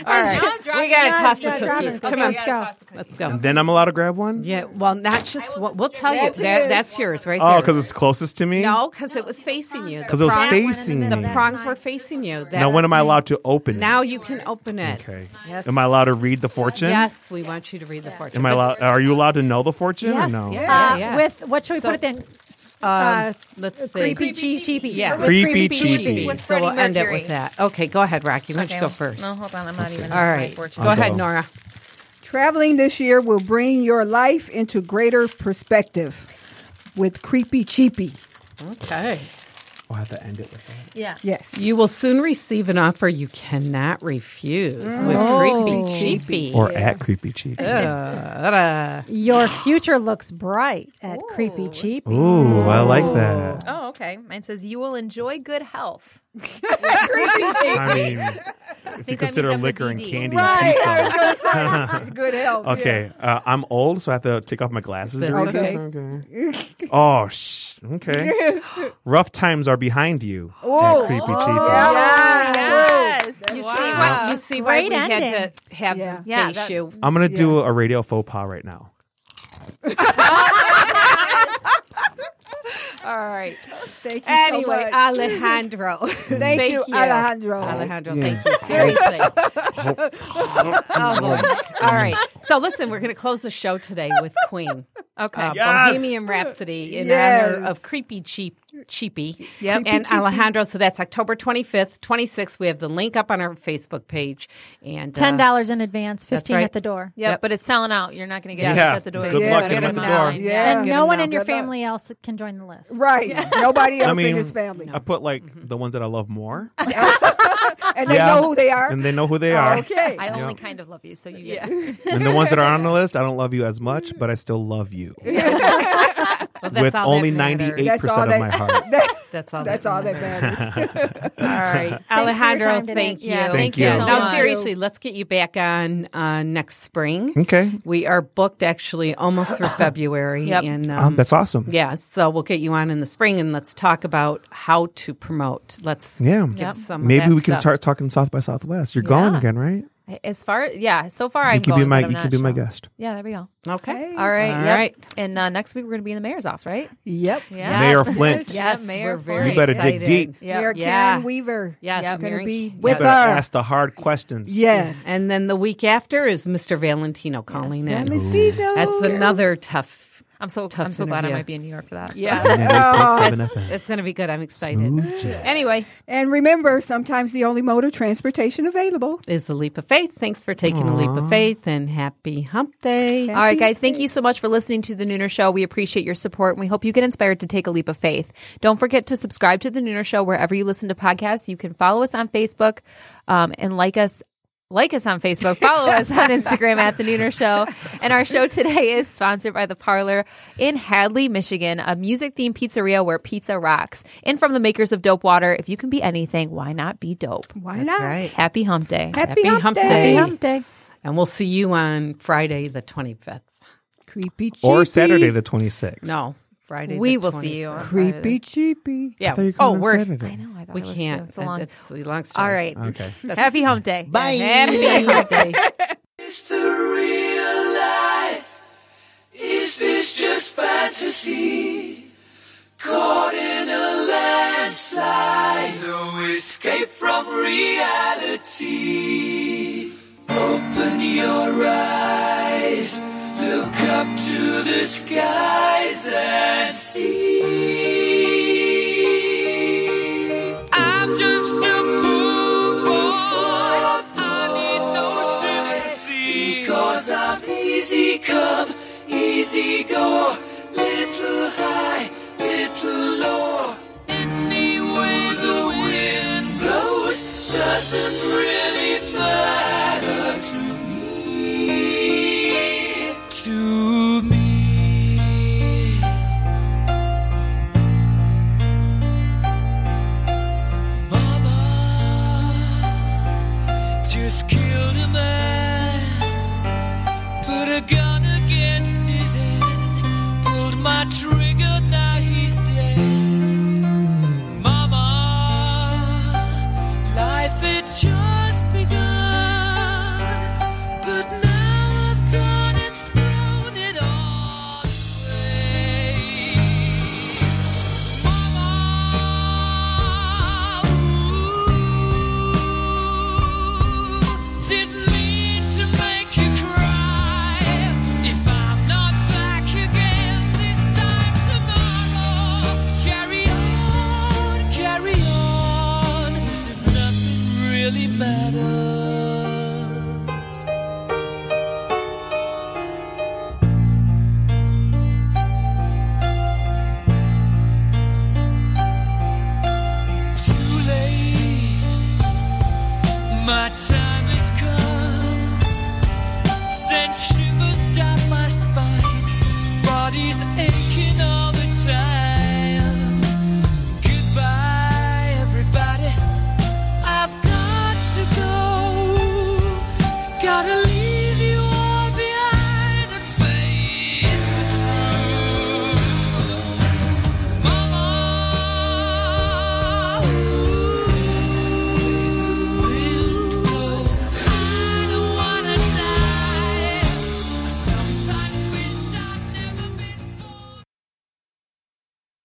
[SPEAKER 2] All right.
[SPEAKER 10] We gotta toss the
[SPEAKER 8] yeah, drop
[SPEAKER 10] cookies.
[SPEAKER 8] it.
[SPEAKER 10] Come
[SPEAKER 8] Okay,
[SPEAKER 10] on,
[SPEAKER 8] we gotta toss
[SPEAKER 10] let's go.
[SPEAKER 9] Then I'm allowed to grab one?
[SPEAKER 10] Yeah. Well, not just one. We'll tell you
[SPEAKER 5] That's
[SPEAKER 10] that.
[SPEAKER 5] his.
[SPEAKER 10] That's yours, right there.
[SPEAKER 9] Oh, because it's closest to me?
[SPEAKER 10] no, because it was facing you. The
[SPEAKER 9] 'Cause it was
[SPEAKER 10] prongs-
[SPEAKER 9] facing
[SPEAKER 10] The
[SPEAKER 9] me.
[SPEAKER 10] prongs were facing you. That,
[SPEAKER 9] Now when am I allowed to open it?
[SPEAKER 10] Now you can open it.
[SPEAKER 9] Okay.
[SPEAKER 10] Yes.
[SPEAKER 9] Am I allowed to read the fortune?
[SPEAKER 10] Yes, we want you to read the fortune.
[SPEAKER 9] Am I allowed are you allowed to know the fortune or
[SPEAKER 10] Yes.
[SPEAKER 9] no?
[SPEAKER 10] Yeah.
[SPEAKER 8] Uh,
[SPEAKER 10] Oh, yeah.
[SPEAKER 8] With what should we
[SPEAKER 10] So-
[SPEAKER 8] put it then?
[SPEAKER 10] Uh,
[SPEAKER 8] Uh,
[SPEAKER 10] let's see.
[SPEAKER 8] creepy cheepy.
[SPEAKER 10] Yeah.
[SPEAKER 9] Creepy
[SPEAKER 10] Creepy.
[SPEAKER 9] cheepy.
[SPEAKER 2] With
[SPEAKER 10] So we'll
[SPEAKER 2] Freddie
[SPEAKER 10] end it
[SPEAKER 2] Mercury.
[SPEAKER 10] with that. Okay, go ahead, Rocky. Why don't
[SPEAKER 2] Okay.
[SPEAKER 10] you go first?
[SPEAKER 2] No, hold on. I'm not even.
[SPEAKER 10] All right. Go
[SPEAKER 2] Fortune.
[SPEAKER 10] ahead,
[SPEAKER 9] go.
[SPEAKER 10] Nora.
[SPEAKER 5] Traveling this year will bring your life into greater perspective with Creepy Cheapy.
[SPEAKER 10] Okay.
[SPEAKER 9] I'll have to end it with that.
[SPEAKER 2] Yeah.
[SPEAKER 5] Yes.
[SPEAKER 10] (laughs) You will soon receive an offer you cannot refuse
[SPEAKER 2] Mm. Oh.
[SPEAKER 10] with creepy cheapy.
[SPEAKER 9] Or at creepy cheapy.
[SPEAKER 8] Your future looks bright at Creepy Cheap.
[SPEAKER 9] Ooh, I like that.
[SPEAKER 2] Oh, Okay. Mine says you will enjoy good health.
[SPEAKER 9] I mean, if you
[SPEAKER 2] think that means
[SPEAKER 9] consider
[SPEAKER 2] I'm the
[SPEAKER 9] liquor and
[SPEAKER 2] DD.
[SPEAKER 9] candy,
[SPEAKER 2] Right,
[SPEAKER 9] pizza.
[SPEAKER 5] I was gonna say, good health, yeah.
[SPEAKER 9] Okay, uh, I'm old, so I have to take off my glasses. to read this?
[SPEAKER 5] Okay.
[SPEAKER 9] Oh, sh-
[SPEAKER 5] (laughs)
[SPEAKER 9] okay. Rough times are behind you.
[SPEAKER 5] Whoa.
[SPEAKER 9] That creepy
[SPEAKER 5] Oh,
[SPEAKER 9] cheaper.
[SPEAKER 2] Yes.
[SPEAKER 10] You
[SPEAKER 2] Ah, Wow.
[SPEAKER 10] see why you see why
[SPEAKER 2] Great
[SPEAKER 10] we
[SPEAKER 2] ending.
[SPEAKER 10] had to have
[SPEAKER 2] Yeah.
[SPEAKER 10] the
[SPEAKER 2] Yeah,
[SPEAKER 10] face
[SPEAKER 2] that-
[SPEAKER 10] you.
[SPEAKER 9] I'm gonna do a radio faux pas right now.
[SPEAKER 10] All right.
[SPEAKER 5] Thank you so
[SPEAKER 10] Anyway,
[SPEAKER 5] much.
[SPEAKER 10] Alejandro.
[SPEAKER 5] Thank, you, Alejandro.
[SPEAKER 10] Alejandro,
[SPEAKER 5] Yeah.
[SPEAKER 10] thank you seriously. (laughs) Oh, boy. All right. So listen, we're going to close the show today with Queen.
[SPEAKER 2] Okay.
[SPEAKER 10] Uh,
[SPEAKER 2] Yes.
[SPEAKER 10] Bohemian Rhapsody in
[SPEAKER 2] Yes.
[SPEAKER 10] honor of Creepy Cheap Cheapy.
[SPEAKER 2] Yep.
[SPEAKER 10] And
[SPEAKER 2] Creepy Cheapy.
[SPEAKER 10] Alejandro. So that's October 25th, 26th. We have the link up on our Facebook page. And uh,
[SPEAKER 8] Ten dollars in advance, fifteen
[SPEAKER 10] right.
[SPEAKER 8] at the door.
[SPEAKER 2] Yep, but it's selling out. You're not going to get
[SPEAKER 10] Yeah.
[SPEAKER 2] it at the door.
[SPEAKER 9] Good
[SPEAKER 2] So
[SPEAKER 9] luck
[SPEAKER 2] better
[SPEAKER 9] getting 'em
[SPEAKER 2] get
[SPEAKER 9] at the
[SPEAKER 2] 'em
[SPEAKER 9] door.
[SPEAKER 2] out.
[SPEAKER 9] Yeah.
[SPEAKER 8] And
[SPEAKER 10] Get
[SPEAKER 8] no
[SPEAKER 10] them
[SPEAKER 8] one
[SPEAKER 10] now.
[SPEAKER 8] in your
[SPEAKER 5] Good luck.
[SPEAKER 8] family else can join the list.
[SPEAKER 5] Right. Nobody else
[SPEAKER 9] I mean,
[SPEAKER 5] in his family.
[SPEAKER 9] I put like the ones that I
[SPEAKER 5] (laughs)
[SPEAKER 9] love more.
[SPEAKER 5] And they
[SPEAKER 9] Yeah.
[SPEAKER 5] know who they are. Oh,
[SPEAKER 9] And they know who they are.
[SPEAKER 5] Okay.
[SPEAKER 2] I only
[SPEAKER 9] Yeah.
[SPEAKER 2] kind of love you, so you get
[SPEAKER 9] And the ones that are
[SPEAKER 5] (laughs)
[SPEAKER 9] on the list, I don't love you as much, but I still love you.
[SPEAKER 10] well, that's
[SPEAKER 9] With
[SPEAKER 10] all that
[SPEAKER 9] only
[SPEAKER 10] matters.
[SPEAKER 9] 98%
[SPEAKER 5] all (laughs)
[SPEAKER 9] of
[SPEAKER 5] that- (laughs)
[SPEAKER 9] my heart.
[SPEAKER 10] That's all.
[SPEAKER 5] That's all that matters.
[SPEAKER 9] (laughs)
[SPEAKER 10] All right,
[SPEAKER 8] for your
[SPEAKER 10] Alejandro.
[SPEAKER 8] time today.
[SPEAKER 10] Thank you.
[SPEAKER 2] Yeah,
[SPEAKER 9] Thank thank you you. so
[SPEAKER 10] now,
[SPEAKER 2] much.
[SPEAKER 10] seriously, let's get you back on uh, next spring.
[SPEAKER 9] Okay.
[SPEAKER 10] We are booked actually
[SPEAKER 9] (coughs)
[SPEAKER 10] almost through February.
[SPEAKER 2] Yep.
[SPEAKER 10] And um,
[SPEAKER 9] Um, that's awesome.
[SPEAKER 10] yeah, so we'll get you on in the spring and let's talk about how to promote. Let's
[SPEAKER 9] Yeah.
[SPEAKER 10] give
[SPEAKER 9] Yep.
[SPEAKER 10] some. of
[SPEAKER 9] Maybe
[SPEAKER 10] that
[SPEAKER 9] we can
[SPEAKER 10] stuff.
[SPEAKER 9] start talking South by Southwest. You're going
[SPEAKER 2] Yeah.
[SPEAKER 9] again, right?
[SPEAKER 2] (laughs) As far, yeah. So far, I'm
[SPEAKER 9] you can
[SPEAKER 2] going.
[SPEAKER 9] be my
[SPEAKER 2] but I'm
[SPEAKER 9] you
[SPEAKER 2] not
[SPEAKER 9] can be my
[SPEAKER 2] sure.
[SPEAKER 9] guest.
[SPEAKER 2] Yeah, there we go.
[SPEAKER 10] Okay.
[SPEAKER 2] All right.
[SPEAKER 10] All
[SPEAKER 2] yep.
[SPEAKER 10] right.
[SPEAKER 2] And uh, next week we're going to be in the mayor's office, right?
[SPEAKER 5] yep.
[SPEAKER 2] Yeah. (laughs)
[SPEAKER 9] Mayor Flint.
[SPEAKER 10] Yes,
[SPEAKER 2] Mayor
[SPEAKER 10] we're very
[SPEAKER 2] Flint.
[SPEAKER 9] You better dig
[SPEAKER 10] excited.
[SPEAKER 9] deep.
[SPEAKER 2] Yeah.
[SPEAKER 5] Mayor
[SPEAKER 10] Yeah.
[SPEAKER 5] Karen Weaver.
[SPEAKER 10] Yes,
[SPEAKER 5] Is going
[SPEAKER 10] Mary-
[SPEAKER 5] to be
[SPEAKER 10] You
[SPEAKER 9] You
[SPEAKER 5] with
[SPEAKER 9] better
[SPEAKER 5] her.
[SPEAKER 9] ask the hard questions.
[SPEAKER 5] Yes.
[SPEAKER 10] And then the week after is Mr. Valentino calling in.
[SPEAKER 5] Valentino.
[SPEAKER 10] That's another tough.
[SPEAKER 2] I'm so
[SPEAKER 10] Tough
[SPEAKER 2] I'm so glad I
[SPEAKER 10] interview.
[SPEAKER 2] might be in New York for that. so.
[SPEAKER 10] Yeah.
[SPEAKER 9] 98.7 FM.
[SPEAKER 10] (laughs) It's going to be good. I'm excited.
[SPEAKER 9] Smooth jazz.
[SPEAKER 10] Anyway,
[SPEAKER 5] And remember, sometimes the only mode of transportation available.
[SPEAKER 10] is the leap of faith. Thanks for taking the leap of faith and happy hump day.
[SPEAKER 2] All right, guys, thank you so much for listening to The Nooner Show. We appreciate your support and we hope you get inspired to take a leap of faith. Don't forget to subscribe to The Nooner Show wherever you listen to podcasts. You can follow us on Facebook um, and like us. Like us on Facebook, follow us
[SPEAKER 10] (laughs)
[SPEAKER 2] on Instagram at The Nooner Show. And our show today is sponsored by The Parlor in Hadley, Michigan, a music themed pizzeria where pizza rocks. And from the makers of Dope Water, if you can be anything, why not be dope?
[SPEAKER 5] Why not?
[SPEAKER 10] right.
[SPEAKER 2] Happy hump day.
[SPEAKER 5] Happy,
[SPEAKER 10] Happy
[SPEAKER 5] hump,
[SPEAKER 10] hump
[SPEAKER 5] day.
[SPEAKER 10] day.
[SPEAKER 8] Hump day.
[SPEAKER 10] And we'll see you on Friday the 25th.
[SPEAKER 5] Creepy cheapy.
[SPEAKER 9] Or Saturday the 26th.
[SPEAKER 10] No, Friday the
[SPEAKER 2] we will
[SPEAKER 10] 25th.
[SPEAKER 2] see you on
[SPEAKER 5] Creepy cheapy.
[SPEAKER 10] Yeah.
[SPEAKER 9] I thought you were
[SPEAKER 10] oh,
[SPEAKER 9] coming on
[SPEAKER 10] we're.
[SPEAKER 9] Saturday.
[SPEAKER 2] Friday. I know. I thought
[SPEAKER 10] We
[SPEAKER 2] it was too.
[SPEAKER 10] can't.
[SPEAKER 2] It's a long.
[SPEAKER 10] It's a long story.
[SPEAKER 2] All right.
[SPEAKER 9] Okay.
[SPEAKER 2] Happy hump day.
[SPEAKER 12] Bye.
[SPEAKER 10] Happy
[SPEAKER 2] (laughs)
[SPEAKER 10] hump day.
[SPEAKER 4] Because I'm easy come, easy go.